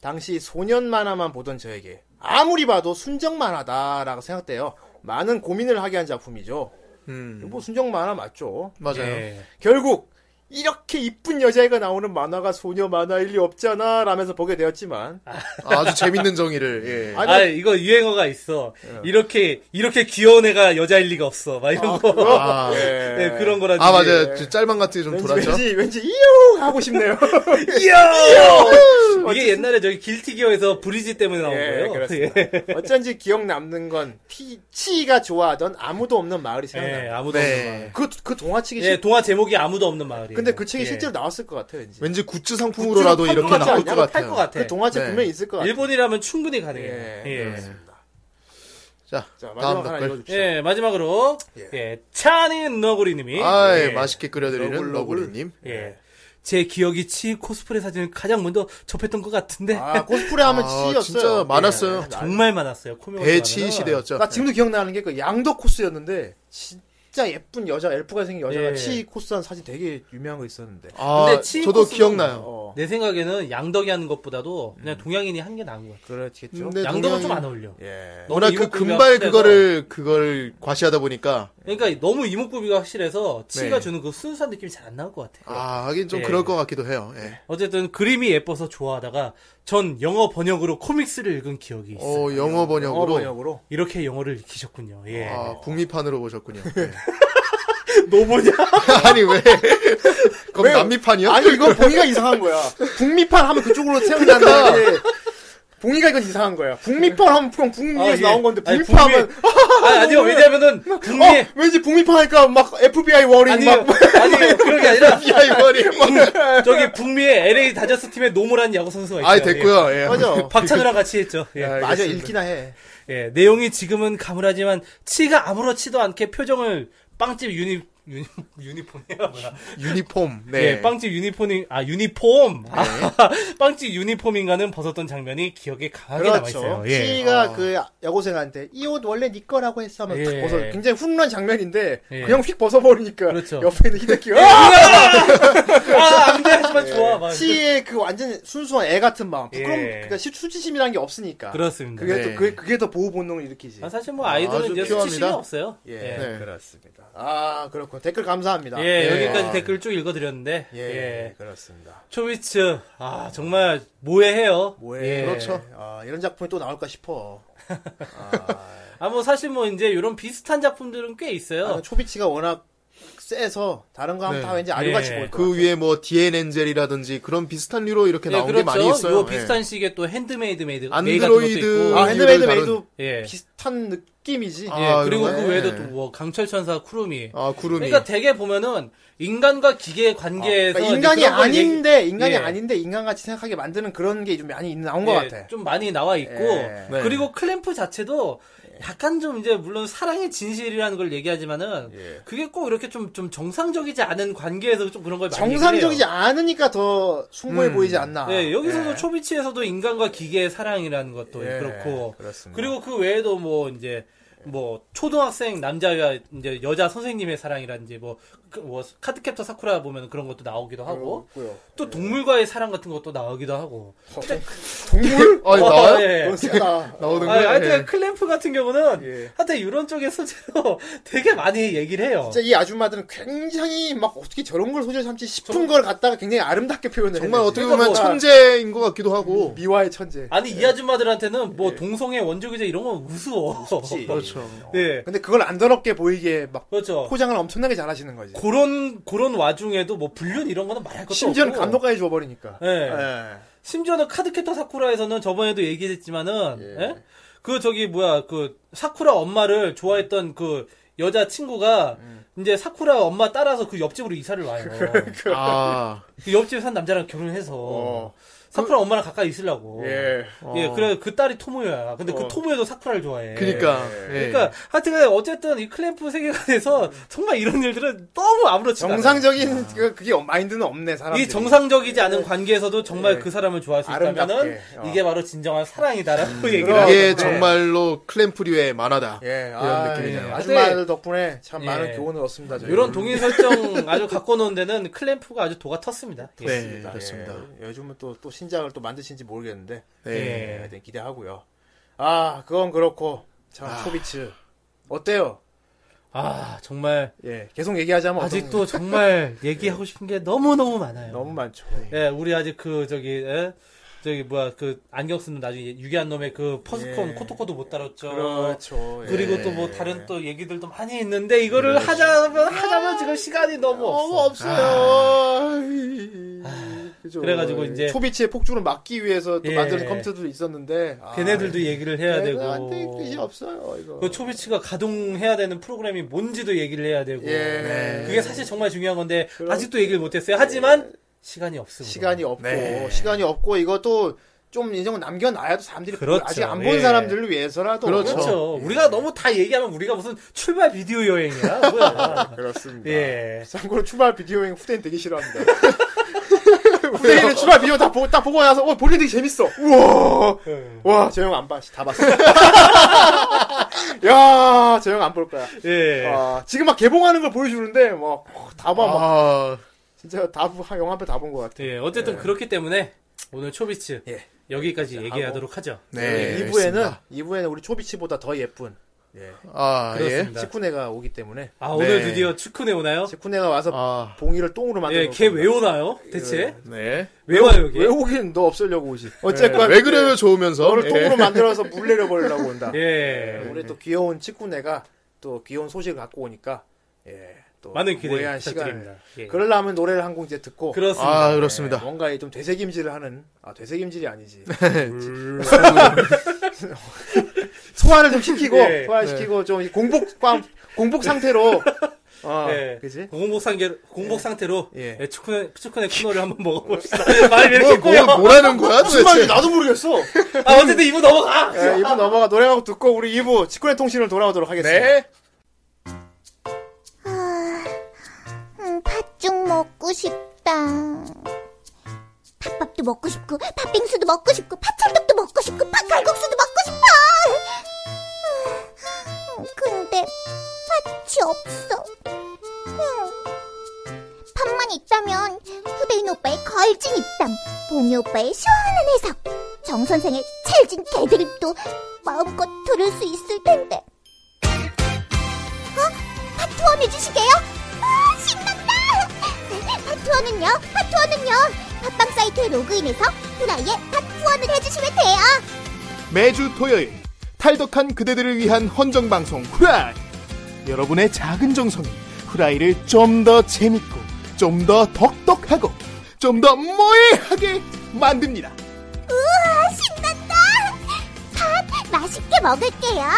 당시 소년 만화만 보던 저에게 아무리 봐도 순정 만화다라고 생각돼요. 많은 고민을 하게 한 작품이죠.
음,
뭐 순정 만화 맞죠?
맞아요.
예.
결국 이렇게 이쁜 여자애가 나오는 만화가 소녀 만화일 리 없잖아 라면서 보게 되었지만
아주 재밌는 정의를. 예.
아, 이거 유행어가 있어. 이렇게 이렇게 귀여운 애가 여자일 리가 없어. 막 이런 거.
아,
네, 그런 거라지.
아, 맞아요. 저 짤방 같은 게 좀
예. 왠지
돌았죠.
왠지 왠지 이용 하고 싶네요.
이야! 이게 옛날에 저기 길티기어에서 브리지 때문에 나온
예,
거예요.
그렇습니다.
예.
어쩐지 기억 남는 건 티, 치이가 좋아하던 아무도 없는 마을이
예,
생각나요.
아무도
네.
없는 마을.
그, 그 동화책이
예,
실...
동화 제목이 아무도 없는 마을이에요.
근데 그 책이
예.
실제로 나왔을 것 같아 왠지.
왠지 굿즈 상품으로라도
굿즈로
이렇게
팔것 같지
나올 것
않냐?
팔
같아요.
것 같아.
그 동화책
네.
분명히 있을 것 같아.
일본이라면 충분히 가능해요. 예.
예,
예.
그렇습니다.
자,
자
다음
마지막 하나
댓글. 예.
읽어줍시다.
마지막으로 예, 차는 너구리님이
아이,
예.
맛있게 끓여드리는
너굴, 너굴.
너구리님.
예. 제 기억이 치 코스프레 사진을 가장 먼저 접했던 것 같은데
아 코스프레 하면
아,
치였어요. 예.
진짜 많았어요.
정말 많았어요. 코믹
배치
월드가는.
시대였죠.
나 지금도 기억나는 게 그 양덕 코스였는데 진짜 예쁜 여자 엘프가 생긴 여자가
예.
치 코스한 사진 되게 유명한 거 있었는데.
아,
근데 치인
저도
코스는-
기억나요.
어
내 생각에는 양덕이 하는 것보다도 그냥 동양인이 한 게 나은 것 같아.
그렇겠죠.
음. 네. 근데
양덕은
동양인-
좀 안 어울려.
예.
너무
워낙 그
이목구비가
금발
확실해서-
그거를, 그걸 과시하다 보니까,
그러니까 너무 이목구비가 확실해서 치가
네.
주는 그 순수한 느낌이 잘 안 나올 것 같아.
아, 하긴 좀
예.
그럴 것 같기도 해요. 예.
어쨌든 그림이 예뻐서 좋아하다가 전 영어 번역으로 코믹스를 읽은 기억이 예, 있어요.
어, 영어 번역으로.
번역으로.
이렇게 영어를 익히셨군요. 예.
아, 북미판으로 보셨군요. 예.
노보냐?
아니, 왜? 그럼 남미판이요?
아니 이건 봉이가 이상한 거야. 그러니까. 북미판 하면 그쪽으로 생각나는데 봉이가 이건 이상한 거야. 북미판 하면 그냥 북미에서 나온 건데 어, 북미판 하면
아, 니요 왜냐면은 북미
어, 왠지 북미판 하니까 막 FBI 워링
아니
막
아니 그런 게 아니라
야, 이거리.
저기 북미의 LA 다저스 팀의 노무라는 야구 선수가 있어요.
아, 됐고요. 예.
맞아.
박찬우랑 같이 했죠. 예.
맞아 읽기나 해.
예, 내용이 지금은 가물하지만 치가 아무렇지도 않게 표정을 빵집 유니 유니 유니폼이야 뭐야?
유니폼. 네.
예, 빵집 유니폼이 아 유니폼 아, 빵집 유니폼인가는 벗었던 장면이 기억에 강하게 남아
그렇죠.
있어요. 예.
시가 그 여고생한테 이 옷 원래 네 거라고 했어 하면 탁
예.
벗어. 굉장히 훈훈한 장면인데
예.
그냥 휙 벗어버리니까
그렇죠.
옆에 있는 히데키가
아 안돼 하지만 좋아. 막.
시의 그 완전 순수한 애 같은 마음. 부끄럼
예.
그러니까 시- 수치심이라는 게 없으니까.
그렇습니다.
그게
네.
또 그게, 그게 더 보호 본능을 일으키지.
아, 사실 뭐 아이들은
아주
이제
필요합니다.
수치심이 없어요. 예.
예,
네.
그렇습니다. 아, 그렇군. 댓글 감사합니다.
예, 여기까지 댓글 쭉 읽어드렸는데,
네. 아. 예,
예.
그렇습니다.
초비츠, 아, 정말, 모해해요.
뭐해?
예.
그렇죠. 아, 이런 작품이 또 나올까 싶어. 아,
아, 뭐, 사실 뭐, 이제, 이런 비슷한 작품들은 꽤 있어요.
나는 초비치가 워낙 세서 다른 거 하면
네.
다 왠지 알료같이
예.
보일 거.
그 위에 뭐 DNN젤이라든지 그런 비슷한 류로 이렇게 나온 게 많이 있어요.
예, 그렇죠.
예.
요 비슷한 식의 또 핸드메이드 메이드 메이
안드로이드
같은 것도 있고.
예. 아,
그
핸드메이드
이유를 다룬-
메이드
예.
비슷한 느낌이지.
아,
예, 그리고
그런가요?
그 외에도
예.
또 뭐 강철 천사 쿠루미.
예. 아 구름이.
그러니까 되게 보면은 인간과 기계의 관계에서
그러니까
이제
인간이
그런 걸
아닌데 인간이
예.
아닌데 인간같이 생각하게 만드는 그런 게 좀 많이 나온
얘기-
것
예,
같아.
좀 많이 나와 있고
예.
네.
그리고 클램프 자체도 약간 좀 이제 물론 사랑의 진실이라는 걸 얘기하지만은
예.
그게 꼭 이렇게 좀 좀 정상적이지 않은 관계에서 좀 그런 걸 많이
정상적이지
얘기해요.
않으니까 더 숭고해 보이지 않나.
예, 여기서도
예.
초비치에서도 인간과 기계의 사랑이라는 것도
예,
그렇고
그렇습니다.
그리고 그 외에도 뭐 이제 뭐 초등학생 남자와 이제 여자 선생님의 사랑이라든지 뭐, 그 뭐 카드캡터 사쿠라 보면 그런 것도 나오기도 하고
그렇고요.
또 동물과의 사랑 같은 것도 나오기도 하고
동물?
아 나와요?
예.
너무 세다.
나오는
아,
거예요?
하여튼
예.
클램프 같은 경우는
예.
하여튼 이런 쪽의 소재로 되게 많이 얘기를 해요.
진짜 이 아줌마들은 굉장히 막 어떻게 저런 걸 소재 삼지 싶은 걸 갖다가 굉장히 아름답게 표현을
정말
해내지.
어떻게
그러니까
보면
뭐-
천재인 것 같기도 하고.
미화의 천재.
아니 이 아줌마들한테는 뭐 동성애 원조기자 이런 건 우스워.
그렇죠.
예.
근데 그걸 안 더럽게 보이게 막
그렇죠.
포장을 엄청나게 잘하시는 거지.
그런 그런 와중에도 뭐 불륜 이런 거는 말할 것도
심지어는
없고.
감독까지 줘버리니까.
예.
예.
심지어는 카드캐터 사쿠라에서는 저번에도 얘기했지만은 예? 그 저기 뭐야 그 사쿠라 엄마를 좋아했던 그 여자 친구가
음.
이제 사쿠라 엄마 따라서 그 옆집으로 이사를 와요. 음.
아
그 옆집에 산 남자랑 결혼해서
어.
사쿠라 엄마랑 가까이 있으려고.
예.
예,
어.
그래 그 딸이 토모요야. 근데
어.
그 토모요도 사쿠라를 좋아해.
그러니까. 예.
그러니까 하여튼간 어쨌든 이 클램프
음.
세계관에서 정말 이런 일들은 너무 아무렇지 않아.
정상적인 그- 그게 마인드는 없네 사람들이.
이 정상적이지 않은 관계에서도 정말
예.
그 사람을 좋아할 수
아름답게.
있다면은
어.
이게 바로 진정한 사랑이다라고 얘기를 하고
이게
그러네.
예, 정말로 클램프류의 만화다.
예.
이런
아,
느낌이잖아요.
예. 아줌마들 덕분에 참
예.
많은 교훈을 얻습니다. 저희.
이런 동인 설정 아주 갖고 노는 데는 클램프가 아주 도가 텄습니다. 예.
네, 그렇습니다.
예. 요즘은 또 또
신작을 또 만드신지 모르겠는데
네.
예, 하여튼 기대하고요. 아 그건 그렇고 자 코비츠 어때요?
아 정말
예 계속 얘기하자면 어떤-
아직도 정말 얘기하고 싶은 게 너무 너무 많아요.
너무 많죠.
예, 우리 아직 그 저기 예? 저기 뭐야 그 안경 쓰는 나중에 유기한 놈의 그 퍼스콘
예.
코토코도 못 다뤘죠.
그렇죠. 예.
리고 또 뭐 다른 또 얘기들도 많이 있는데 이거를 하자면 하자면 지금 시간이 너무
너무
없어. 아.
없어요.
그죠.
그래가지고 이제
초비치의 폭주를 막기 위해서 또
예.
만드는 컴퓨터도 있었는데 아,
걔네들도 얘기를 해야 되고
안돼 뜻이 없어요 이거.
그 초비치가 가동해야 되는 프로그램이 뭔지도 얘기를 해야 되고 네.
예.
그게 사실 정말 중요한 건데 아직도 얘기를 못했어요. 하지만 시간이 없습니다.
예. 시간이 없고
네.
시간이 없고 이것도 좀 인생 남겨놔야도 사람들이
그렇죠.
아직 안 본
예.
사람들을 위해서라도
그렇죠. 우리가 너무 다 얘기하면 우리가 무슨 출발 비디오 여행이야. 뭐야.
그렇습니다.
예.
참고로 출발 비디오 여행 후대인 되게 싫어합니다. 후대인은 출발 비디오 다 보고 딱 보고 나서 어 볼일 되게 재밌어. 우와 와 저 형 안 봐. 다 봤어. 야, 저 형 안 볼 거야.
예.
아, 지금 막 개봉하는 걸 보여주는데, 막, 다 봐, 막,
어,
아,
진짜 다, 보- 영화 한 편 다 본 것 같아.
예, 어쨌든 그렇기 때문에 오늘 초비츠
예.
여기까지 얘기하도록 하죠.
네.
예,
2부에는,
알겠습니다.
2부에는 우리 초비치보다 더 예쁜
아, 예.
그렇습니다.
치쿠네가 오기 때문에,
아
네.
오늘 드디어 축구네 오나요?
치쿠네가 와서
아,
봉이를 똥으로 만들어.
어.
예.
예, 걔 왜 오나요? 대체
네.
왜 와요 걔?
왜 오긴 너 없애려고 오지. 어쨌건,
왜 그래요, 좋으면서?
너를
예.
똥으로 만들어서 물 내려버리려고 온다.
예.
우리 또 귀여운 치쿠네가 또 귀여운 소식을 갖고 오니까, 예, 또.
많은 기대
무해한
부탁드립니다. 예.
시간을. 그러려면 노래를 한 곡 이제 듣고. 예,
그렇습니다.
아,
예.
그렇습니다.
뭔가 좀 되새김질을 하는, 아, 되새김질이 아니지.
음.
소화를 좀 시키고
예.
소화시키고 좀 공복 방- 공복 상태로 어,
예.
그지?
공복 상태 공복 상태로
예.
예, 축구네 축구네 코너를 한번 먹어봅시다. 말이 왜
뭐,
이렇게 꼬여?
뭐, 뭐라는 거야, 도대체?
나도 모르겠어.
아 어쨌든 이분 넘어가.
예, 2부 넘어가 노래하고 듣고 우리 2부 치쿠네 통신을 돌아오도록 하겠습니다.
네.
아, 음, 팥죽 먹고 싶다. 팥밥도 먹고 싶고, 팥빙수도 먹고 싶고, 팥찰떡도 먹고 싶고, 팥갈국수도 먹고 싶어! 음, 근데, 팥이 없어. 음. 팥만 있다면, 후대인 오빠의 걸진 입담, 봉이 오빠의 시원한 해석, 정선생의 찰진 개드립도 마음껏 들을 수 있을 텐데. 파트원 해주시게요? 아, 신난다! 파트원은요, 파트원은요, 팟빵 사이트에 로그인해서 후라이에 파트원을 해주시면 돼요.
매주 토요일 탈덕한 그대들을 위한 헌정 방송 후라이 여러분의 작은 정성이 후라이를 좀 더 재밌고 좀 더 덕덕하고 좀 더 모해하게 만듭니다
우와, 신난다! 팥 맛있게 먹을게요.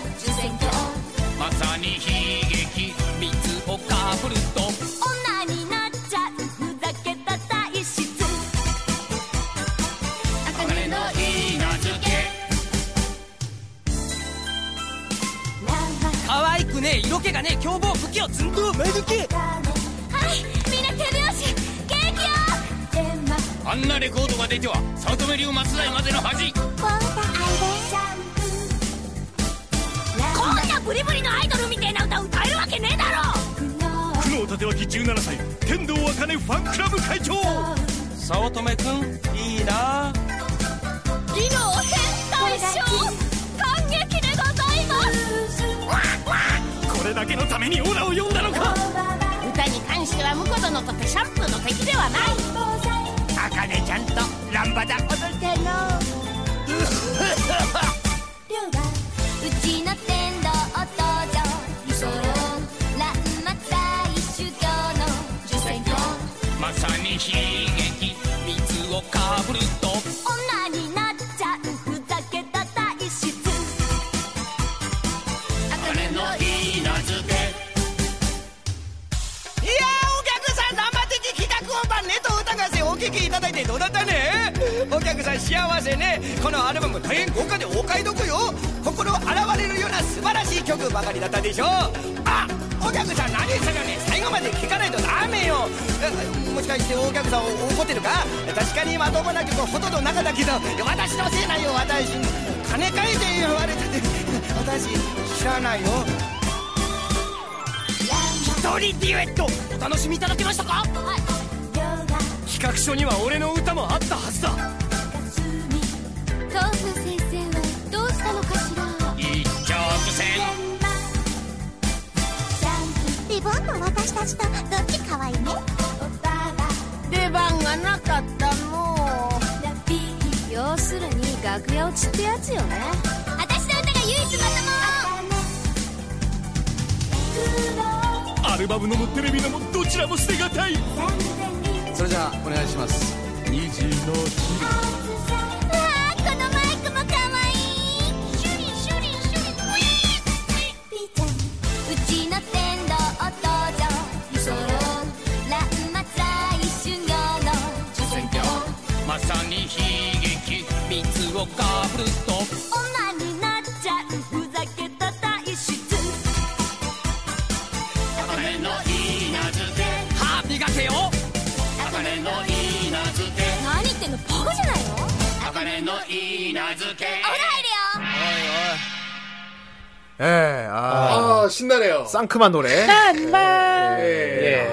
「まさに悲劇水をかぶると」
「女になっちゃうふざけた体質」「あかねのいいなずけ」「ララ
可愛くね色気がね凶暴不器用寸胴目抜き
はいみんな手拍子元気よ」「でま
あんなレコードが出ては早乙女龍松代までの恥
こうたアイデシャンプー」「こんなブリブリのアイドルみたいな歌歌えるわけねえだろ」「
苦労立脇17歳天童茜ファンクラブ会長
早乙女くんいいな
技能変態症感激でございます」
これだけのためにオラを呼んだのか
歌に関しては婿殿とペシャンプーの敵ではない
茜ちゃんとランバダ
うちの天童登場理想乱末大修行の受精業
まさに悲劇水をかぶると
女になっちゃうふざけた体質
茜のいいなずけいやお客さん生的帰宅音版ネト歌合戦お聞きいただいてどうだったねお客さん幸せねこのアルバム大変豪華でお買い得よ心洗われるような素晴らしい曲ばかりだったでしょあおお客さん何言ってるのに最後まで聞かないとダメよえもしかしてお客さん怒ってるか確かにまともな曲ほとんどなかったけど私のせいだよ私金返せ言われてて私知らないよ
一人デュエットお楽しみいただけましたか企画書には俺の歌もあったはずだ
豆腐先生はどうしたのかしら
一直線
リボンの私たちとどっちかわいいね
出番がなかったもう要するに楽屋落ちってやつよね
私の歌が唯一ま
アルバムのもテレビのもどちらも捨てがたい
それじゃあお願いします
ともわあこのマイクもかわいいシュリンシュリンシュリンウィーンピーちゃんうちの天童登場ソロ乱末来修行の受選挙
まさに悲劇蜜をかぶると
女になっちゃうふざけた体質
茜のいなずけ
歯磨けよ
茜のいなずけ
何言ってんのバカじゃないの
茜のいなずけ
お風呂入るよ
ええあ
아 신나네요.
쌍큼한 노래.
예.
아,
예.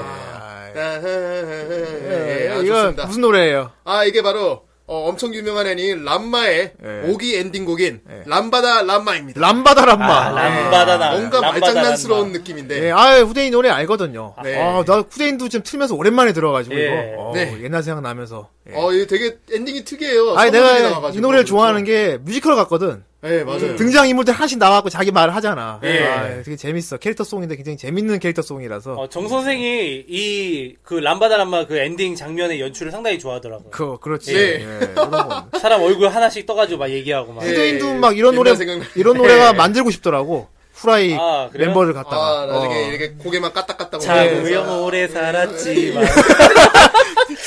아,
이건
좋습니다.
무슨 노래예요?
아 이게 바로 어, 엄청 유명한 애니인 람마의
예.
오기 엔딩곡인 람바다 람마입니다.
람바다
아,
람마.
람바다나.
뭔가
람바다,
말장난스러운
람바.
느낌인데
예, 아 후대인 노래 알거든요.
네.
아, 나 후대인도 지금 틀면서 오랜만에 들어가지고
예.
이거 어,
네.
옛날 생각 나면서. 예.
어, 이거 되게 엔딩이 특이해요.
아니
선물이
내가
나와가지고. 그렇죠.
이 노래를 좋아하는 게 뮤지컬 같거든.
예, 맞아요.
등장 인물들 하나씩 나와갖고 자기 말을 하잖아.
예.
아, 되게 재밌어. 캐릭터 송인데 굉장히 재밌는 캐릭터 송이라서.
어, 정 선생이 이 그 람바다 람마 그 엔딩 장면의 연출을 상당히 좋아하더라고요.
그 그렇지.
예.
예, 그런 거.
사람 얼굴 하나씩 떠가지고 막 얘기하고 막.
예.
후대인도 막 이런 노래
옛날 생각나- 네.
이런 노래가 만들고 싶더라고. 후라이
아, 그래요?
멤버를 갖다가.
아, 나중에
어.
이렇게 고개만 까딱까딱
자,
올리면서
우영 오래 살았지. 막.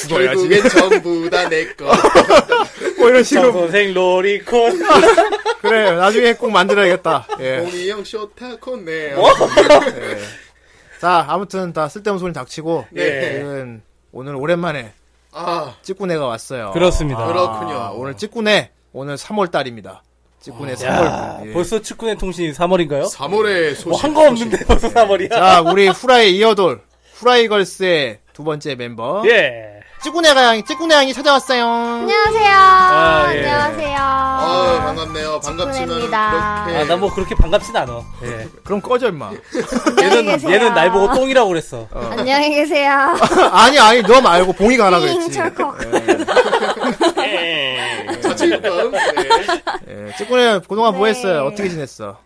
결국엔 전부 다 내 거.
뭐
정
이런 식으로
선생 로리콘.
그래 나중에 꼭 만들어야겠다.
네.
예.
공이 형 쇼타콘네.
어?
자 아무튼 다 쓸데없는 소리 닥치고
네.
오늘은 오늘 오랜만에
아,
찌꾸네가 왔어요.
그렇습니다.
그렇군요.
아, 오늘 찌꾸네 오늘 3월 달입니다. 찌꾸네
아, 야,
3월. 예.
벌써 축구네 통신이 3월인가요?
3월에 소식.
뭐 한 거 없는데 벌써 3월이야.
자 우리 후라이 이어돌 후라이걸스의 두 번째
어?
멤버
예.
찌꾸네가 양이 찌꾸네 양이 찾아왔어요.
안녕하세요
예.
안녕하세요
아, 반갑네요. 반갑지만 그렇게
찌꾸네입니다.
아, 나 뭐 그렇게 반갑진 않아. 예.
그럼 꺼져 임마.
얘는,
계세요.
얘는 날 보고 똥이라고 그랬어.
안녕히 계세요
아니 아니 너 말고 봉이가 하라 그랬지.
철컥
예.
예.
자책감. 네.
예, 찌꾸네 그동안 뭐
네.
했어요? 어떻게 지냈어?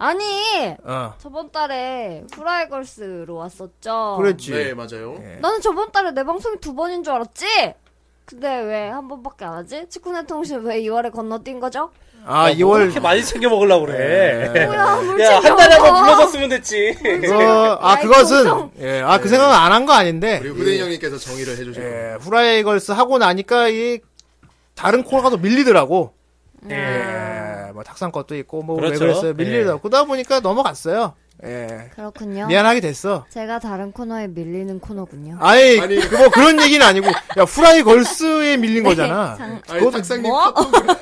아니
어.
저번 달에 후라이걸스로 왔었죠
그랬지.
네, 맞아요.
예.
나는 저번 달에 내 방송이 두 번인 줄 알았지? 근데 왜 한 번밖에 안 하지? 치쿠네 통신 왜 2월에 건너뛴 거죠?
아
이렇게
2월
많이 챙겨 먹으려고 그래.
뭐야, 물
네. 야, 한
챙겨
달에 한
먹어. 네.
번 불러줬으면 됐지.
그거 아
아이,
그것은
정성.
예, 아 그 생각은 안 한 거 아닌데
우리 후대인 형님께서 정의를 해주시고.
예, 후라이걸스 하고 나니까 이 다른 코너가 또 밀리더라고.
네.
예, 뭐 탁상 것도 있고 뭐 왜
그렇죠.
그랬어요 밀리더라고.
예.
그러다 보니까 넘어갔어요.
네.
예,
그렇군요.
미안하게 됐어.
제가 다른 코너에 밀리는 코너군요.
아이
아니.
그 뭐 그런 얘기는 아니고 야 후라이걸스에 밀린
네,
거잖아.
아니, 탁상님
뭐?
카톡으로.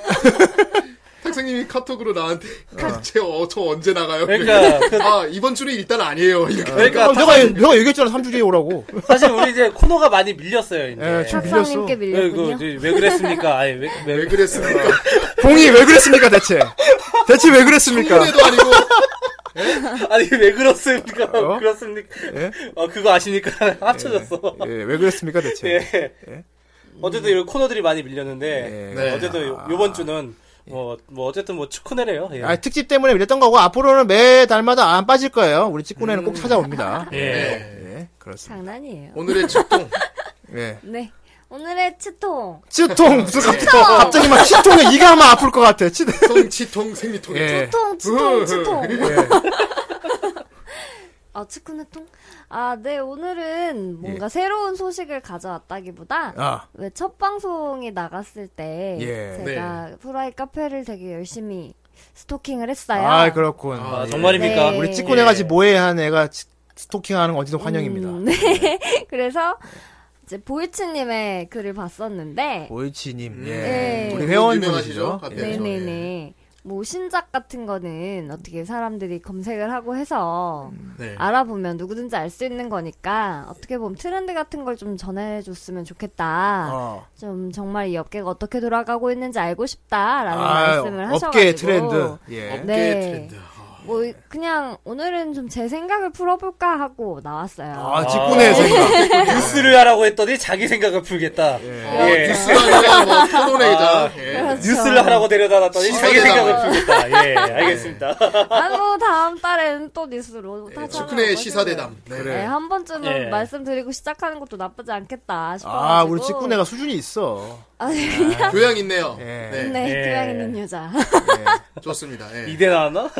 탁상님이 카톡으로 나한테 제, 어, 저 언제 나가요?
그러니까, 그-
아, 이번 주는 일단 아니에요. 이렇게.
어,
그러니까
내가 내가 얘기했잖아 3주 뒤에 오라고.
사실 우리 이제 코너가 많이 밀렸어요. 이제.
예, 지금 밀렸어.
탁상님께
왜, 그,
밀렸군요.
이제 왜 그랬습니까? 아니, 왜, 왜,
왜 그랬습니까?
어.
봉이 왜 그랬습니까 대체? 대체 왜 그랬습니까?
후대도 아니고.
아니, 왜 그렇습니까?
어?
그렇습니까?
예?
어, 그거 아시니까 합쳐졌어.
예, 왜 그랬습니까 대체?
예. 어쨌든 이런 코너들이 많이 밀렸는데
예.
네.
어쨌든 요- 요번 주는 뭐, 뭐 어쨌든 뭐 축구네래요. 예.
아, 특집 때문에 이랬던 거고 앞으로는 매 달마다 안 빠질 거예요. 우리 찌꾸네는
음.
꼭 찾아옵니다.
예.
예, 그렇습니다.
장난이에요.
오늘의 집동.
예.
네. 오늘의 치통.
네.
치통 무슨 갑자기, 갑자기 막 치통에 이가 막 아플 것 같아. 치.
통, 치통, 생리통.
예.
네.
치통, 치통,
어.
치통.
예.
아, 치쿠네통? 아, 네. 오늘은
예.
뭔가 새로운 소식을 가져왔다기보다
아,
왜 첫 방송이 나갔을 때
예.
제가 프라이 카페를 되게 열심히 스토킹을 했어요.
아, 예. 그렇군.
아,
예.
정말입니까?
네.
우리 찌꼬네가지
뭐
모해한 애가 치- 스토킹하는 거 어디든 환영입니다.
음, 네. 그래서 이제 보이츠님의 글을 봤었는데
보이치님, 예.
네.
우리
그분
회원님이시죠?
유명하시죠?
예.
네.
네네네. 뭐 신작 같은 거는 어떻게 사람들이 검색을 하고 해서
음,
네.
알아보면 누구든지 알 수 있는 거니까 어떻게 보면 트렌드 같은 걸 좀 전해줬으면 좋겠다.
어.
좀 정말 이 업계가 어떻게 돌아가고 있는지 알고 싶다라는
아,
말씀을 하셔가지고
업계의 트렌드. 예.
네.
업계의 트렌드.
뭐 그냥 오늘은 좀 제 생각을 풀어볼까 하고 나왔어요.
아, 직군의 생각.
네.
뉴스를 하라고 했더니 자기 생각을 풀겠다. 예.
어, 뉴스가 아니라 뭐 토론회이자.
네.
예.
그렇죠.
뉴스를 하라고 데려다 놨더니 자기
시사회다.
생각을 풀겠다. 예, 알겠습니다.
아, 뭐 다음 달에는 또 뉴스로 다
네, 축구의 시사대담. 네.
네, 한 번쯤은
예.
말씀드리고 시작하는 것도 나쁘지 않겠다 싶어가지고.
아, 우리 직군애가 수준이 있어.
아, 네,
교양 있네요.
예.
네.
네,
예.
교양 있는 여자.
좋습니다. 예.
이대 나왔나?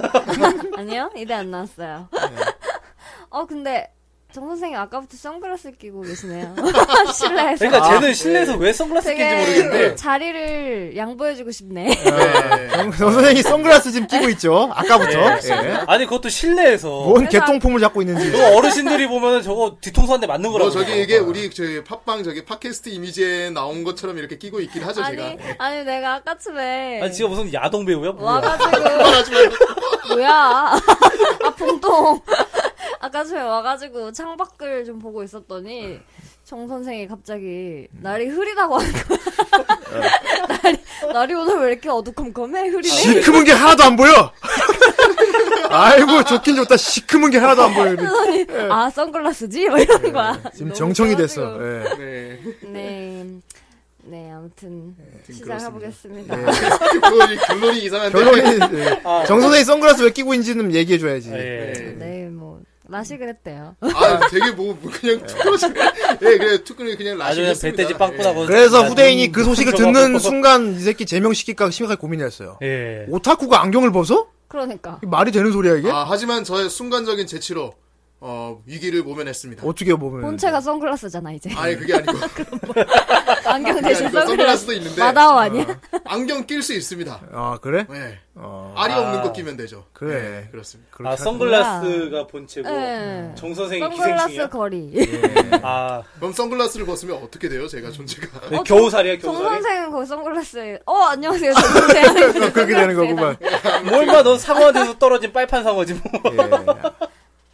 아니요, 이대 안 나왔어요.
네.
어, 근데 정 선생님 아까부터 선글라스 끼고 계시네요. 실내에서.
그러니까 쟤는 실내에서 왜 선글라스 끼는지
되게 그렇죠.
모르겠는데.
자리를 양보해주고 싶네.
예.
정 선생님 선글라스 지금 끼고 있죠? 아까부터. 예.
아니 그것도 실내에서.
뭐?
뭔
그래서-
개똥폼을 잡고 있는지.
그거 어르신들이 보면은 저거 뒤통수 한 대 맞는
뭐
아.
거라고.
저기 이게 우리 저기 팟빵 저기 팟캐스트 이미지에 나온 것처럼 이렇게 끼고 있긴 하죠
아니,
제가.
아니, 내가 아까쯤에.
아니 지금 무슨 야동 배우야? 뭐야.
와가지고. 뭐야. 아, 봉동. 아까 전에 와가지고 창밖을 좀 보고 있었더니 정 선생이 갑자기 날이 흐리다고 하는 거야. 네. 날이, 날이 오늘 왜 이렇게 어두컴컴해? 흐리네?
시큼은 게 하나도 안 보여! 아이고, 좋긴 좋다. 시큼은 게 하나도 안 보여.
그러더니 아 선글라스지? 뭐 이런 거야.
지금
너무
정청이 됐어.
웃겨가지고.
예.
네.
네. 네, 아무튼 시작해보겠습니다.
결론이, 결론이 이상한데.
예. 결론이 예. 정 선생님 선글라스 왜 끼고 있는지는 얘기해 줘야지.
아, 예.
네, 뭐 라식을 했대요.
아 되게 뭐 뭐 그냥 툭 끊어지네. 예, 그냥 툭
아주
끊어 그냥
그냥
라시했습니다. 네. 예.
배때지 빵꾸나고.
그래서 후대인이 그 소식을 듣는
순간.
순간 이 새끼 제명시킬까 심각하게 고민했어요.
예.
오타쿠가 안경을 벗어?
그러니까.
이게 말이 되는 소리야 이게?
아 하지만 저의 순간적인 재치로 어 위기를 모면했습니다.
어떻게 보면
본체가 선글라스잖아 이제.
아니 그게 아니고
안경
그게
대신
아니고
선글라스. 네.
선글라스도 있는데
마다오 아니야?
안경 낄 수 있습니다.
아 그래?
네.
어
알이 없는
아.
거 끼면 되죠.
그래.
네, 그렇습니다.
그렇게
아
하죠.
선글라스가 본체고
예.
정 선생이
선글라스
기생충이야.
거리.
아
그럼 선글라스를 벗으면 어떻게 돼요? 제가 존재가
어,
겨우살이야
정
겨우살이.
선생은 거기 선글라스. 어 안녕하세요. 정 선생.
어, 그렇게 되는 거구만.
뭘마 넌 상어한테서 떨어진 빨판 상어지 뭐.
네.
예.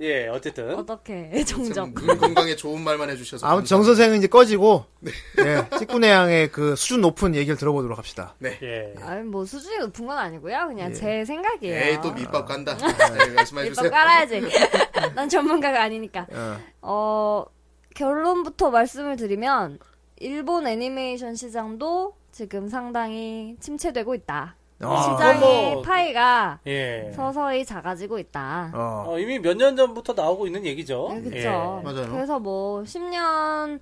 예 어쨌든.
어떻게 정적.
참 눈 건강에 좋은 말만 해주셔서
아무튼 정
감사합니다.
선생은 이제 꺼지고
네.
예, 찌꾸네 양의 그 수준 높은 얘기를 들어보도록 합시다.
예.
아니 뭐 수준이 높은 건 아니고요. 그냥 제 생각이에요.
예. 에이 또 밑밥 간다. 네, 말씀해
아. 밑밥
주세요.
깔아야지. 난 전문가가 아니니까. 어, 결론부터 말씀을 드리면, 일본 애니메이션 시장도 지금 상당히 침체되고 있다. 시장의
아, 어머.
파이가
뭐 예.
서서히 작아지고 있다.
어.
어, 이미 몇 년 전부터 나오고 있는 얘기죠.
네, 그쵸.
예.
맞아요.
그래서 뭐, 10년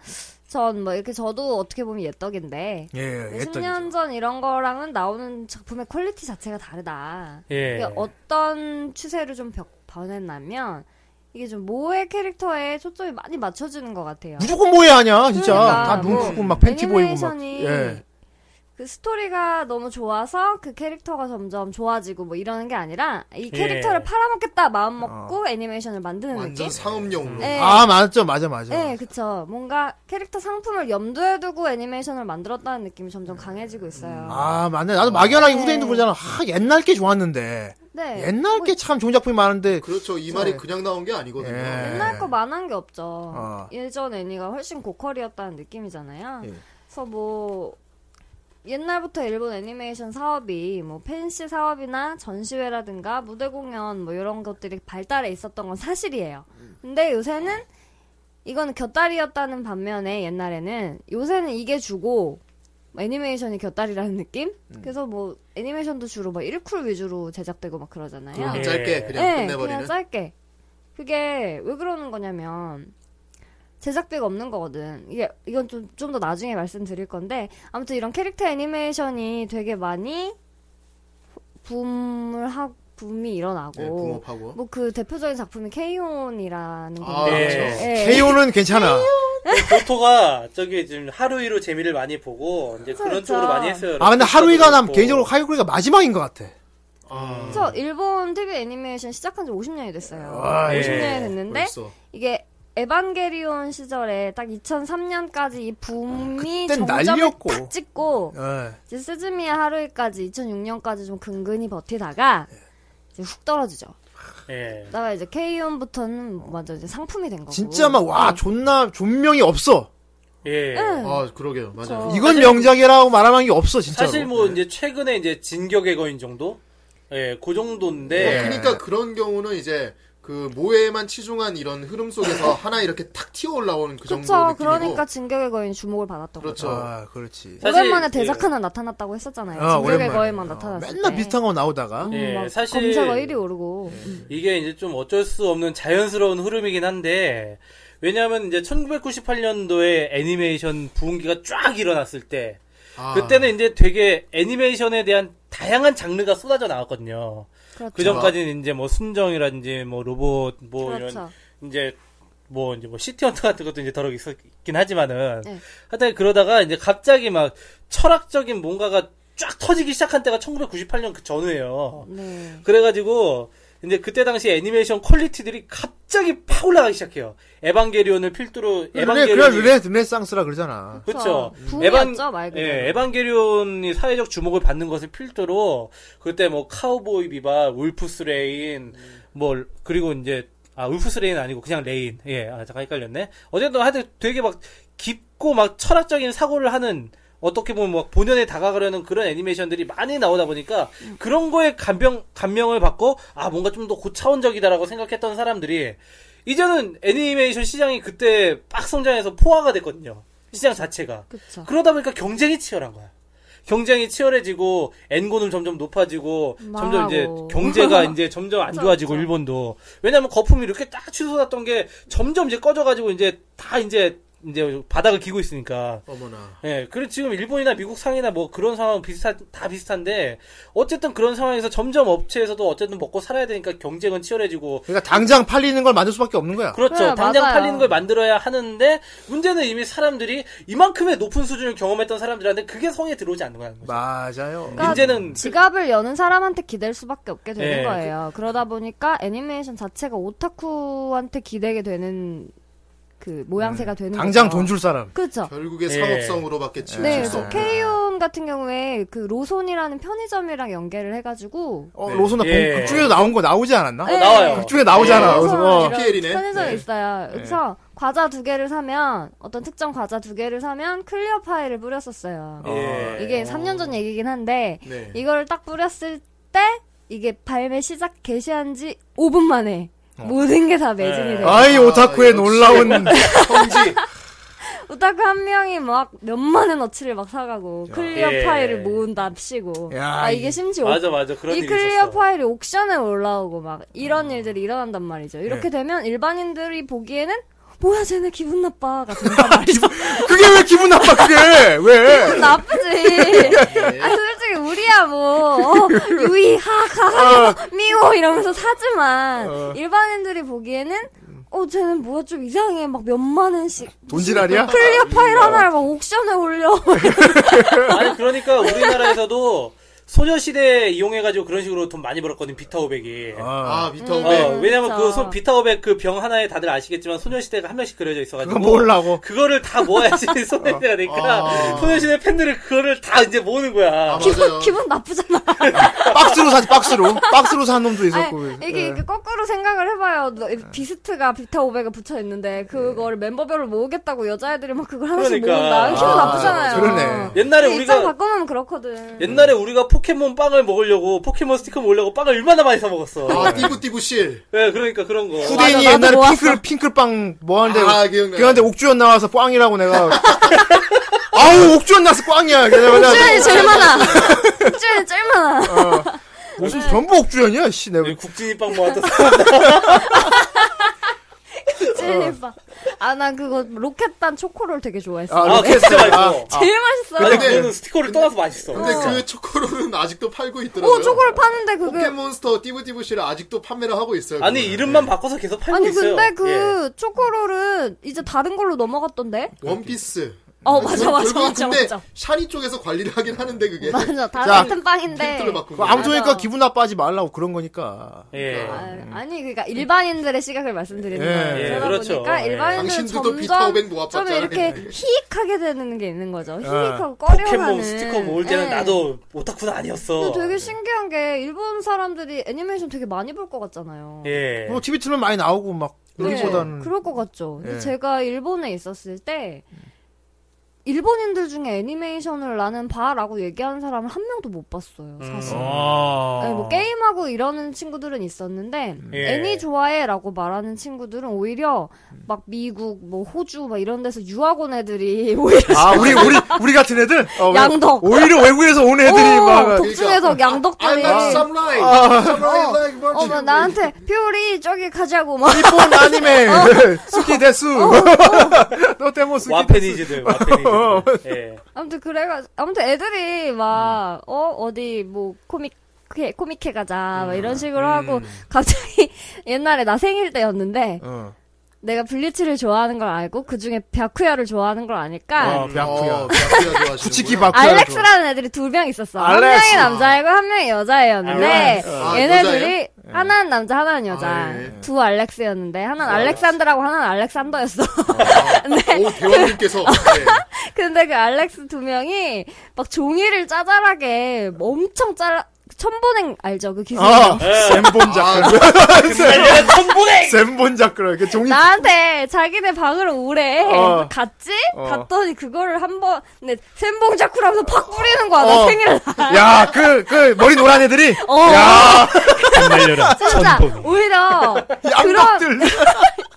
전, 뭐, 이렇게 저도 어떻게 보면 옛떡인데,
예, 예, 했던
10년 전 이런 거랑은 나오는 작품의 퀄리티 자체가 다르다.
예.
이게 어떤 추세를 좀 벽- 변했냐면 이게 좀 모의 캐릭터에 초점이 많이 맞춰지는 것 같아요.
무조건 뭐해 하냐 진짜
그러니까.
다 눈 크고 막 팬티 보이고 막.
애니메이션이
예.
그 스토리가 너무 좋아서 그 캐릭터가 점점 좋아지고 뭐 이러는 게 아니라 이 캐릭터를
예.
팔아먹겠다 마음 먹고 애니메이션을 만드는
완전
느낌?
상업용으로.
예.
아 맞죠 맞아 맞아.
네, 그쵸. 뭔가 캐릭터 상품을 염두에 두고 애니메이션을 만들었다는 느낌이 점점 강해지고 있어요.
아 맞네 나도 막연하게
네.
후대인도 보잖아. 아 옛날 게 좋았는데
네.
옛날 게 참 좋은 작품이 많은데
그렇죠. 이 말이 그냥 나온 게 아니거든요.
예.
옛날 거 만한 게 없죠.
어.
예전 애니가 훨씬 고퀄이었다는 느낌이잖아요.
예.
그래서 뭐 옛날부터 일본 애니메이션 사업이 뭐 팬시 사업이나 전시회라든가 무대 공연 뭐 이런 것들이 발달해 있었던 건 사실이에요.
음.
근데 요새는 이거는 곁다리였다는 반면에 옛날에는 요새는 이게 주고 애니메이션이 곁다리라는 느낌?
음.
그래서 뭐 애니메이션도 주로 막 1쿨 위주로 제작되고 막 그러잖아요.
그냥
예.
짧게 그냥
네,
끝내버리는.
그냥 짧게. 그게 왜 그러는 거냐면 제작비가 없는 거거든. 이게 이건 좀 좀 더 나중에 말씀드릴 건데 아무튼 이런 캐릭터 애니메이션이 되게 많이 붐을 하 붐이
네,
일어나고
붕업하고.
뭐 그 대표적인 작품이 케이온이라는 건데.
아,
예.
그렇죠.
예.
케이오는 괜찮아.
보토가 저기 지금 하루이로 재미를 많이 보고 이제 그런
그렇죠.
쪽으로 많이 했어요.
아 근데 하루이가 난
있고.
개인적으로 하루이가 마지막인 것 같아.
그래서 일본 TV 애니메이션 시작한 지 50년이 됐어요.
와, 예.
50년이 됐는데
아, 네. 벌써.
이게 에반게리온 시절에 딱 2003년까지
아,
이 붐이
그땐
정점을
날렸고.
탁 찍고
예.
이제 스즈미의 하루이까지 2006년까지 좀 근근히 버티다가 이제 훅 떨어지죠.
예.
그다음에 이제 K1부터는 먼저 이제 상품이 된 거고. 음.
진짜 막 와 존나 존명이 없어.
예.
응.
아 그러게요 맞아요
저-
이건 명작이라고 말하는 게 없어 진짜로. 네.
사실 뭐 이제 최근에 이제 진격의 거인 정도? 예, 그
네.
정도인데.
어,
그러니까 그런 경우는 이제 그 모해에만 치중한 이런 흐름 속에서 하나 이렇게 탁 튀어 올라오는 그 정도
그쵸.
느낌이고
그러니까 진격의 거인 주목을 받았던 거죠.
그렇죠
아 그렇지.
사실-
오랜만에
예.
대작 하나 나타났다고 했었잖아요.
아,
진격의
오랜만에.
거인만
어,
나타났을 때.
맨날 비슷한 거 나오다가.
음,
예,
막
사실- 예.
검색어 1위 오르고. 음.
이게 이제 좀 어쩔 수 없는 자연스러운 흐름이긴 한데 왜냐하면 이제 1998년도에 애니메이션 부흥기가 쫙 일어났을 때
아,
그때는 이제 되게 애니메이션에 대한 다양한 장르가 쏟아져 나왔거든요.
그렇죠.
그 전까지는 이제 뭐 순정이라든지 뭐 로봇 뭐
그렇죠.
이런 이제 뭐 이제 뭐 시티헌터 같은 것도 이제 더러 있었긴 하지만은
네.
하여튼 그러다가 이제 갑자기 막 철학적인 뭔가가 쫙 터지기 시작한 때가 1998년 그 전후예요.
네.
그래가지고 이제 그때 당시 애니메이션 퀄리티들이 갑자기 팍 올라가기 시작해요. 에반게리온을 필두로
르네 그래
에반게리온
르네 르네상스라 그러잖아.
그쵸.
붐이었죠 말 그대로.
예, 에반게리온이 사회적 주목을 받는 것을 필두로 그때 뭐 카우보이 비밥, 울프스 레인 뭐 그리고 이제 아 울프스 레인 아니고 그냥 레인. 예. 아 잠깐 헷갈렸네. 어쨌든 하여튼 되게 막 깊고 막 철학적인 사고를 하는 어떻게 보면 막 본연에 다가가려는 그런 애니메이션들이 많이 나오다 보니까
음.
그런 거에 감명 감명을 받고 아 뭔가 좀 더 고차원적이다라고 생각했던 사람들이 이제는 애니메이션 시장이 그때 빡 성장해서 포화가 됐거든요. 시장 자체가.
그쵸.
그러다 보니까 경쟁이 치열한 거야. 경쟁이 치열해지고 엔고는 점점 높아지고 점점 이제
망하고.
경제가 이제 점점 안
그쵸,
좋아지고
그쵸.
일본도 왜냐하면 거품이 이렇게 딱 취소됐던 게 점점 이제 꺼져가지고 이제 다 이제 이제 바닥을 기고 있으니까
어머나
예 그리고 지금 일본이나 미국 상이나 뭐 그런 상황 비슷한 다 비슷한데 어쨌든 그런 상황에서 점점 업체에서도 어쨌든 먹고 살아야 되니까 경쟁은 치열해지고
그러니까 당장 팔리는 걸 만들 수밖에 없는 거야.
그렇죠.
그래,
당장
네, 맞아요.
팔리는 걸 만들어야 하는데 문제는 이미 사람들이 이만큼의 높은 수준을 경험했던 사람들한테 그게 성에 들어오지 않는 거라는 거죠.
맞아요.
그러니까
이제는
지갑을 여는 사람한테 기댈 수밖에 없게 되는
예,
거예요. 그, 러다 보니까 애니메이션 자체가 오타쿠한테 기대게 되는 그 모양새가 되는
음. 당장
거죠.
돈 줄 사람.
그렇죠.
결국에
네.
예.
상업성으로밖에 치우칠
네,
수
그래서
없는
케이온 같은 경우에 그 로손이라는 편의점이랑 연계를 해가지고
어,
네.
로소나
예.
예. 그중에도 나온 거 나오지 않았나?
네.
어, 뭐 나와요.
그중에 나오잖아.
예.
그래서 어.
이런
PL이네.
편의점이
네.
있어요. 그래서 과자 두 개를 사면 어떤 특정 과자 두 개를 사면 클리어 파일을 뿌렸었어요.
예.
이게 3년 전 얘기긴 한데
네.
이거를 딱 뿌렸을 때 이게 발매 시작 개시한 지 5분 만에 모든 게 다 매진이
네.
돼요.
아이
아,
오타쿠의
역시.
놀라운
성지
오타쿠 한 명이 막 몇만원 어치를 막 사가고 클리어
예.
파일을 모은답시고
야,
아
이-
이게 심지어
맞아 맞아 그런
이
일이
클리어
있었어. 아.
파일이 옥션에 올라오고 막 이런 일들이 일어난단 말이죠. 이렇게
예.
되면 일반인들이 보기에는 뭐야 쟤네 기분 나빠가 된단 말이죠.
그게 왜 기분 나빠 그게 왜?
나쁘지.
예.
아 솔직히 우리야 뭐 어, 유이
어.
하하 미워 이러면서 사지만 일반인들이 보기에는 어 쟤는 뭐야 좀 이상해 막 몇만 원씩
아,
돈지랄이야?
클리어 파일 하나를 막 옥션에 올려.
아니 그러니까 우리나라에서도 소녀시대 이용해가지고 그런 식으로 돈 많이 벌었거든 비타 500이.
아,
아
음.
어,
미터오백
그렇죠.
왜냐면
네, 그쵸.
그 손- 비타 500 그 병 하나에 다들 아시겠지만 소녀시대가 한 명씩 그려져 있어가지고.
그거 어. 모으려고.
그거를 다 모아야지 소녀시대가 되니까
아.
소녀시대 팬들은 그거를 다 이제 모으는 거야.
아,
기분
맞아요
기분 나쁘잖아.
박스로 사지 박스로 박스로 산 놈도 있었고.
아니, 이게,
예.
이렇게 거꾸로 생각을 해봐요. 너- 비스트가 비타 500에 붙여 있는데 그걸 멤버별로 모으겠다고 여자애들이 막 그걸 하나씩
그러니까.
모은다. 기분
아,
나쁘잖아요.
그러네.
옛날에
근데 입장
우리가
바꾸면 그렇거든.
옛날에 우리가 포켓몬 빵을 먹으려고 포켓몬 스티커 먹으려고 빵을 얼마나 많이 사 먹었어.
아 띠부띠부실
네, 그러니까 그런 거.
후대인이
맞아, 나도
옛날에
모았어.
핑클 핑클빵 뭐 하는데
아 기억나
그한테 옥주현 나와서 꽝이라고 내가 아우 옥주현 나서 꽝이야. 옥주현
옥주현이 제일 많아. 옥주현이 제일 많아.
무슨 전부 옥주현이야 씨 내가.
네, 국진이 빵 모았다.
옥주현이 봐. 아, 난 그거 로켓단 초코롤 되게 좋아했어.
아, 그거 진짜 맛있어.
제일 맛있어.
아니,
근데-
그거는 스티커를 떠나서 맛있어.
근데 그 초코롤은 아직도 팔고 있더라고요
오, 네. 어, 초코롤 파는데 그게.
그 포켓몬스터 띠부띠부실을 아직도 판매를 하고 있어요
아니,
그거는.
이름만 바꿔서 계속 팔고
아니,
있어요.
근데
예.
그 초코롤은 이제 다른 걸로 넘어갔던데?
원피스
어 맞아 맞아
결국은
맞아
근데
맞아.
샤니 쪽에서 관리를 하긴 하는데 그게
맞아 다
자,
같은 빵인데.
캐릭터를 바꾼
그거
거야.
아무 소리니까
맞아.
기분 나빠하지 말라고 그런 거니까.
예.
아, 니 그러니까 일반인들의 시각을
음.
말씀드리는
예,
거예요.
예,
그러다
그렇죠.
보니까
예.
일반인들은
당신들도 피터
점점
오벤
좀
모아봤잖아.
이렇게 희익하게 되는 게 있는 거죠.
예.
희익하고
아,
꺼려하는.
포켓몬 스티커 모을 때는
예.
나도 오타쿠는 아니었어.
근데 되게 신기한 게 일본 사람들이 애니메이션 되게 많이 볼 것 같잖아요. 네.
예.
뭐 TV 틀면 많이 나오고 막 우리보다는
그럴 것 같죠. 근데
예.
제가 일본에 있었을 때 일본인들 중에 애니메이션을 나는 봐라고 얘기하는 사람을 한 명도 못 봤어요.
음.
사실.
아.
아니, 뭐 게임하고 이러는 친구들은 있었는데
예.
애니 좋아해라고 말하는 친구들은 오히려 막 미국, 뭐 호주 막 이런 데서 유학원 애들이 오히려
아 우리 우리 우리 같은 애들 어,
양덕.
오히려 외국에서 온 애들이
오,
막
어,
그러니까.
독수리에서 양덕들이
I'm like samurai.
아.
samurai like virgin.
어, 막 나한테 퓨리 저기 가자고 막
일본 아니메
어,
스키 데스 너 때문에 스키
아, 와페니즈들, 와페니즈들. 예.
아무튼 그래가 아무튼 애들이 막 어 어디 뭐 코믹 해- 코믹해 가자 막 이런 식으로 하고 갑자기 옛날에 나 생일 때였는데
어.
내가 블리츠를 좋아하는 걸 알고 그 중에 벽쿠야를 좋아하는 걸 아니까
어, 야쿠야
어, 야쿠야 좋아하시는구나.
부치기 바쿠야
알렉스라는 애들이 두 명 있었어. 한
알렉스.
명이 남자애고 한 명이 여자애였는데
알렉스.
아,
얘네들이 하나는 남자 하나는 여자
아, 예.
두 알렉스였는데 하나는 알렉산드라고 하나는 알렉산더였어. 네.
오 대원님께서 네.
근데 그 알렉스 두 명이 막 종이를 짜잘하게 엄청 잘라 천보냉 알죠 그 기술
아
네.
샘본 작가
내가 천분에!
아, 샘본 작가 그 종이
나한테 자기네 방으로 오래
어.
갔지
어.
갔더니 그거를 한번 근데 샘봉자쿠라면서 팍 뿌리는 거야 나
어.
생일날
야그 그 머리 노란 애들이
어.
야
날려라.
진짜 오히려 그런
양덕들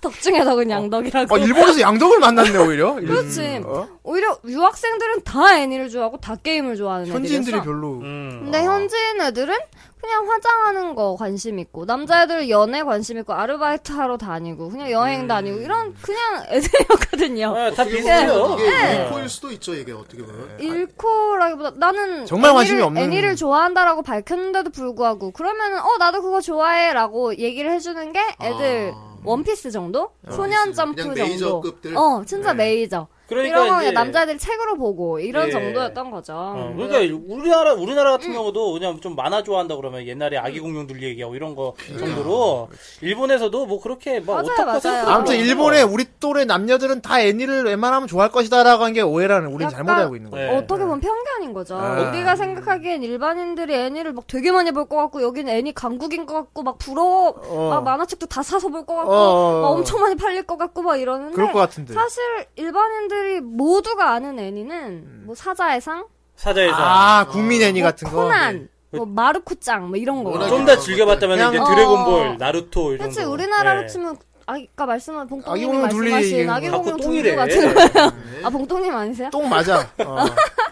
덕 중에 덕은 양덕이라고
어, 일본에서 양덕을 만났네 오히려 일-
그렇지
어?
오히려 유학생들은 다 애니를 좋아하고 다 게임을 좋아하는
현지인들이
애들이었어.
별로
음.
근데 현지인 애들은 그냥 화장하는 거 관심 있고 남자애들은 연애 관심 있고 아르바이트 하러 다니고 그냥 여행
음.
다니고 이런 그냥 애들이었거든요.
아, 다
이게
비슷해요.
예. 네.
이게 뭐 코일 수도 있죠 이게 어떻게 보면.
네.
일코라기보다 나는
정말
애니를-
관심이 없는-
애니를 좋아한다라고 밝혔는데도 불구하고 그러면은 어 나도 그거 좋아해라고 얘기를 해주는 게 애들
아.
원피스 정도, 소년 점프
그냥
정도,
메이저급들? 네.
어 진짜 메이저 이런 거
그러니까 이제.
그냥 남자들이 책으로 보고 이런
예.
정도였던 거죠.
어, 그러니까 우리나라 우리나라 같은
음.
경우도 그냥 좀 만화 좋아한다 그러면 옛날에 아기 공룡 둘리 얘기하고 이런 거 정도로 일본에서도 뭐 그렇게 어, 막
음. 아, 맞아요,
오타쿠
맞아요.
생각하고
아무튼
그런
일본의
거.
우리 또래 남녀들은 다 애니를 웬만하면 좋아할 것이다라고 한 게 오해라는 우린
약간-
잘못 알고 있는 거예요.
네.
어떻게 보면 편견인 거죠.
아.
우리가 생각하기엔 일반인들이 애니를 막 되게 많이 볼 것 같고 여기는 애니 강국인 것 같고 막 부러워
어.
막 만화책도 다 사서 볼 것 같고
어.
막 엄청 많이 팔릴 것 같고 막 이러는데
그럴 것
네.
같은데.
사실 일반인들이 모두가
음.
아는 애니는 뭐 사자의 상, 뭐
사자에서
아 국민 애니 같은 거.
어, 코난,
네.
뭐 마르쿠짱 뭐 이런 거.
워낙에
좀 더 즐겨봤다면
그냥-
이제 드래곤볼,
어.
나루토 이런
그렇지
거.
우리나라로
예.
치면 아까 말씀한
아기
봉똥님이
공룡 둘리
말씀하신
얘기는
아기
자꾸
공룡
똥이래. 네.
둘리 같은 거예요. 아 봉똥님 아니세요?
네. 똥 맞아. 어.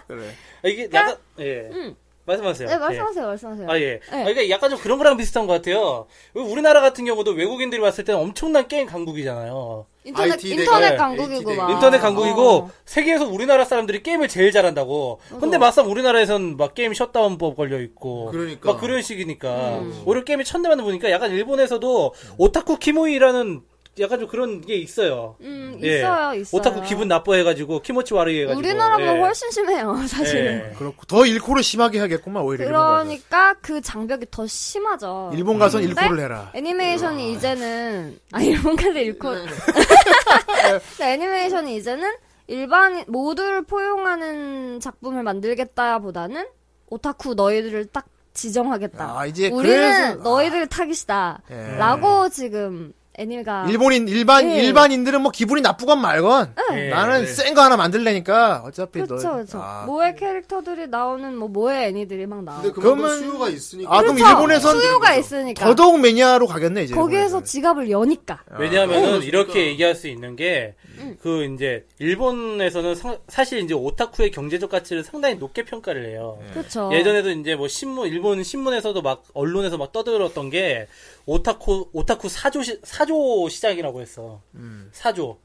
그래.
아, 이게 약간 예
응.
말씀하세요.
그러니까, 네
예.
말씀하세요 말씀하세요.
아, 예.
네.
아, 그러니까 약간 좀 그런 거랑 비슷한 것 같아요. 우리나라 같은 경우도 외국인들이 왔을 때는 엄청난 게임 강국이잖아요.
인터넷
IT 대가-
인터넷
네,
강국이고
IT
막
대가.
인터넷 강국이고,
어.
세계에서 우리나라 사람들이 게임을 제일 잘한다고. 근데 막상 우리나라에선 막 게임 셧다운법 걸려있고.
그러니까.
막 그런 식이니까.
음.
오히려 게임이 천대만 보니까 약간 일본에서도 오타쿠 키모이라는 약간 좀 그런 게 있어요.
음
예.
있어요 있어요.
오타쿠 기분 나빠해가지고, 키모치 와르이 해가지고.
우리나라보다
예.
훨씬 심해요 사실. 은
예.
그렇고 더 일코를 심하게 하겠구만 오히려 일본
네. 그러니까 음. 그 장벽이 더 심하죠.
가서. 일본 가선
근데
일코를 해라.
애니메이션이 이제는 아 일본까지 일코.
네.
네, 애니메이션이 이제는 일반 모두를 포용하는 작품을 만들겠다보다는 오타쿠 너희들을 딱 지정하겠다.
아 이제
우리는
그래서 아. 예.
너희들의 타깃이다라고 지금 애니가
일본인 일반
예.
일반인들은 뭐 기분이 나쁘건 말건
예.
나는 센 거 하나 만들래니까 어차피
네. 그렇죠
너.
그렇죠.
아.
모의 캐릭터들이 나오는 뭐 모의 애니들이 막 나와.
근데
요
그만큼
그러면-
수요가 있으니까.
아,
그렇죠.
그럼 일본에선
수요가 있으니까.
더더욱 매니아로 가겠네 이제.
그러니까. 거기에서
일본에서는.
지갑을 여니까.
왜냐하면은 이렇게 얘기할 수 있는 게
음.
그 이제 일본에서는 상- 사실 이제 오타쿠의 경제적 가치를 상당히 높게 평가를 해요.
그렇죠.
예전에도 이제 뭐 신문 일본 신문에서도 막 언론에서 막 떠들었던 게 오타쿠 오타쿠 사조 시, 사조 시장이라고 했어. 사조 음.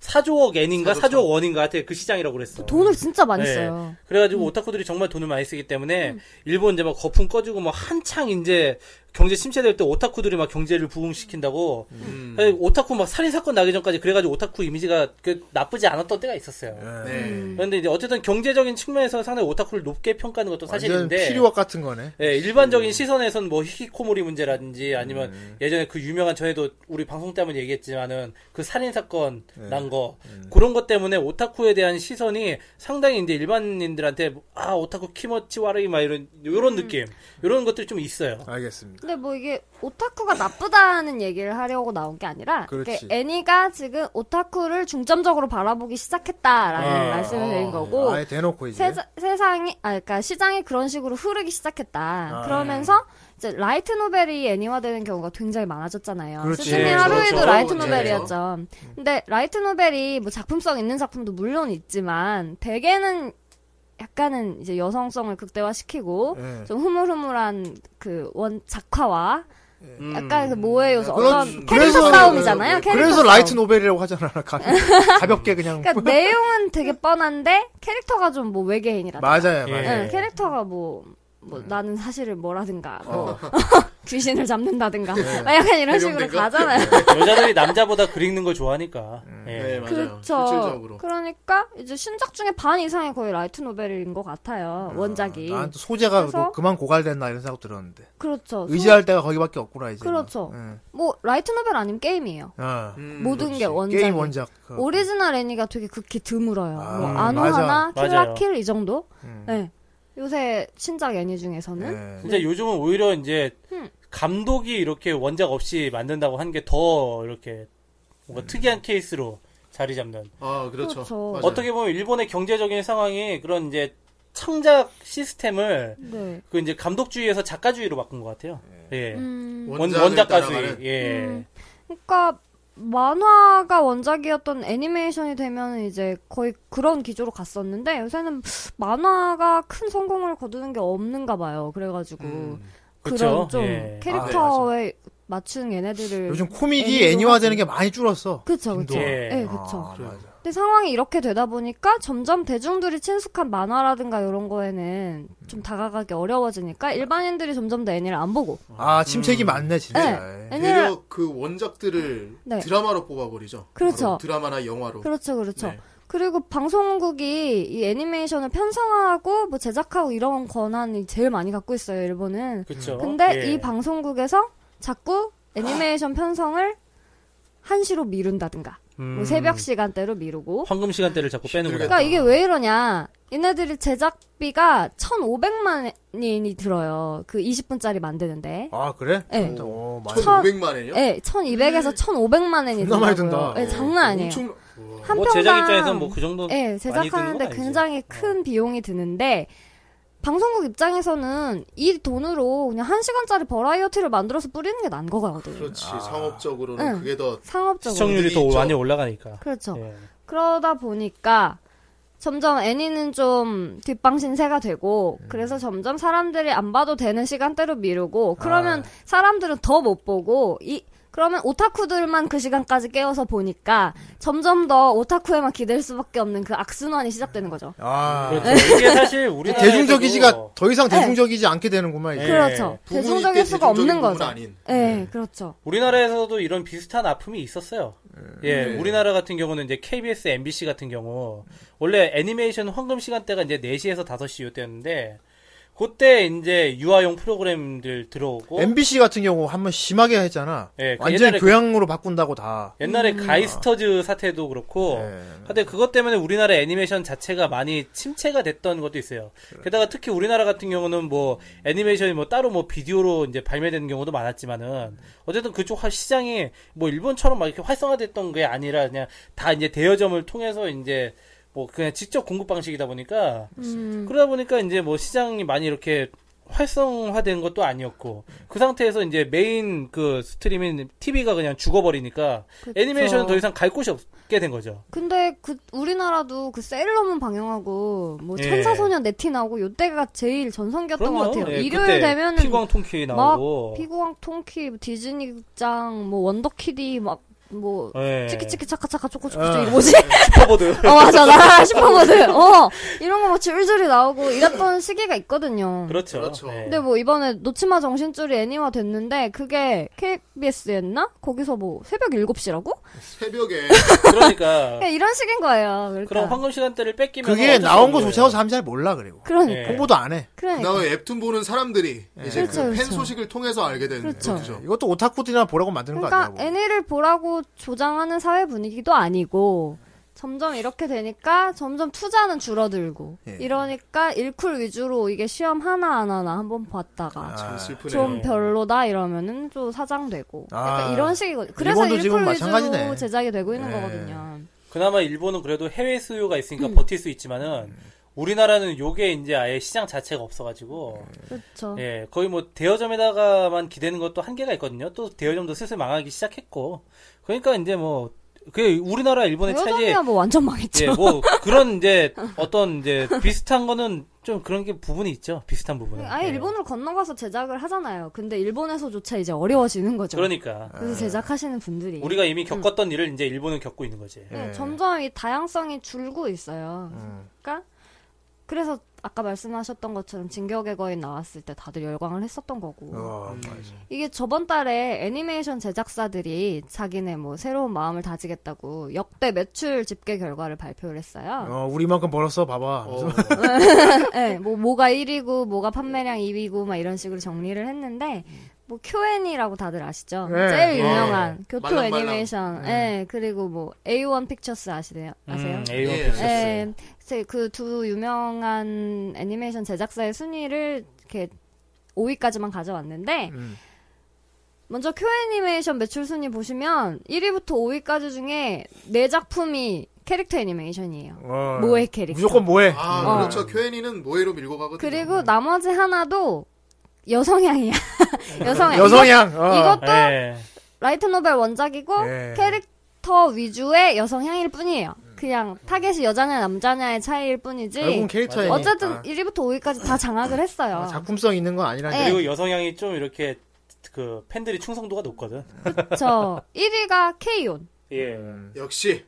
사조억 엔인가 사조억 원인가 하여튼 그 시장이라고 그랬어.
돈을 진짜 많이
네.
써요. 음.
그래가지고 오타쿠들이 정말 돈을 많이 쓰기 때문에 일본 이제 막 거품 꺼지고 뭐 한창 이제 경제 침체될 때 오타쿠들이 막 경제를 부흥시킨다고
음.
사실 오타쿠 막 살인 사건 나기 전까지 그래가지고 오타쿠 이미지가 그 나쁘지 않았던 때가 있었어요.
네.
음.
그런데 이제 어쨌든 경제적인 측면에서 상당히 오타쿠를 높게 평가하는 것도
완전
사실인데
필요업 같은 거네.
예, 일반적인 시선에선 뭐 히키코모리 문제라든지 아니면 예전에 그 유명한 전에도 우리 방송 때문에 얘기했지만은 그 살인 사건 난 거 그런 것 때문에 오타쿠에 대한 시선이 상당히 이제 일반인들한테 아 오타쿠 키머치 와르이 막 이런 요런 느낌 요런 것들이 좀 있어요.
알겠습니다.
근데 뭐 이게 오타쿠가 나쁘다는 얘기를 하려고 나온 게 아니라
그렇지.
이게 애니가 지금 오타쿠를 중점적으로 바라보기 시작했다라는
아,
말씀을 드린 거고
아예 대놓고 이제.
뭐 세자, 세상이 아 그러니까 시장이 그런 식으로 흐르기 시작했다.
아,
그러면서
예.
이제 라이트 노벨이 애니화되는 경우가 굉장히 많아졌잖아요.
그렇지. 음.
스승의
예,
하루이도
그렇죠.
라이트
예.
노벨이었죠. 근데 라이트 노벨이 뭐 작품성 있는 작품도 물론 있지만 대개는 약간은 이제 여성성을 극대화시키고
예.
좀 흐물흐물한 그 원 작화와
음.
약간 그 모의 요소
그런-
어떤
그래서-
캐릭터 싸움이잖아요. 캐릭터
그래서
싸움.
라이트 노벨이라고 하잖아. 가볍, 가볍게 그냥.
그러니까 내용은 되게 뻔한데 캐릭터가 좀 뭐 외계인이라든가
맞아요,
예.
맞아요.
예, 캐릭터가 뭐, 뭐
음.
나는 사실을 뭐라든가
어.
뭐 귀신을 잡는다든가
예.
막 약간
그
이런 식으로
해병대가?
가잖아요.
음. 여자들이 남자보다 글 읽는 걸 좋아하니까. 예.
네, 맞아요.
그렇죠.
실질적으로.
그러니까 이제 신작 중에 반 이상이 거의 라이트 노벨인 것 같아요. 원작이.
난 또 소재가
그래서-
뭐 그만 고갈됐나 이런 생각 들었는데.
그렇죠.
의지할 데가 거기밖에 없구나 이제.
그렇죠.
예.
뭐 라이트 노벨 아니면 게임이에요.
어.
모든 게 원작.
게임 원작. 그-
오리지널 애니가 되게 극히 드물어요.
아,
뭐
음,
아노하나,
맞아.
킬라킬 이 정도.
음.
네. 요새 신작 애니 중에서는
예.
진짜 요즘은 오히려 이제
음.
감독이 이렇게 원작 없이 만든다고 한 게 더 이렇게 뭔가 특이한 케이스로 자리 잡는.
아, 그렇죠.
그렇죠.
맞아요.
어떻게 보면 일본의 경제적인 상황이 그런 이제 창작 시스템을
네.
그 이제 감독주의에서 작가주의로 바꾼 것 같아요. 예.
음.
원,
원작을
원작가주의.
따라가는.
예.
음. 그러니까 만화가 원작이었던 애니메이션이 되면 이제 거의 그런 기조로 갔었는데 요새는 만화가 큰 성공을 거두는 게 없는가 봐요. 그래가지고
그쵸?
그런 좀
예.
캐릭터에 맞춘 얘네들을
요즘 코믹이
애니로
애니화되는
하지.
게 많이 줄었어.
그쵸 그쵸
진도가.
예,
예.
그쵸
아, 맞아.
근데 상황이 이렇게 되다 보니까 점점 대중들이 친숙한 만화라든가 이런 거에는 좀 다가가기 어려워지니까 일반인들이 점점 더 애니를 안 보고
뭐,
아 침체기 많네 진짜. 예.
애니를
오히려 그 원작들을
네.
드라마로 뽑아버리죠.
그렇죠.
바로 드라마나 영화로.
그렇죠 그렇죠
네.
그리고 방송국이 이 애니메이션을 편성하고 뭐 제작하고 이런 권한이 제일 많이 갖고 있어요 일본은
그쵸?
근데
예.
이 방송국에서 자꾸 애니메이션 편성을 한시로 미룬다든가 뭐
음.
새벽 시간대로 미루고
황금 시간대를 자꾸 빼는구나.
그러니까 이게 왜 이러냐 얘네들이 제작비가 1,500만이 들어요 그 20분짜리 만드는데
아 그래?
예.
오, 많이.
1,500만 원이요?
예, 1,200에서 1,500만 엔이
존나 많이 든다. 어,
예, 장난 아니에요.
엄청
한
뭐 제작
평당-
입장에서는 뭐 그 정도
예,
드는 건 어.
제작하는데
아니지.
굉장히 큰 비용이 드는데 방송국 입장에서는 이 돈으로 그냥 한 시간짜리 버라이어티를 만들어서 뿌리는 게 난 거거든요.
그렇지. 아. 상업적으로는
응.
그게 더
상업적으로.
그렇죠. 시청률이 더
있죠.
많이 올라가니까.
그렇죠.
예.
그러다 보니까 점점 애니는 좀 뒷방신세가 되고
음.
그래서 점점 사람들이 안 봐도 되는 시간대로
아.
미루고 그러면 사람들은 더 못 보고 이 그러면 오타쿠들만 그 시간까지 깨워서 보니까
음.
점점 더 오타쿠에만 기댈 수밖에 없는 그 악순환이 시작되는 거죠.
아
그렇죠. 이게 사실 우리나라
대중적이지가 더 이상 대중적이지 않게 되는구만 이제.
그렇죠.
예,
부분이
네. 대중적일
꽤
수가 없는
대중적인 부분은
거죠.
아닌.
예,
네.
그렇죠.
우리나라에서도 이런 비슷한 아픔이 있었어요. 예, 우리나라 같은 경우는 이제 KBS, MBC 같은 경우 원래 애니메이션 황금 시간대가 이제 4시에서 5시 요때였는데 그때 이제 유아용 프로그램들 들어오고
MBC 같은 경우 한 번 심하게 했잖아.
예, 그
완전
옛날에
히 교양으로 바꾼다고 다.
옛날에 가이스터즈 사태도 그렇고 근데 그것 때문에 우리나라 애니메이션 자체가 많이 침체가 됐던 것도 있어요. 게다가 특히 우리나라 같은 경우는 뭐 애니메이션이 뭐 따로 뭐 비디오로 이제 발매되는 경우도 많았지만은 어쨌든 그쪽 화- 시장이 뭐 일본처럼 막 이렇게 활성화됐던 게 아니라 그냥 다 이제 대여점을 통해서 이제 뭐 그냥 직접 공급 방식이다 보니까
음.
그러다 보니까 이제 뭐 시장이 많이 이렇게 활성화된 것도 아니었고 그 상태에서 이제 메인 그 스트리밍 TV가 그냥 죽어버리니까 애니메이션은 더 이상 갈 곳이 없게 된 거죠.
근데 그 우리나라도 그 세일러문 방영하고 뭐
예.
천사소년 네티 나오고 요때가 제일 전성기였던 것 같아요.
예,
일요일
그때
되면은
피광 통키
막
나오고
피구왕 통키 디즈니극장 뭐 원더키디 막 뭐
예. 아.
치키치키 차카차카 초코초코초 이거 뭐지? 슈퍼보드. 어 맞아 나 슈퍼보드. 어 이런 거 뭐 줄줄이 나오고 이랬던 시기가 있거든요.
그렇죠.
그렇죠.
네.
근데 뭐 이번에 노치마 정신줄이 애니화 됐는데 그게 KBS였나? 거기서 뭐 새벽 7시라고?
어.
새벽에
그러니까
이런 식인 거예요.
그런
예, 그러니까.
황금 시간대를 뺏기면
그게 나온 거조차도 사람 잘 몰라 그리고
그러니까.
예.
홍보도 안 해.
그러니까.
그나마 웹툰 보는 사람들이
예.
이제 그
그렇죠,
팬
그렇죠.
소식을 통해서 알게 되는
그렇죠.
거죠.
이것도 오타쿠들이나 보라고 만드는 거
그러니까
아니라고.
애니를 보라고 조장하는 사회 분위기도 아니고 점점 이렇게 되니까 점점 투자는 줄어들고
예.
이러니까 일쿨 위주로 이게 시험 하나하나나 한번
아,
봤다가
아, 참 슬프네요.
좀 별로다 이러면은 좀 사장되고
아.
약간 이런 식이거든요. 그래서
일본도 지금
일쿨
마찬가지네.
위주로 제작이 되고 있는
예.
거거든요.
그나마 일본은 그래도 해외 수요가 있으니까
음.
버틸 수 있지만은 우리나라는 요게 이제 아예 시장 자체가 없어가지고
그렇죠.
예 거의 뭐 대여점에다가만 기대는 것도 한계가 있거든요. 또 대여점도 슬슬 망하기 시작했고 그러니까 이제 뭐 그게 우리나라 일본의 차이에
여전이야 뭐 완전 망했죠.
예, 뭐 그런 이제 어떤 이제 비슷한 거는 좀 그런 게 부분이 있죠. 비슷한 부분은.
아예
예.
일본으로 건너가서 제작을 하잖아요. 근데 일본에서조차 이제 어려워지는 거죠.
그러니까
그래서 제작하시는 분들이
우리가 이미 겪었던 일을 이제 일본은 겪고 있는 거지. 음,
음. 네, 점점 이 다양성이 줄고 있어요. 그러니까 그래서 아까 말씀하셨던 것처럼 진격의 거인 나왔을 때 다들 열광을 했었던 거고
어,
이게 저번 달에 애니메이션 제작사들이 자기네 뭐 새로운 마음을 다지겠다고 역대 매출 집계 결과를 발표를 했어요.
어, 우리만큼 벌었어 봐봐.
어,
네, 뭐 뭐가 1위고 뭐가 판매량 2위고 막 이런 식으로 정리를 했는데 뭐 QN이라고 다들 아시죠?
네.
제일
어.
유명한 교토
말랑말랑. 네.
애니메이션. 예. 그리고 뭐 A1 픽처스 아시네요. 아세요?
음, A1
예.
픽서스.
네, 그 두 유명한 애니메이션 제작사의 순위를 이렇게 5위까지만 가져왔는데
음.
먼저 큐 애니메이션 매출 순위 보시면 1위부터 5위까지 중에 네 작품이 캐릭터 애니메이션이에요.
어,
모의 캐릭터.
무조건 뭐해.
아
어.
그렇죠. 큐엔이는 모해로 밀고 가거든요.
그리고 나머지 하나도 여성향이야. 여성향.
여성향.
이것-
어.
이것도
예.
라이트 노벨 원작이고
예.
캐릭터 위주의 여성향일 뿐이에요. 그냥 타겟이 여자냐 남자냐의 차이일 뿐이지.
결국은 아. 캐릭터에
어쨌든 1위부터 5위까지 다 장악을 했어요.
작품성 있는 건 아니라니까.
예.
그리고 여성향이 좀 이렇게 그 팬들이 충성도가 높거든.
저 1위가 케이온,
예.
역시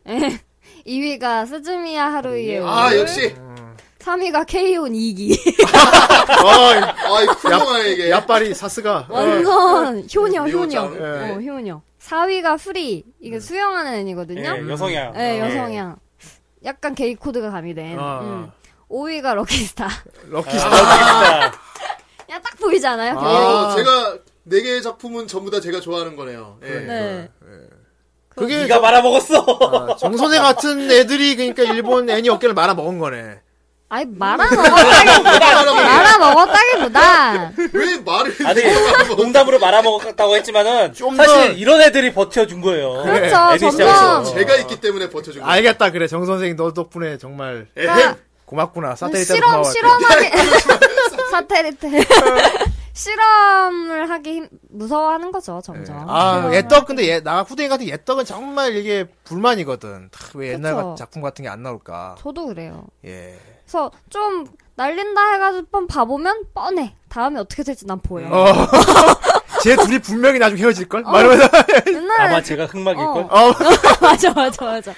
2위가 스즈미야 하루이의
아 역시
네. 음,
3위가 케이온 2기.
아이 훌륭하 이게
야빨이 사스가.
완전 효녀 효녀.
미호짱.
예.
어, 효녀. 4위가 프리. 이게 수영하는 애니거든요.
예, 여성향.
예, 여성향. 약간 게이 코드가 가미된.
네. 아.
음. 5위가 럭키스타.
럭키스타.
그러니까
아,
야, 딱 보이지 않아요?
아, 제가 네 개의 작품은 전부 다 제가 좋아하는 거네요. 예.
네. 네.
그게
네가 말아먹었어.
아, 정선혜 같은 애들이 그러니까 일본 애니 어깨를 말아 먹은 거네.
아이, 말아먹었다기, 말아먹었다기보다.
왜 말을
아니
하고
농담으로 말아먹었다고 했지만은
좀
사실
더-
이런 애들이 버텨준 거예요.
그렇죠,
애니
아.
점점.
시장에서.
제가 있기 때문에 버텨준 거예요.
알겠다 그래 정 선생 너 덕분에 정말
그러니까
고맙구나 사태리 때
실험
고마워.
실험하기 사테리트 실험을 하기 힘- 무서워하는 거죠 점점.
아
실험을-
옛떡 근데 얘- 나 후대인 같은 옛떡은 정말 이게 불만이거든. 다 왜 옛날
그쵸.
같- 작품 같은 게 안 나올까.
저도 그래요.
예.
그래서 좀 날린다 해가지고 한번 봐보면 뻔해. 다음에 어떻게 될지 난 보여.
어. 쟤 둘이 분명히 나중에 헤어질 걸. 말하면서
옛날에
아마 제가 흑막일 걸.
네. 어. 맞아 맞아 맞아.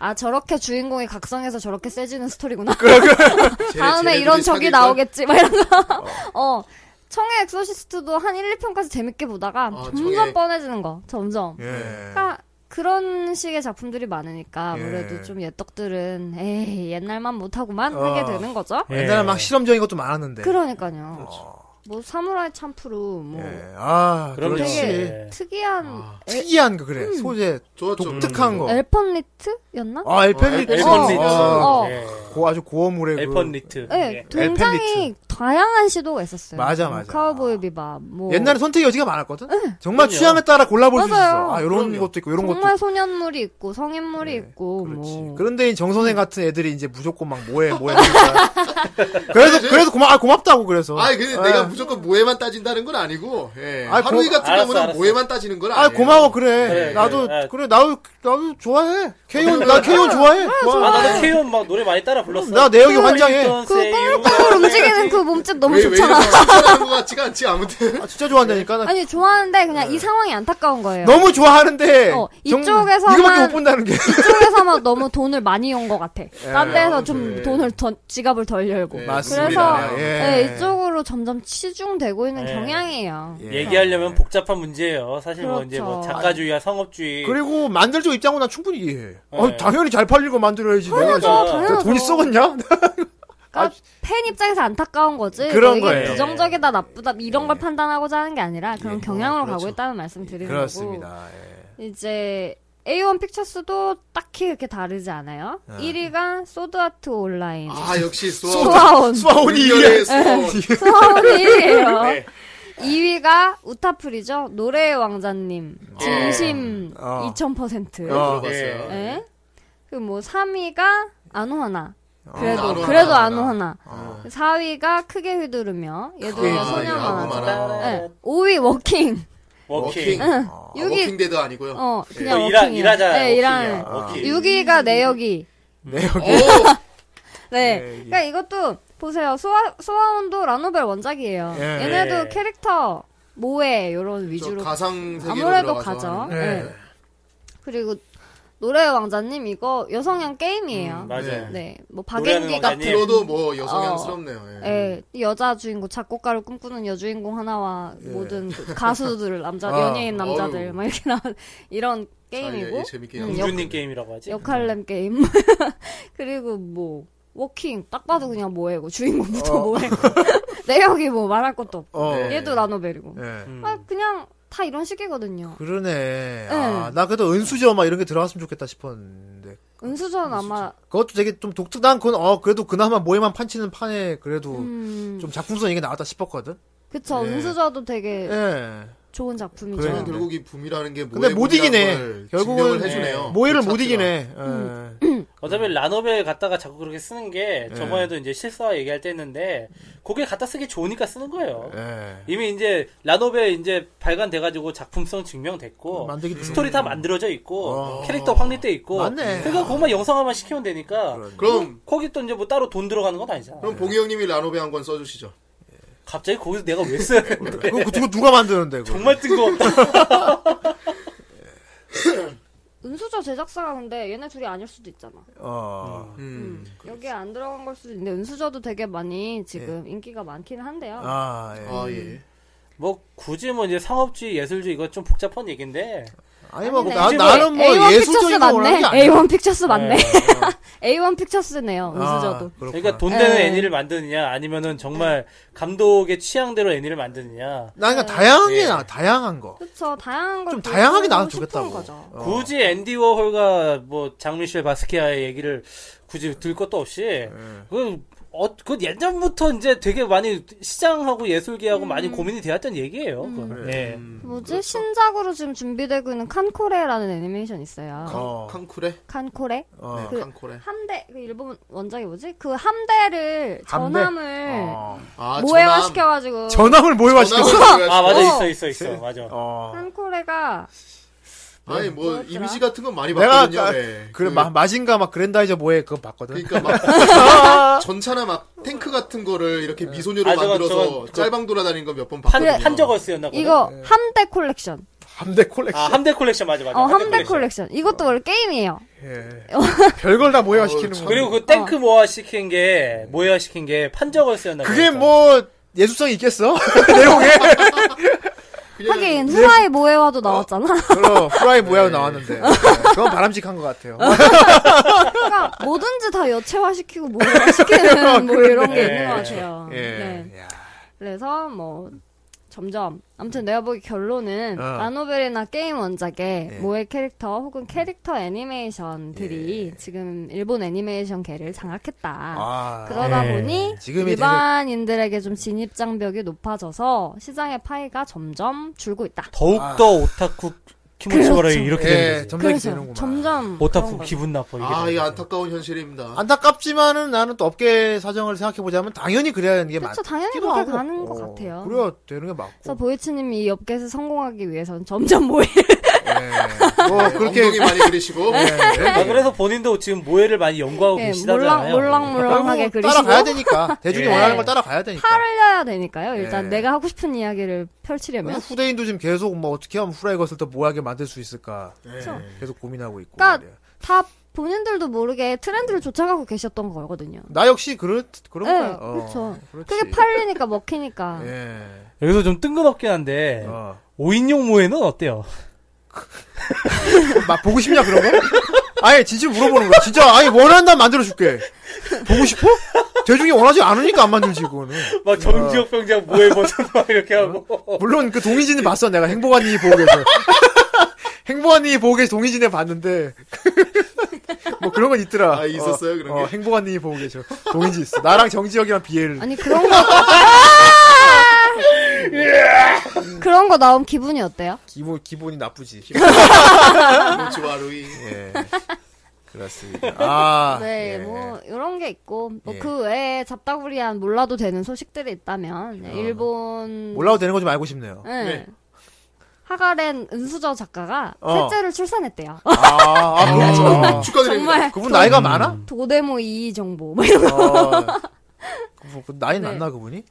아 저렇게 주인공이 각성해서 저렇게 세지는 스토리구나.
제-
다음에
쟤네들이
이런 적이
사귈
나오겠지 막 이런 거. 어. 청의 엑소시스트도 한 1, 2편까지 재밌게 보다가 점점
청의-
뻔해지는 거. 점점.
예.
그러니까 그런 식의 작품들이 많으니까
예.
아무래도 좀 옛떡들은 에이 옛날만 못하고만 하게
어.
되는 거죠.
예.
옛날에 막 실험적인 것도 많았는데.
그러니까요. 뭐 사무라이 참프루
음.
뭐
예. 아,
그럼요.
그렇지. 아.
예.
특이한 엘,
특이한 거 그래. 소재
걸. 좋았죠. 음.
독특한 거.
펀리트였나
아, 엘펜리트. 아,
엘펀
어,
리트.
어, 어.
예.
고 아주 고어물의
엘펀
그
리트.
네,
예.
굉장히 다양한 시도가 있었어요. 뭐
맞아, 맞아.
카우보이 비밥 뭐
옛날에 선택 여지가 많았거든.
그럼요.
정말 취향에 따라 골라볼 수
맞아요.
있어. 아, 이런
그럼요.
것도 있고 이런 것도
정말
있고.
소년물이 있고 성인물이 있고
그렇지.
뭐
그런데 정 선생 같은 애들이 이제 무조건 막 뭐해 뭐해. 그러니까. 그래서 그래서 고마 아, 고맙다고 그래서.
아니 근데 내가 무조건 모해만 따진다는 건 아니고 예.
네. 아이,
하루이
고-
같은
알았어,
경우는
알았어.
모해만 따지는 건 아니에요. 네,
아 고마워 그래.
그래,
나도
그래. 아.
그래 나도 나도 좋아해. 케이온 나 케이온 좋아해.
아
고마워.
나도 네, 케이온 막 노래 많이 따라 불렀어.
나 내역이 환장해.
그 꽁꽁 움직이는 그 몸집 너무
왜, 왜
좋잖아.
이래서 칭찬하는 것 같지가 않지 아무튼
아, 진짜 좋아한다니까. 나
아니 좋아하는데 그냥 이 상황이 안타까운 거예요.
네. 너무 좋아하는데
어,
정-
이쪽에서만-
이거밖에 못 본다는 게.
이쪽에서만 너무 돈을 많이 연 것
예,
같아. 딴 데서 좀
네.
돈을 더, 지갑을 덜 열고.
네,
그래서
맞습니다.
예.
네, 이쪽으로 점점 치중되고 있는
네.
경향이에요.
예.
얘기하려면 복잡한 문제예요. 사실 뭐 이제 뭐
그렇죠.
작가주의와 상업주의
그리고 만들쪽 입장은 난 충분히 이해해. 어,
네.
당연히 잘 팔리고 만들어야지.
그러니까.
내가
그렇죠.
당연하죠.
돈이 썩었냐?
그러니까 팬 입장에서 안타까운 거지.
아, 그런
뭐 이게
거예요. 네.
부정적이다 나쁘다 이런 걸 판단하고자 하는 게 아니라 그런
예.
경향으로
그렇죠.
가고 있다는 말씀 드리는 거고.
그렇습니다. 예.
이제 A1 픽처스도 딱히 그렇게 다르지 않아요. 1위가 소드아트 온라인.
아 역시 수아
소아온.
예. 수아온이 이해.
수아온이 수아온
소아온이 1위예요.
네.
2위가 우타풀이죠. 노래의 왕자님. 진심
네. 어.
2000%.
어.
들어봤어요.
예. 그뭐 3위가 안호하나. 그래도
아, 안호하나,
그래도
안호하나.
안호하나. 4위가 크게 휘두르며 얘도
크게
아,
휘두르며
소년 만화죠.
안호하나.
예. 5위 워킹.
어, 워킹.
아,
6위
워킹데드 아니고요.
어
또
그냥
예, 일하,
워킹이야.
일하자.
네,
워킹이야.
일하는.
아.
워킹.
6위가 내역이.
오,
네.
예, 예.
그러니까 이것도 보세요. 소아 소아온도 라노벨 원작이에요.
예.
얘네도 캐릭터 모해 요런
저
위주로
가상 세계로
아무래도
들어가서
가죠.
하는.
네. 그리고 노래의 왕자님 이거 여성향 게임이에요.
맞아요.
네, 뭐
노래하는
박앤디
왕자님.
같은,
들어도 뭐 여성향스럽네요. 예.
예, 여자 주인공 작곡가를 꿈꾸는 여주인공 하나와 모든 그 가수들 남자
예. 아,
연예인 남자들
어우.
막 이렇게 나온 이런
자, 예,
게임이고
예, 재밌게
음,
역-
공주님 게임이라고 하지.
음.
역할렘 게임 그리고 뭐 워킹 딱
음.
봐도 그냥 뭐해고 주인공부터 뭐해고 내역이 뭐 말할 것도 없고
어.
네.
얘도 라노벨이고
예.
음.
아, 그냥 다 이런 식이거든요.
그러네. 아, 나 그래도 은수저 막 이런 게 들어갔으면 좋겠다 싶었는데.
은수전 아마
그 그것도 되게 좀 독특. 난 그건 어 그래도 그나마 모에만 판치는 판에 그래도
음,
좀 네. 작품성 얘기 나왔다 싶었거든.
그쵸
예.
은수저도 되게
예.
좋은 작품이죠.
저는 결국 이 붐이라는 게
근데 못 이기네. 결국은
결국은 해주네요.
모에를
그
못
자체가.
이기네. 예.
음.
어차피 라노벨 갖다가 자꾸 그렇게 쓰는
네.
게 저번에도 이제 실사 얘기할 때 했는데 그게 갖다 쓰기 좋으니까 쓰는 거예요.
예.
이미 이제 라노벨 이제 발간돼가지고 작품성
음.
증명됐고
만들기
스토리 다 만들어져 있고
어.
캐릭터 확립돼 있고
음. 맞네.
그러니까 그것만 영상화만 시키면 되니까
그럼
거기 또 이제 뭐 따로 돈 들어가는 건 아니잖아.
그러니까. 그럼 봉이 형님이 라노베 한 권 써주시죠.
갑자기 거기서 내가 왜 써야 돼?
그거, 그거 누가 만드는데 그거.
정말 뜬금없다.
은수저 제작사가 근데 얘네 둘이 아닐 수도 있잖아.
어.
음.
여기에 안 들어간 걸 수도 있는데 은수저도 되게 많이 지금 인기가 많긴 한데요.
예. 아,
음.
예.
아 예.
뭐 굳이 뭐 이제 상업주의 예술주의 이거 좀 복잡한 얘기인데
아니 뭐
아니네.
나,
굳이 뭐
나는 뭐
A1
예술적인
픽처스
거 원하는
맞네.
게 아니야. 예.
A1 픽처스 맞네. A1 픽처스네요.
아,
은수저도.
그러니까
그러니까
돈 되는
네.
애니를 만드느냐 아니면은 정말 감독의 취향대로 애니를 만드느냐
나 그러니까 다양하게
예.
나 다양한 거.
그쵸 다양한 걸
좀 다양하게
보여주고
나와도
싶은
좋겠다고.
거죠.
어.
굳이 앤디 워홀과 뭐 장미셸 바스키아의 얘기를 굳이 들 것도 없이 그, 어, 그 예전부터 이제 되게 많이 시장하고 예술계하고
음.
많이 고민이 되었던 얘기예요. 그건. 예.
뭐지
그렇죠.
신작으로 지금 준비되고 있는 칸코레라는 애니메이션 있어요.
어.
칸쿠레.
칸코레
어.
그-
네, 칸쿠레.
함대 그 일본 원작이 뭐지? 그 함대를
함대?
전함을
어.
아,
모해화
전함.
시켜가지고
전함을 모해화 시켰어.
전함을 보여야지.
아 맞아
어.
있어 있어 있어 맞아.
어.
음. 한코레가
아니 뭐
뭐였더라?
이미지 같은 건 많이
내가
봤거든요.
아까
예.
그래 마, 마징가 막 그랜다이저 뭐해 그거 봤거든.
그러니까 막 전차나 막 탱크 같은 거를 이렇게
네.
미소녀로
아, 저건-
만들어서
저건 그-
짤방 돌아다니는 거 몇 번
판
봤거든요. 아,
어.
판저거스였나 보다.
이거 함대 콜렉션.
함대 콜렉션.
아 함대 콜렉션 맞아 맞아.
어 함대 콜렉션. 이것도 원래 게임이에요.
예. 별걸 다 모해화
어,
시키는
참.
거.
그리고 그 탱크 모아 시킨 게 모여 시킨 게 판저거스였나 보다.
그게 뭐 예술성이 있겠어? 내용에. 예. 네.
하긴 후라이
어.
모해화도 나왔잖아.
그럼 프라이 모야로 나왔는데. 네, 그건 바람직한 것 같아요.
어? 그러니까 뭐든지 다 여체화시키고 모해화시키는 뭐 이런 게 있는 것 같아요. 네.
어, 예. 야.
그래서 뭐 점점 아무튼 내가 보기 결론은
어. 네.
라노벨이나 게임 원작의 모의 캐릭터 혹은 캐릭터 애니메이션들이 지금 일본 애니메이션계를 장악했다.
예. 아.
그러다
네.
보니
지금이
일반인들에게 좀 진입 장벽이 높아져서 시장의 파이가 점점 줄고 있다.
더욱 더 오타쿠 키모치바라
그렇죠.
이렇게
예,
되는 거지.
점점 이렇게
그래서
되는구만.
점점
오타쿠
그런 거죠.
기분 나빠 이게.
아, 이
되는
안타까운 현실입니다.
안타깝지만은 나는 또 업계 사정을 생각해 보자면 당연히 그래야 하는 게 맞기도
그렇죠 당연히 그렇게
하고.
가는 것
어,
같아요.
그래야 되는 게
그래서
맞고.
보이츠님이 이 업계에서 성공하기 위해선 점점 모해
예.
뭐 그렇게 엉덩이 많이 그리시고
네.
네,
아, 그래서 본인도 지금 모해를 많이
어,
연구하고
예,
계시다잖아요.
몰랑 몰랑몰랑하게
결국
그리시고
어, 따라가야 되니까 대중이
예.
원하는 걸 따라가야 되니까.
흘려야 되니까요. 일단
예.
내가 하고 싶은 이야기를 펼치려면.
후대인도 지금 계속 뭐 어떻게 하면 후라이 것을 더 모하게 만들 수 있을까
예.
그렇죠.
계속 고민하고 있고.
그러니까-
예.
다 본인들도 모르게 트렌드를 쫓아가고 계셨던 거거든요.
나 역시 그런 그런
예,
거야. 어,
그렇죠.
그렇지.
그게 팔리니까 먹히니까.
예.
여기서 좀 뜬금없긴 한데
어.
5인용 모해는 어때요?
막 보고 싶냐 그런 거? 아예 진짜 물어보는 거야. 진짜 아예 원한다면 만들어 줄게. 보고 싶어? 대중이 원하지 않으니까 안 만들지 그거는.
막 정지혁 병장 모해 버전 막 이렇게
어.
하고
물론 그 동희진이 봤어 내가 행복한 이 보고 계서 행복한 이 보고 계서 동희진에 봤는데 뭐 그런 건 있더라.
아, 있었어요, 그런 게?
어, 행복한 이 보고 계셔. 동희진 있어. 나랑 정지혁이랑 비애를.
아니 그런 거 예. 그런 거 나오면 기분이 어때요?
기본 기본이 나쁘지.
조아루이
예. 그렇습니다. 아.
네,
예.
뭐 이런 게 있고
예.
뭐 그 외에 잡다구리한 몰라도 되는 소식들이 있다면
어.
네, 일본
몰라도 되는 거 좀 알고 싶네요.
네. 하가렌 은수저 작가가
어.
셋째를 출산했대요.
아, 음. 아, 그렇죠.
네. 축하드립니다.
정말
그분 나이가 많아?
도데모 이의 정보 뭐 이런 거
어, 그- 그 나이
네.
났나 그분이?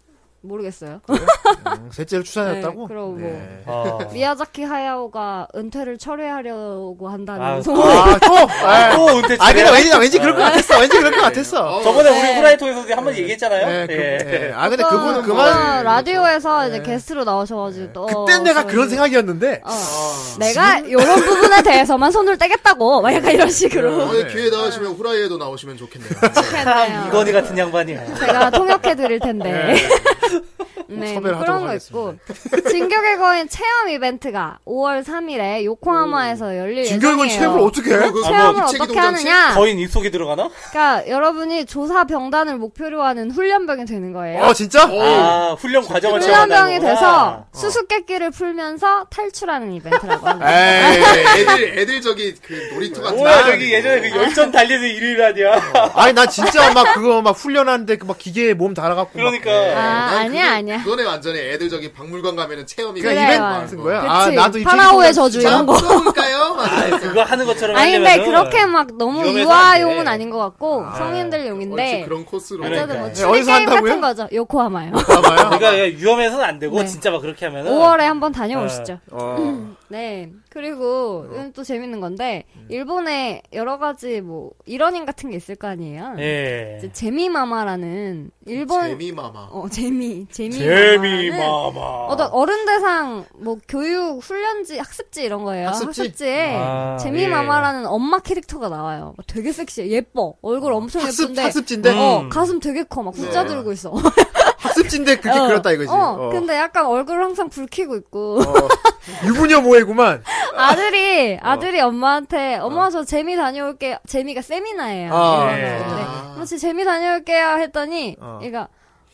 모르겠어요.
음, 셋째를 추산했다고?
네, 그러고
네.
아,
미야자키 하야오가 은퇴를 철회하려고 한다는
아,
소문.
아, 또? 아,
또 은퇴
아, 근데
차례야?
왠지, 나 왠지 그럴 것 같았어. 왠지 그럴 것 같았어.
저번에
네.
우리 후라이 통해서 한 번 얘기했잖아요.
네, 그,
예.
네. 아, 근데
어떤- 뭐,
그분은
어떤
그만.
라디오에서 이제 게스트로 나오셔가지고 또
그땐 내가 그런
저희-
생각이었는데. 아,
어. 내가 이런 부분에 대해서만 손을 떼겠다고 막 약간 이런
네.
식으로
다음에 어, 네, 기회 나오시면 후라이에도 나오시면 좋겠네요.
했네요.
이건희 같은 양반이.
제가 통역해 드릴 텐데. 네,
섭외를 하도록
그런 거 있고. 진격의 거인 체험 이벤트가 5월 3일에 요코하마에서 열릴
진결군
예정이에요.
체험을 어떻게 해?
그거
체험을
입체기
어떻게
동장치?
하느냐?
거인 입속에 들어가나?
그러니까 여러분이 조사 병단을 목표로 하는 훈련병이 되는 거예요.
어, 진짜?
아, 훈련 과정을 아. 체험한다는
훈련병이 돼서 수수께끼를 풀면서 탈출하는 이벤트라고 합니다.
에이.
네, 애들 애들 저기 그 놀이터 같은
뭐야,
데
저기 예전에 그 열전 달리는 일일 아니야.
아니, 나 진짜 막 그거 막 훈련하는데 그 막 예. 기계에 몸 달아갖고.
그러니까.
아,
난
아니야,
그게-
아니야.
그거네 완전히 애들 저기 박물관 가면은 체험이
그래요.
이벤트
아,
같은 거야?
그치.
아, 나도 입체기
파라오의
동장-
저주 이런 거. 아,
볼까요?
그거 하는 것처럼
아니 근데
하려면은
그렇게 막 너무
위험해서 안
유아용은
돼.
아닌 것 같고 성인들
네.
용인데
그런 코스로. 네,
어쨌든 뭐
그러니까요.
추리
어디서
게임
한다고요?
같은 거죠. 요코하마요.
봐봐요.
그러니까 위험해서는 안 되고
네.
진짜 막 그렇게 하면은
5월에 한번 다녀오시죠.
어.
네. 그리고 이건 또 재밌는 건데 일본에 여러 가지 뭐 일원인 같은 게 있을 거 아니에요.
예.
이제 제미마마라는 일본
재미마마.
어 제미 제미
재미마마.
어떤 어른 대상 뭐 교육 훈련지 학습지 이런 거예요.
학습지?
학습지? 에
아,
재미마마라는 엄마 캐릭터가 나와요. 막 되게 섹시해. 예뻐. 얼굴 엄청
학습,
예쁜데
학습지인데?
어,
음.
가슴 되게 커. 막 숫자 들고 있어.
학습지인데 그렇게
어.
그렸다 이거지.
어,
어.
근데 약간 얼굴 항상 붉히고 있고
어. 유부녀 모해구만.
아들이 아들이 엄마한테 엄마 저 재미 다녀올게요. 재미가 세미나예요.
아,
이러는
예.
건데, 엄마 저 재미 다녀올게요 했더니
어.
얘가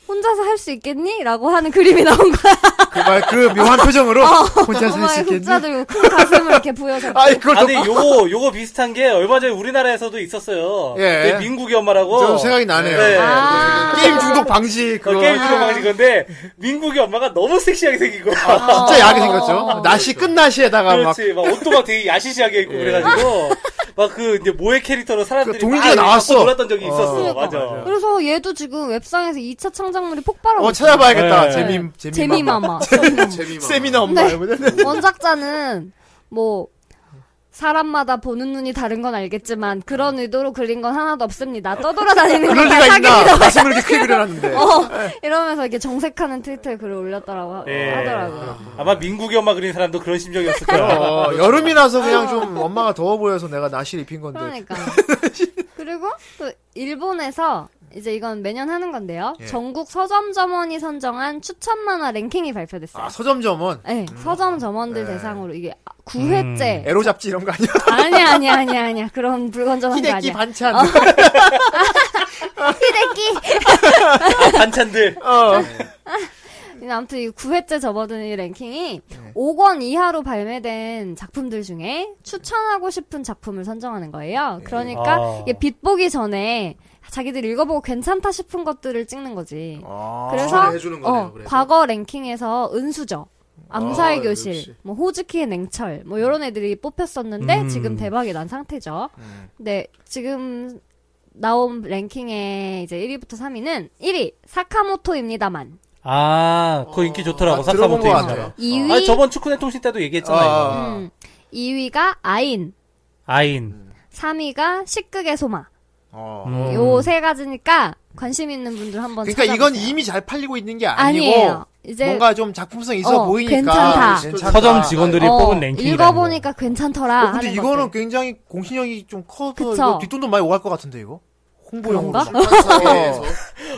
혼자서 할 수 있겠니? 라고 하는 그림이 나온 거야.
그 말, 그 묘한 표정으로
어.
혼자서 할 수
엄마의
있겠니?
숫자 들고 큰 가슴을 이렇게 보여서
아, 이걸
아니 요거 요거 비슷한 게 얼마 전에 우리나라에서도 있었어요.
예.
그 민국이 엄마라고.
좀 생각이 나네요.
네.
아.
게임 중독 어. 방지
그
그거
게임 쇼 방식 건데 민국이 엄마가 너무 섹시하게 생긴 거야.
어.
진짜 야하게 생겼죠. 나시 끝나시에다가 아, 막 예.
그렇지. 막 옷도 막 되게 야시시하게 입고 그래가지고 막 그 이제 모해 캐릭터로 사람들이
그 동인지가
막
나왔어.
갖고 놀았던 적이 있었어.
그러니까.
맞아.
그래서 얘도 지금 웹상에서 2차 창작물이 폭발하고
어,
있어요.
찾아봐야겠다.
네.
재미
네.
재미
재미마마.
재미마마. 뭐
세미나 엄마
네.
이거는.
원작자는 뭐 사람마다 보는 눈이 다른 건 알겠지만 그런 의도로 그린 건 하나도 없습니다. 떠돌아다니는
그럴
다
리가 있나?
사기입니다.
가슴을 이렇게 크게 그려놨는데.
어, 이러면서 이렇게 정색하는 트위터에 글을 올렸더라고 하-
예.
하더라고요.
아마 민국이 엄마 그린 사람도 그런 심정이었을 거야.
어, 여름이라서 그냥 좀 엄마가 더워 보여서 내가 나시를 입힌 건데.
그러니까. 그리고 또 일본에서 이제 이건 매년 하는 건데요. 전국 서점점원이 선정한 추천 만화 랭킹이 발표됐어요.
아, 서점점은
네, 서점 점원들 대상으로 이게 9회째.
에로 잡지 이런 거 아니야?
아니야, 아니야, 아니야, 아니야. 그런 불건전한 거
히데키
아니야. 어.
반찬.
히데키.
예.
아, 반찬들.
아무튼 이 9회째 접어드는 이 랭킹이 5권 이하로 발매된 작품들 중에 추천하고 싶은 작품을 선정하는 거예요. 그러니까
아.
이게 빛보기 전에 자기들 읽어보고 괜찮다 싶은 것들을 찍는 거지. 그래서
아,
추천을 해주는 거네요,
어,
그래서.
과거 랭킹에서 은수저. 암사의
아,
교실,
역시.
뭐 호즈키의 냉철, 뭐
음.
이런 애들이 뽑혔었는데
음.
지금 대박이 난 상태죠. 네, 지금 나온 랭킹의 이제 1위부터 3위는 1위 사카모토입니다만
아, 그거 인기 좋더라고.
아, 들어본
사카모토
것
인사.
같아요.
2위
아, 저번 축구네 통신 때도 얘기했잖아요. 이거.
아,
음, 2위가 아인, 음.
아인.
3위가 식극의 소마.
어.
음.
요 세 가지니까 관심 있는 분들 한번
그러니까
찾아보세요.
이건 이미 잘 팔리고 있는 게 아니고
아니에요. 이제
뭔가 좀 작품성 있어
어,
보이니까 아,
괜찮다.
서점 직원들이
어,
뽑은 랭킹이라는
읽어보니까 괜찮더라.
어, 근데
하는
이거는
아, 것들.
굉장히 공신력이 좀 커서
그쵸.
이거 뒷돈도 많이 오갈 것 같은데 이거 홍보용으로.
그런가?
어.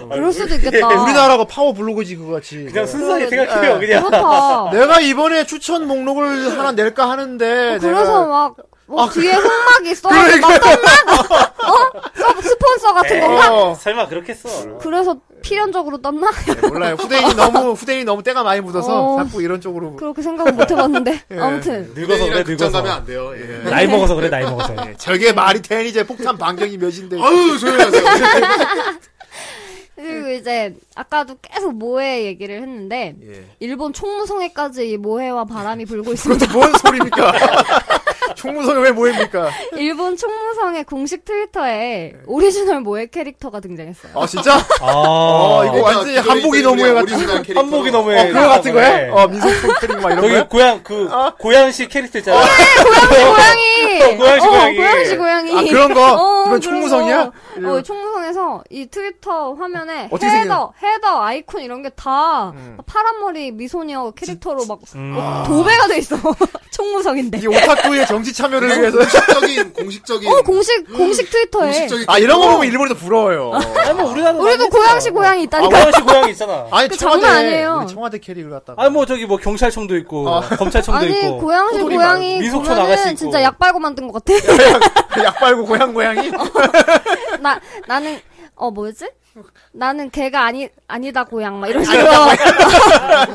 그럴 수도 있겠다.
우리나라가 파워 블로그지 그거 같이.
그냥 순수하게
그러네.
생각해요, 그냥.
그렇다.
내가 이번에 추천 목록을 하나 낼까 하는데
어, 그래서
내가 아, 그- 그러니까.
막, 뭐 뒤에 흑막이 써가지고 막 땀나? 어? 서- 스폰서 같은 건가?
어,
설마 그렇겠어.
그래서 필연적으로 땀나?
네, 몰라요. 후대인이 너무 후대인이 너무 때가 많이 묻어서
어.
자꾸 이런 쪽으로
그렇게 생각은 못 해봤는데.
예.
아무튼.
늙어서 그래,
네, 극장 가면
늙어서.
안 돼요. 예.
나이 먹어서 그래, 나이 먹어서.
예, 저게 말이 되니 이제 폭탄 반경이 몇인데.
아유 조용히 하세요.
그리고 이제, 아까도 계속 모해 얘기를 했는데,
예.
일본 총무성에까지 이 모해와 바람이 불고 있습니다.
뭔 소리입니까? 총무성이 왜 모입니까?
일본 총무성의 공식 트위터에 오리지널 모해 캐릭터가 등장했어요.
아 진짜?
아,
어, 이거 완전히
그러니까
한복이 너무해 같은.
같은
한복이 너무
어 그거 같은 거야? 어 민속 캐릭 막 이런
거기
거야? 어.
고향, 그, 고향식 캐릭터 있잖아.
고양이!
어, 고양시 고양이.
고양시 고양이.
아 그런 거?
어,
그건
그런
총무성이야?
거. 어, 총무성에서 이 트위터 화면에
어떻게 생겼나?
헤더, 헤더 아이콘 이런 게 다 파란 머리 미소녀 캐릭터로 막 어, 도배가 돼 있어. 총무성인데.
이게 오타쿠의 정치 참여를 위해서.
네, 공식적인 공식적인
어, 공식 공식 트위터에.
공식적인
아 이런 거 보면 일본에도 부러워요.
아니, 뭐, 우리나라도.
우리도 고양시 고양이
아,
있다니까.
고양시 고양이 있잖아.
아니
그 장난 아니에요.
우리 청와대 캐릭을 갖다가.
아니, 뭐, 저기, 뭐, 경찰청도 있고, 검찰청도
아니,
있고.
고양시
호돌이
고양이
말고. 미소초 나갈 수
보면은
있고.
진짜 약 빨고 만든 것 같아.
약 빨고 고양 고양이.
나 나는 어 뭐였지? 나는 걔가 아니 아니다 고양 막 이런 식으로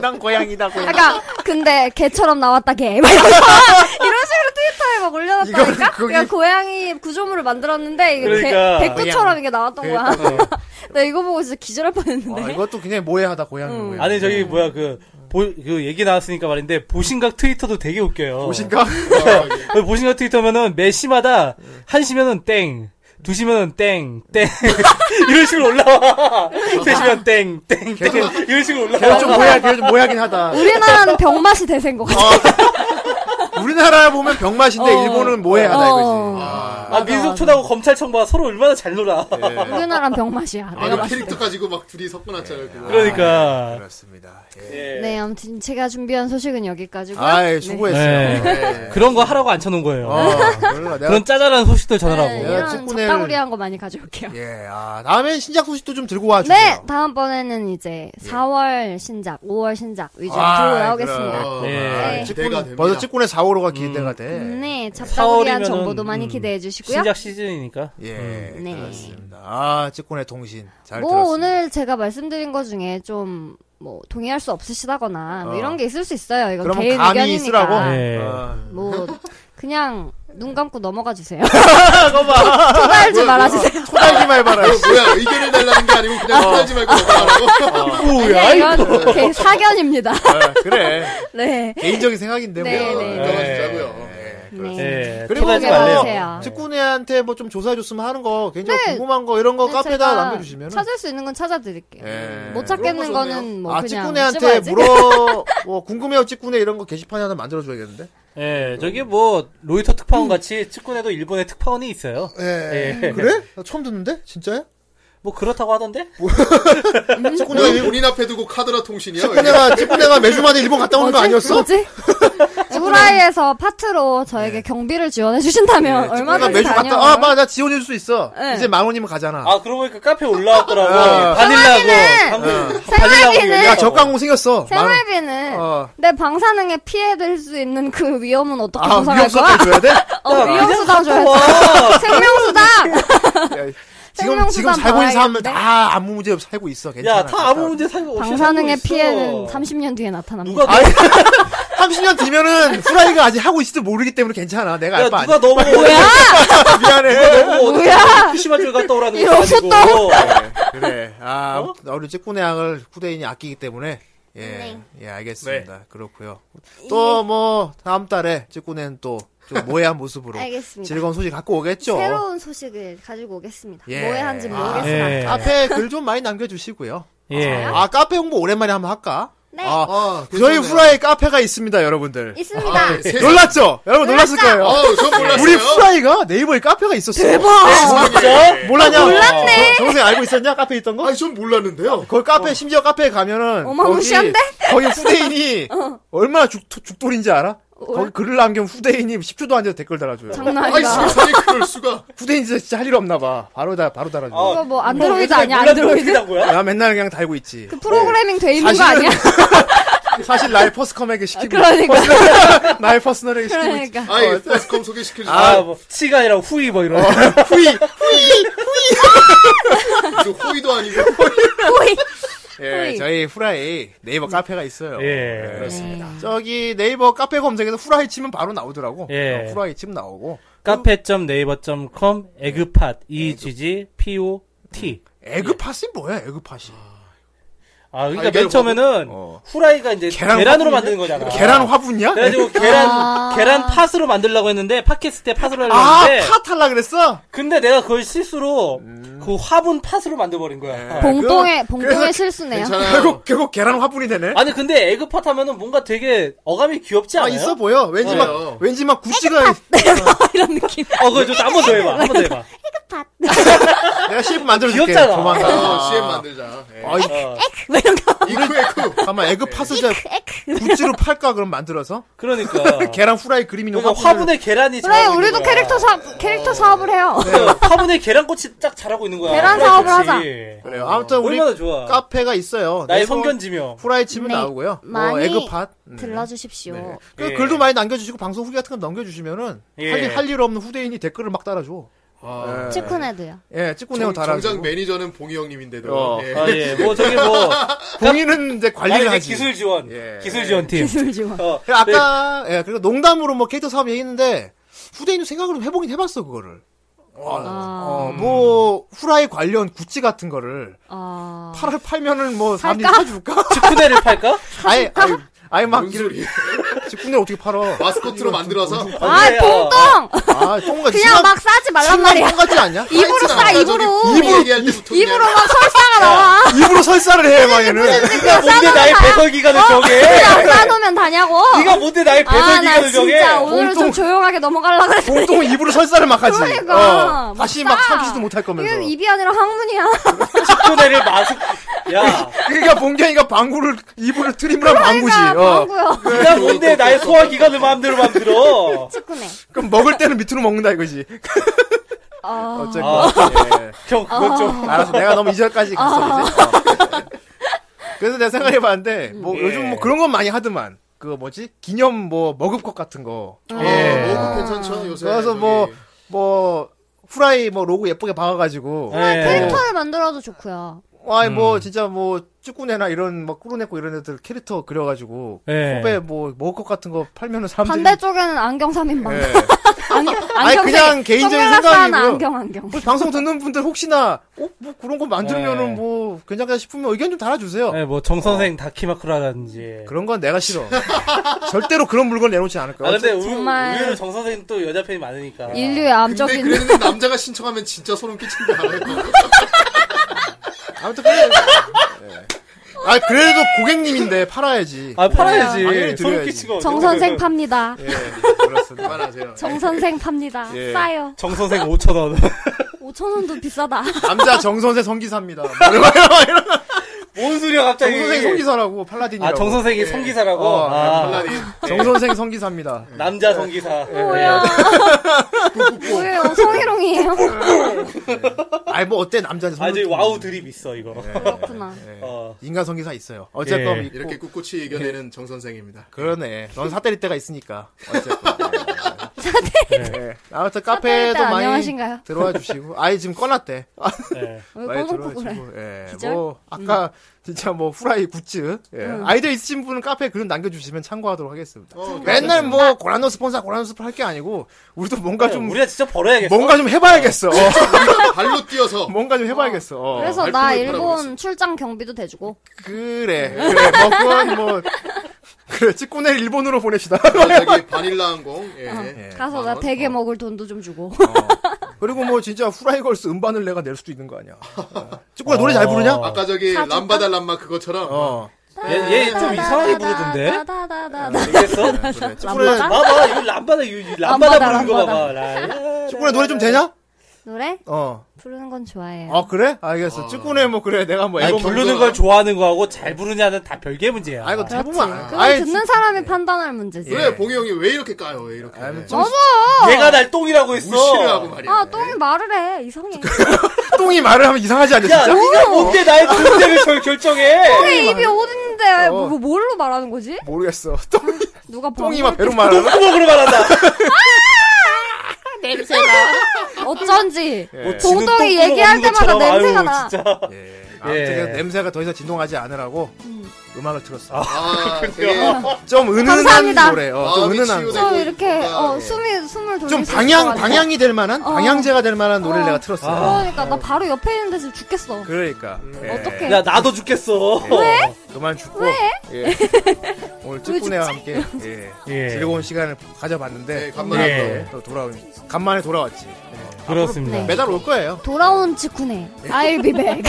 난 고양이다 고양.
약간 근데 개처럼 나왔다 개 막 이런 식으로 트위터에 막 올려놨다니까
이거는 거기-
그냥 고양이 구조물을 만들었는데 이게
그러니까.
개, 백두처럼 이게 나왔던 거야
그러니까.
나 이거 보고 진짜 기절할 뻔했는데
아, 네. 이것도 굉장히 모해하다 어. 고양이
음.
모양.
아니, 저기, 뭐야, 그, 보, 그, 얘기 나왔으니까 말인데, 보신각 트위터도 되게 웃겨요.
보신가?
그 보신각 트위터면은, 매 시마다, 한 시면은 땡, 두 시면은 땡, 땡. 이런 식으로 올라와. 세 시면 땡, 땡, 땡. 이런 식으로 올라와.
걔는 좀 모해, 걔는 좀 모해하긴 하다.
우리나라는 병맛이 대세인 것 같아
우리나라 보면 병맛인데
어.
일본은 모해하다
어.
이거지.
아, 민속촌하고 검찰청과 서로 얼마나 잘 놀아.
예. 네.
우리나라는 병맛이야 내가
아니
봤을 때
캐릭터 가지고 막 둘이 섞어놨잖아요. 그거.
그러니까.
그렇습니다.
네, 아무튼 제가 준비한 소식은 여기까지고요.
아이
네.
수고했어요. 예.
그런 거 하라고 안 쳐놓은 거예요.
아, 몰라. 내가
그런 짜잘한 소식들
네,
전하라고.
내가
이런
찌꾸네를-
적다구리한 거 많이 가져올게요.
예, 아, 다음엔 신작 소식도 좀 들고 와주세요. 아, 예.
네, 다음번에는 이제 4월 신작, 5월 신작 위주로
아,
들어오겠습니다.
어,
예.
아, 기대가 됩니다.
벌써 찌꾼의 4호로가 기대가 돼.
네, 적다구리한
4월이면은,
정보도 많이
음,
기대해 주시고요.
신작 시즌이니까.
예,
네.
그렇습니다. 아, 찌꾼의 통신. 잘
뭐
들었습니다.
오늘 제가 말씀드린 것 중에 좀 뭐 동의할 수 없으시다거나 뭐
어.
이런 게 있을 수 있어요. 이건
그러면
개인
감히
의견이니까.
쓰라고?
예.
아,
뭐 그냥 눈 감고 넘어가 주세요.
잠깐만. 뭐,
토달지 말아 주세요.
토달기만 해봐라.
어, 뭐야 의견을 달라는 게 아니고 그냥 하지 말고 어. 넘어가라고. 네.
뭐야? 이건 개인 사견입니다.
아, 그래.
네.
개인적인 생각인데 뭐.
네, 네.
그러니까 넘어가주자고요.
네.
예.
그리고
토달지
뭐-
말래요.
해보세요.
직군애한테 뭐 좀 조사해줬으면 하는 거, 굉장히
네.
궁금한 거, 이런 거
네,
카페에다
제가
남겨주시면.
찾을 수 있는 건 찾아드릴게요.
예.
못 찾겠는
그런 거 좋네요.
거는 뭐
아,
그냥
직군애한테
찝어야지.
물어, 뭐, 궁금해요, 직군애 이런 거 게시판에 하나 만들어줘야겠는데?
예. 저기 뭐, 로이터 특파원 같이 음. 측근에도 일본에 특파원이 있어요.
예.
예.
그래? 나 처음 듣는데? 진짜야?
뭐 그렇다고 하던데?
어,
왜 본인 앞에 두고 카드라 통신이야?
직군애가, 직군애가 매주마다 일본 갔다 오는 거 아니었어?
뭐지? 후라이에서 파트로 저에게
네.
경비를 지원해 주신다면
예, 직군애가
얼마든지
네, 매주
다녀요.
갔다, 아, 마, 나 지원해줄 수 있어.
네.
이제 만 원이면 가잖아.
아, 그러고 보니까 카페 올라왔더라고.
아.
바닐라고.
생활비는- 아,
방금
생활비는-
얘기하고.
야, 적강공 생겼어. 만 원.
생활비는
어.
내 방사능에 피해될 수 있는 그 위험은 어떻게
아,
보상할 거야?
위험수당 줘야 아, 돼?
어, 위험수당 줘야지. 생명수당!
야, 지금,
생명수단
지금 살고 있는 사람은
봐야겠는데?
다 아무 문제 없이 살고 있어. 괜찮아.
야, 다 아무 문제 살고 없이
방사능의
살고 있어.
피해는 30년 뒤에 나타납니다.
누가 너,
30년 뒤면은 후라이가 아직 하고 있을지 모르기 때문에 괜찮아. 내가
야,
알바 아니야.
누가 너무 뭐야?
미안해.
뭐야? 피시마줄 갔다 오라는 거
이런
가지고.
아, 그래. 아, 우리 찌꾸네 양을 후대인이 아끼기 때문에 예,
네.
예, 알겠습니다. 그렇고요. 또 뭐 다음 달에 찌꾸는 또좀 모해한 모습으로
알겠습니다.
즐거운 소식 갖고 오겠죠.
새로운 소식을 가지고 오겠습니다.
예.
뭐에 한지
아,
모르겠으나.
예.
카페 글 좀 많이 남겨주시고요.
예.
아 카페 홍보 오랜만에 한번 할까?
네.
아,
어,
저희
괜찮네요.
후라이 카페가 있습니다, 여러분들.
있습니다.
아,
세상에.
놀랐죠? 여러분 놀랐을 거예요.
어우, 저 아, 몰랐어요.
우리 후라이가 네이버에 카페가 있었어.
아,
진짜? 몰랐냐?
몰랐네.
어, 정생 알고 있었냐? 카페 있던 거?
아니, 전 몰랐는데요.
거기 카페 심지어 카페에 가면은
어마무시한데? 어.
거기, 거기 후대인이 얼마나 죽, 죽돌인지 알아? 거기 글을 남기면 후대인이 10초도 안 돼서 댓글 달아줘요.
장난
아니,
아니다.
세상에 그럴 수가.
후대인 진짜, 진짜 할 일 없나 봐. 바로 다 바로 달아줘.
어.
요
이거 뭐 안드로이드 아니야? 안드로이드?
나 맨날 그냥 달고 있지.
그 프로그래밍 돼 있는 거 아니야?
사실 나의 퍼스컴에게 시키고
그러니까.
퍼스널- 나의 퍼스널에게 시키고 있지.
그러니까.
아이, 버스컴 소개시켜주세요.
아, 뭐, 치가 아니라 후이 뭐 이런.
그러니까.
후이
저 호의도 아니고.
예,
후이.
저희 후라이 네이버 네. 카페가 있어요.
예, 그렇습니다.
저기 네이버 카페 검색해서 후라이 치면 바로 나오더라고.
예.
어, 후라이 치면 나오고.
카페.네이버.com 네. 에그팟 EGG POT.
에그팟이 뭐야? 에그팟이.
예. 아,
아,
그러니까
이게 뭐,
맨 처음에는
어.
후라이가 이제
계란
계란 으로 만드는
화분이야?
거잖아. 네,
계란 화분이야?
그래가지고 계란 계란 팥으로 만들려고 했는데 팟캐스트에 팥으로 하려고
아,
했는데
팟 할라 그랬어?
근데 내가 그걸 실수로
음.
그 화분 팥으로 만들어버린 거야.
네.
봉동의
아, 그래서
봉동의 실수네요.
괜찮아요.
결국, 결국 계란 화분이 되네?
아니 근데 에그팟 하면은 뭔가 되게 어감이 귀엽지
아,
않아요? 네.
있어 보여. 왠지
그래요.
막, 왠지 막 구찌가,
이런 느낌.
어, 그거 좀한번 더 해봐. 한 번 더 해봐. 어,
내가 CF 만들어줄게.
귀엽잖아.
조만간.
어, CM 만들자. 예.
아, 이-
어,
이쿠, 에쿠.
잠깐만, 에그팟을 자, 굿즈로 팔까, 그럼 만들어서?
그러니까.
계란 후라이 그림 있는
그러니까 화분에 계란이
그래,
자라고 있는
우리도
거야.
캐릭터 사업 캐릭터 사업을 해요.
그 화분에 계란꽃이 딱 자라고 있는 거야.
계란
그래,
사업을
그렇지.
하자.
그래요. 아무튼 우리
얼마나 좋아.
카페가 있어요.
나의
네이버
성견지명.
후라이 치면
네.
나오고요. 어,
많이
에그팟. 네.
들러주십시오.
네. 그
예.
글도 많이 남겨주시고 방송 후기 같은 거 남겨주시면은
예.
할일 할 일 없는 후대인이 댓글을 막 달아줘.
아,
예.
치쿠네도요.
예, 찍고 내고
정, 정작
달아주고.
매니저는 봉이 형님인데도.
어.
예.
아, 예. 뭐 저기 뭐
공인은 이제
아니,
관리를
이제
하지.
기술 지원.
예.
기술 지원 팀.
기술 지원.
어,
그래, 아까 예, 그리고 농담으로 뭐 캐릭터 사업 얘기했는데 후대인도 생각으로 해보긴 해봤어 그거를.
아.
어, 뭐 후라이 관련 굿즈 같은 거를
아.
팔 팔면은 뭐 사람들이 사줄까?
축구대를 팔까?
아예 아예 아예 막
뭔 소리.
직군에 어떻게 팔어?
마스코트로 만들어서.
아,
예,
봉동!
아, 똥같이
그냥 막 싸지 말란 말이야.
같지 않냐?
입으로 싸, 입으로.
입으로 얘기할 때부터. 그냥.
입으로 막 설사가 나와.
입으로 설사를 해, 막 얘는.
네가 그러니까 뭔데 나의 배설 기간을 정해?
그냥 어? 싸놓으면 다냐고.
네가 뭔데 나의 배설
아, 나
기간을 정해?
진짜 오늘은
봉동.
좀 조용하게 넘어가려고 했어.
보통은 입으로 설사를 막 하지.
그러니까.
어, 다시 막
싸.
삼키지도 못할 거면서.
이게 입이 아니라 항문이야.
축구대를 마스. 야,
그러니까 봉경이가 방구를, 입으로 트림을 한 방구지. 어.
그러니까 방구요.
네가 뭔데 나의 소화 기간을 마음대로 만들어?
치쿠네.
그럼 먹을 때는 밑으로 먹는다 이거지.
아,
어쨌건. 예.
형 그거 좀.
알았어. 내가 너무 이절까지
아.
갔어, 이제. 어. 그래서 내가 생각해봤는데, 뭐
예.
요즘 뭐 그런 건 많이 하더만. 그거 뭐지? 기념 뭐 머금컵 같은 거.
어,
예.
뭐 괜찮죠, 요새.
그래서
저기.
뭐, 뭐, 후라이 뭐 로고 예쁘게 박아가지고.
예.
캐릭터를 만들어도 좋고요.
아이 뭐 진짜 뭐 쭈꾸네나 이런 막 꾸르네코 이런 애들 캐릭터 그려가지고
예.
후배 뭐 먹을 것 같은 거 팔면은 사람들이
반대쪽에는 안경 3인방.
예.
안경,
아니,
안경
그냥
세-
개인적인
선글라스 하나,
생각이고요.
안경, 안경.
우리 방송 듣는 분들 혹시나 어 뭐 그런 거 만들면은
예.
뭐 괜찮다 싶으면 의견 좀 달아주세요.
네, 뭐정 선생 다키마크라든지.
그런 건 내가 싫어. 절대로 그런 물건 내놓지 않을 거야.
아 근데 우-
정말.
의외로 정 선생 또 여자 팬이 많으니까.
인류의
근데
암적인.
그랬는데 남자가 신청하면 진짜 소름 끼친다. 알아요.
아무튼 그래. 예. 아 그래도 고객님인데 팔아야지.
아 팔아야지.
당연히
소름
드려야지.
끼치고.
정 선생 팝니다.
예, 그렇습니다.
그만하세요.
정 선생 팝니다.
예.
싸요.
정 선생 5천 원.
5천 원도 비싸다.
남자 정선생 성기사입니다. 뭐
뭔 소리야 갑자기?
정선생 성기사라고 팔라딘이라고.
아, 정 선생이 성기사라고.
어,
아,
정선생 성기사입니다.
남자 성기사.
어,
예.
뭐야. 뭐예요? 성희롱이에요?
아이 뭐 어때 남자는
아, 이제 와우 드립 있어 이거.
그렇구나.
어.
인간 성기사 있어요. 어쨌건
예.
있고. 예.
이렇게 꿋꿋이 이겨내는 정 선생입니다.
그러네. 넌 사때릴 때가 있으니까. 어쨌건. 네. 아무튼 카페에도
일단
많이
안녕하신가요?
들어와 주시고 아예 지금 꺼놨대. 아,
예.
왜
많이
꺼놓고
들어와
그래?
주시고. 예.
기절? 음.
뭐 아까 진짜 뭐 후라이 굿즈. 예. 아이디어 있으신 분은 카페에 글은 남겨 주시면 참고하도록 하겠습니다. 맨날 뭐 고란노 스폰사 고란노 스폰 할 게 아니고 우리도 뭔가 좀
우리가 진짜 벌어야겠어.
뭔가 좀 해봐야겠어. 어,
발로 뛰어서
뭔가 좀 해봐야겠어. 어.
그래서
발품을
나
팔아버렸어.
일본 출장 경비도 대주고
그래.
네.
그래. 뭐 그건 뭐 그래 직구네 일본으로 보냅시다.
저기 바닐라 항공. 예.
어. 가서 나
만원?
대게
어.
먹을 돈도 좀 주고
그리고 뭐 진짜 후라이걸스 음반을 내가 낼 수도 있는 거 아니야. 어. 직구야 노래 잘 부르냐?
아까 저기
사진가?
람바다 람마 그거처럼.
어.
얘 예, 좀 이상하게 부르던데.
다다다다다.
모르겠어.
그래.
람바다?
봐봐 이거 람바다 이
네.
람바다
람바다,
부르는 거
람바다.
봐봐. 라-
직구네 노래 좀 되냐?
노래
어.
부르는 건 좋아해요.
아 그래? 알겠어. 직구네 뭐 그래 내가 뭐
아니,
앨범
부르는 걸 좋아하는 거하고 잘 부르냐는 다 별개 문제야. 어.
아 이거
그렇지.
대부분 아,
그건
아예
듣는 사람이 판단할 문제지.
그래 봉이 형이 왜 이렇게 까요? 왜 이렇게?
예. 아이, 뭐 좀-
너무
얘가 날 똥이라고 했어.
무시를 하고 말이야.
아 똥이 말을 해 이상해.
똥이 말을 하면 이상하지 않냐
야,
진짜?
네가 뭔데 나의 존재를 결- 결정해?
똥이 입이 어딨는데
어.
뭐 뭘로 말하는 거지?
모르겠어. 똥이
누가
똥이
방구를
막 배로 말하나?
똥구멍으로 말한다.
어쩐지
뭐 지는
동동이
똥구멍
얘기할
없는
때마다
것처럼, 아유,
냄새가 나.
진짜.
예. 아무튼 그냥 냄새가 더 이상 진동하지 않으라고 음악을 틀었어.
아, 되게
좀 은은한
감사합니다.
노래. 어, 좀
마음이
은은한.
치유돼.
노래.
좀 이렇게 어,
아, 예.
숨이 숨을 돌릴
좀
수 있을 것
방향
같아.
방향이 될 만한
어.
방향제가 될 만한 노래를
어.
내가 틀었어.
그러니까 나 바로 옆에 있는데 지금 죽겠어.
아, 그러니까. 예.
어떡해.
야, 나도 죽겠어.
네.
그만 죽고. 예. 오늘
왜
찌꾸네와 함께 예.
예.
즐거운 시간을 가져봤는데
네, 간만에
예.
한번.
또 돌아오니 간만에 돌아왔지.
그렇습니다.
네.
매달 올 거예요.
돌아온 직후네. I'll be back.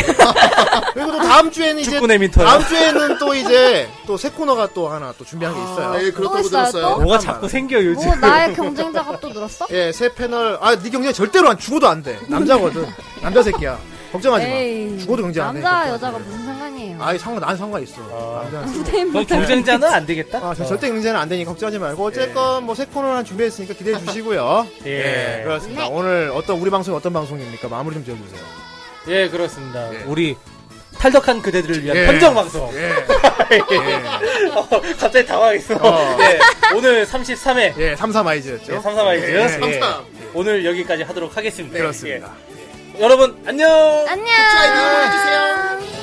그리고 또
아.
다음 주에는 이제
축구네 민터야.
다음 주에는 또 이제 또 새 코너가 또 하나 또 준비한
아.
게 있어요.
예,
또
그렇다고
있어요,
들었어요.
뭐가 자꾸 생겨 요즘.
뭐 나의 경쟁자가 또 늘었어?
예, 새 패널. 아, 네 경쟁 절대로 안 죽어도 안 돼. 남자거든. 남자 새끼야. 걱정하지 마.
에이.
네. 죽어도 경쟁 안 해. 걱정
남자
안
여자가
해.
무슨 상관이에요?
아이 상관 난 상관 있어. 남자.
넌 경쟁자는 안 되겠다.
아, 저 절대 경쟁은 안 되니 걱정하지 말고 어쨌건 뭐 새 코너 하나 준비했으니까 기대해 주시고요.
예.
예, 그렇습니다. 오늘 어떤 우리 방송이 어떤 방송입니까? 마무리 좀 지어주세요.
예, 예. 그렇습니다. 우리 탈덕한 그대들을 위한 편정 방송. 어, 갑자기 당황했어.
어.
네, 오늘 33회
예, 삼삼아이즈였죠.
예, 삼삼아이즈.
예,
예. 오늘 여기까지 하도록 하겠습니다.
그렇습니다.
예. 여러분 안녕.
안녕.
예.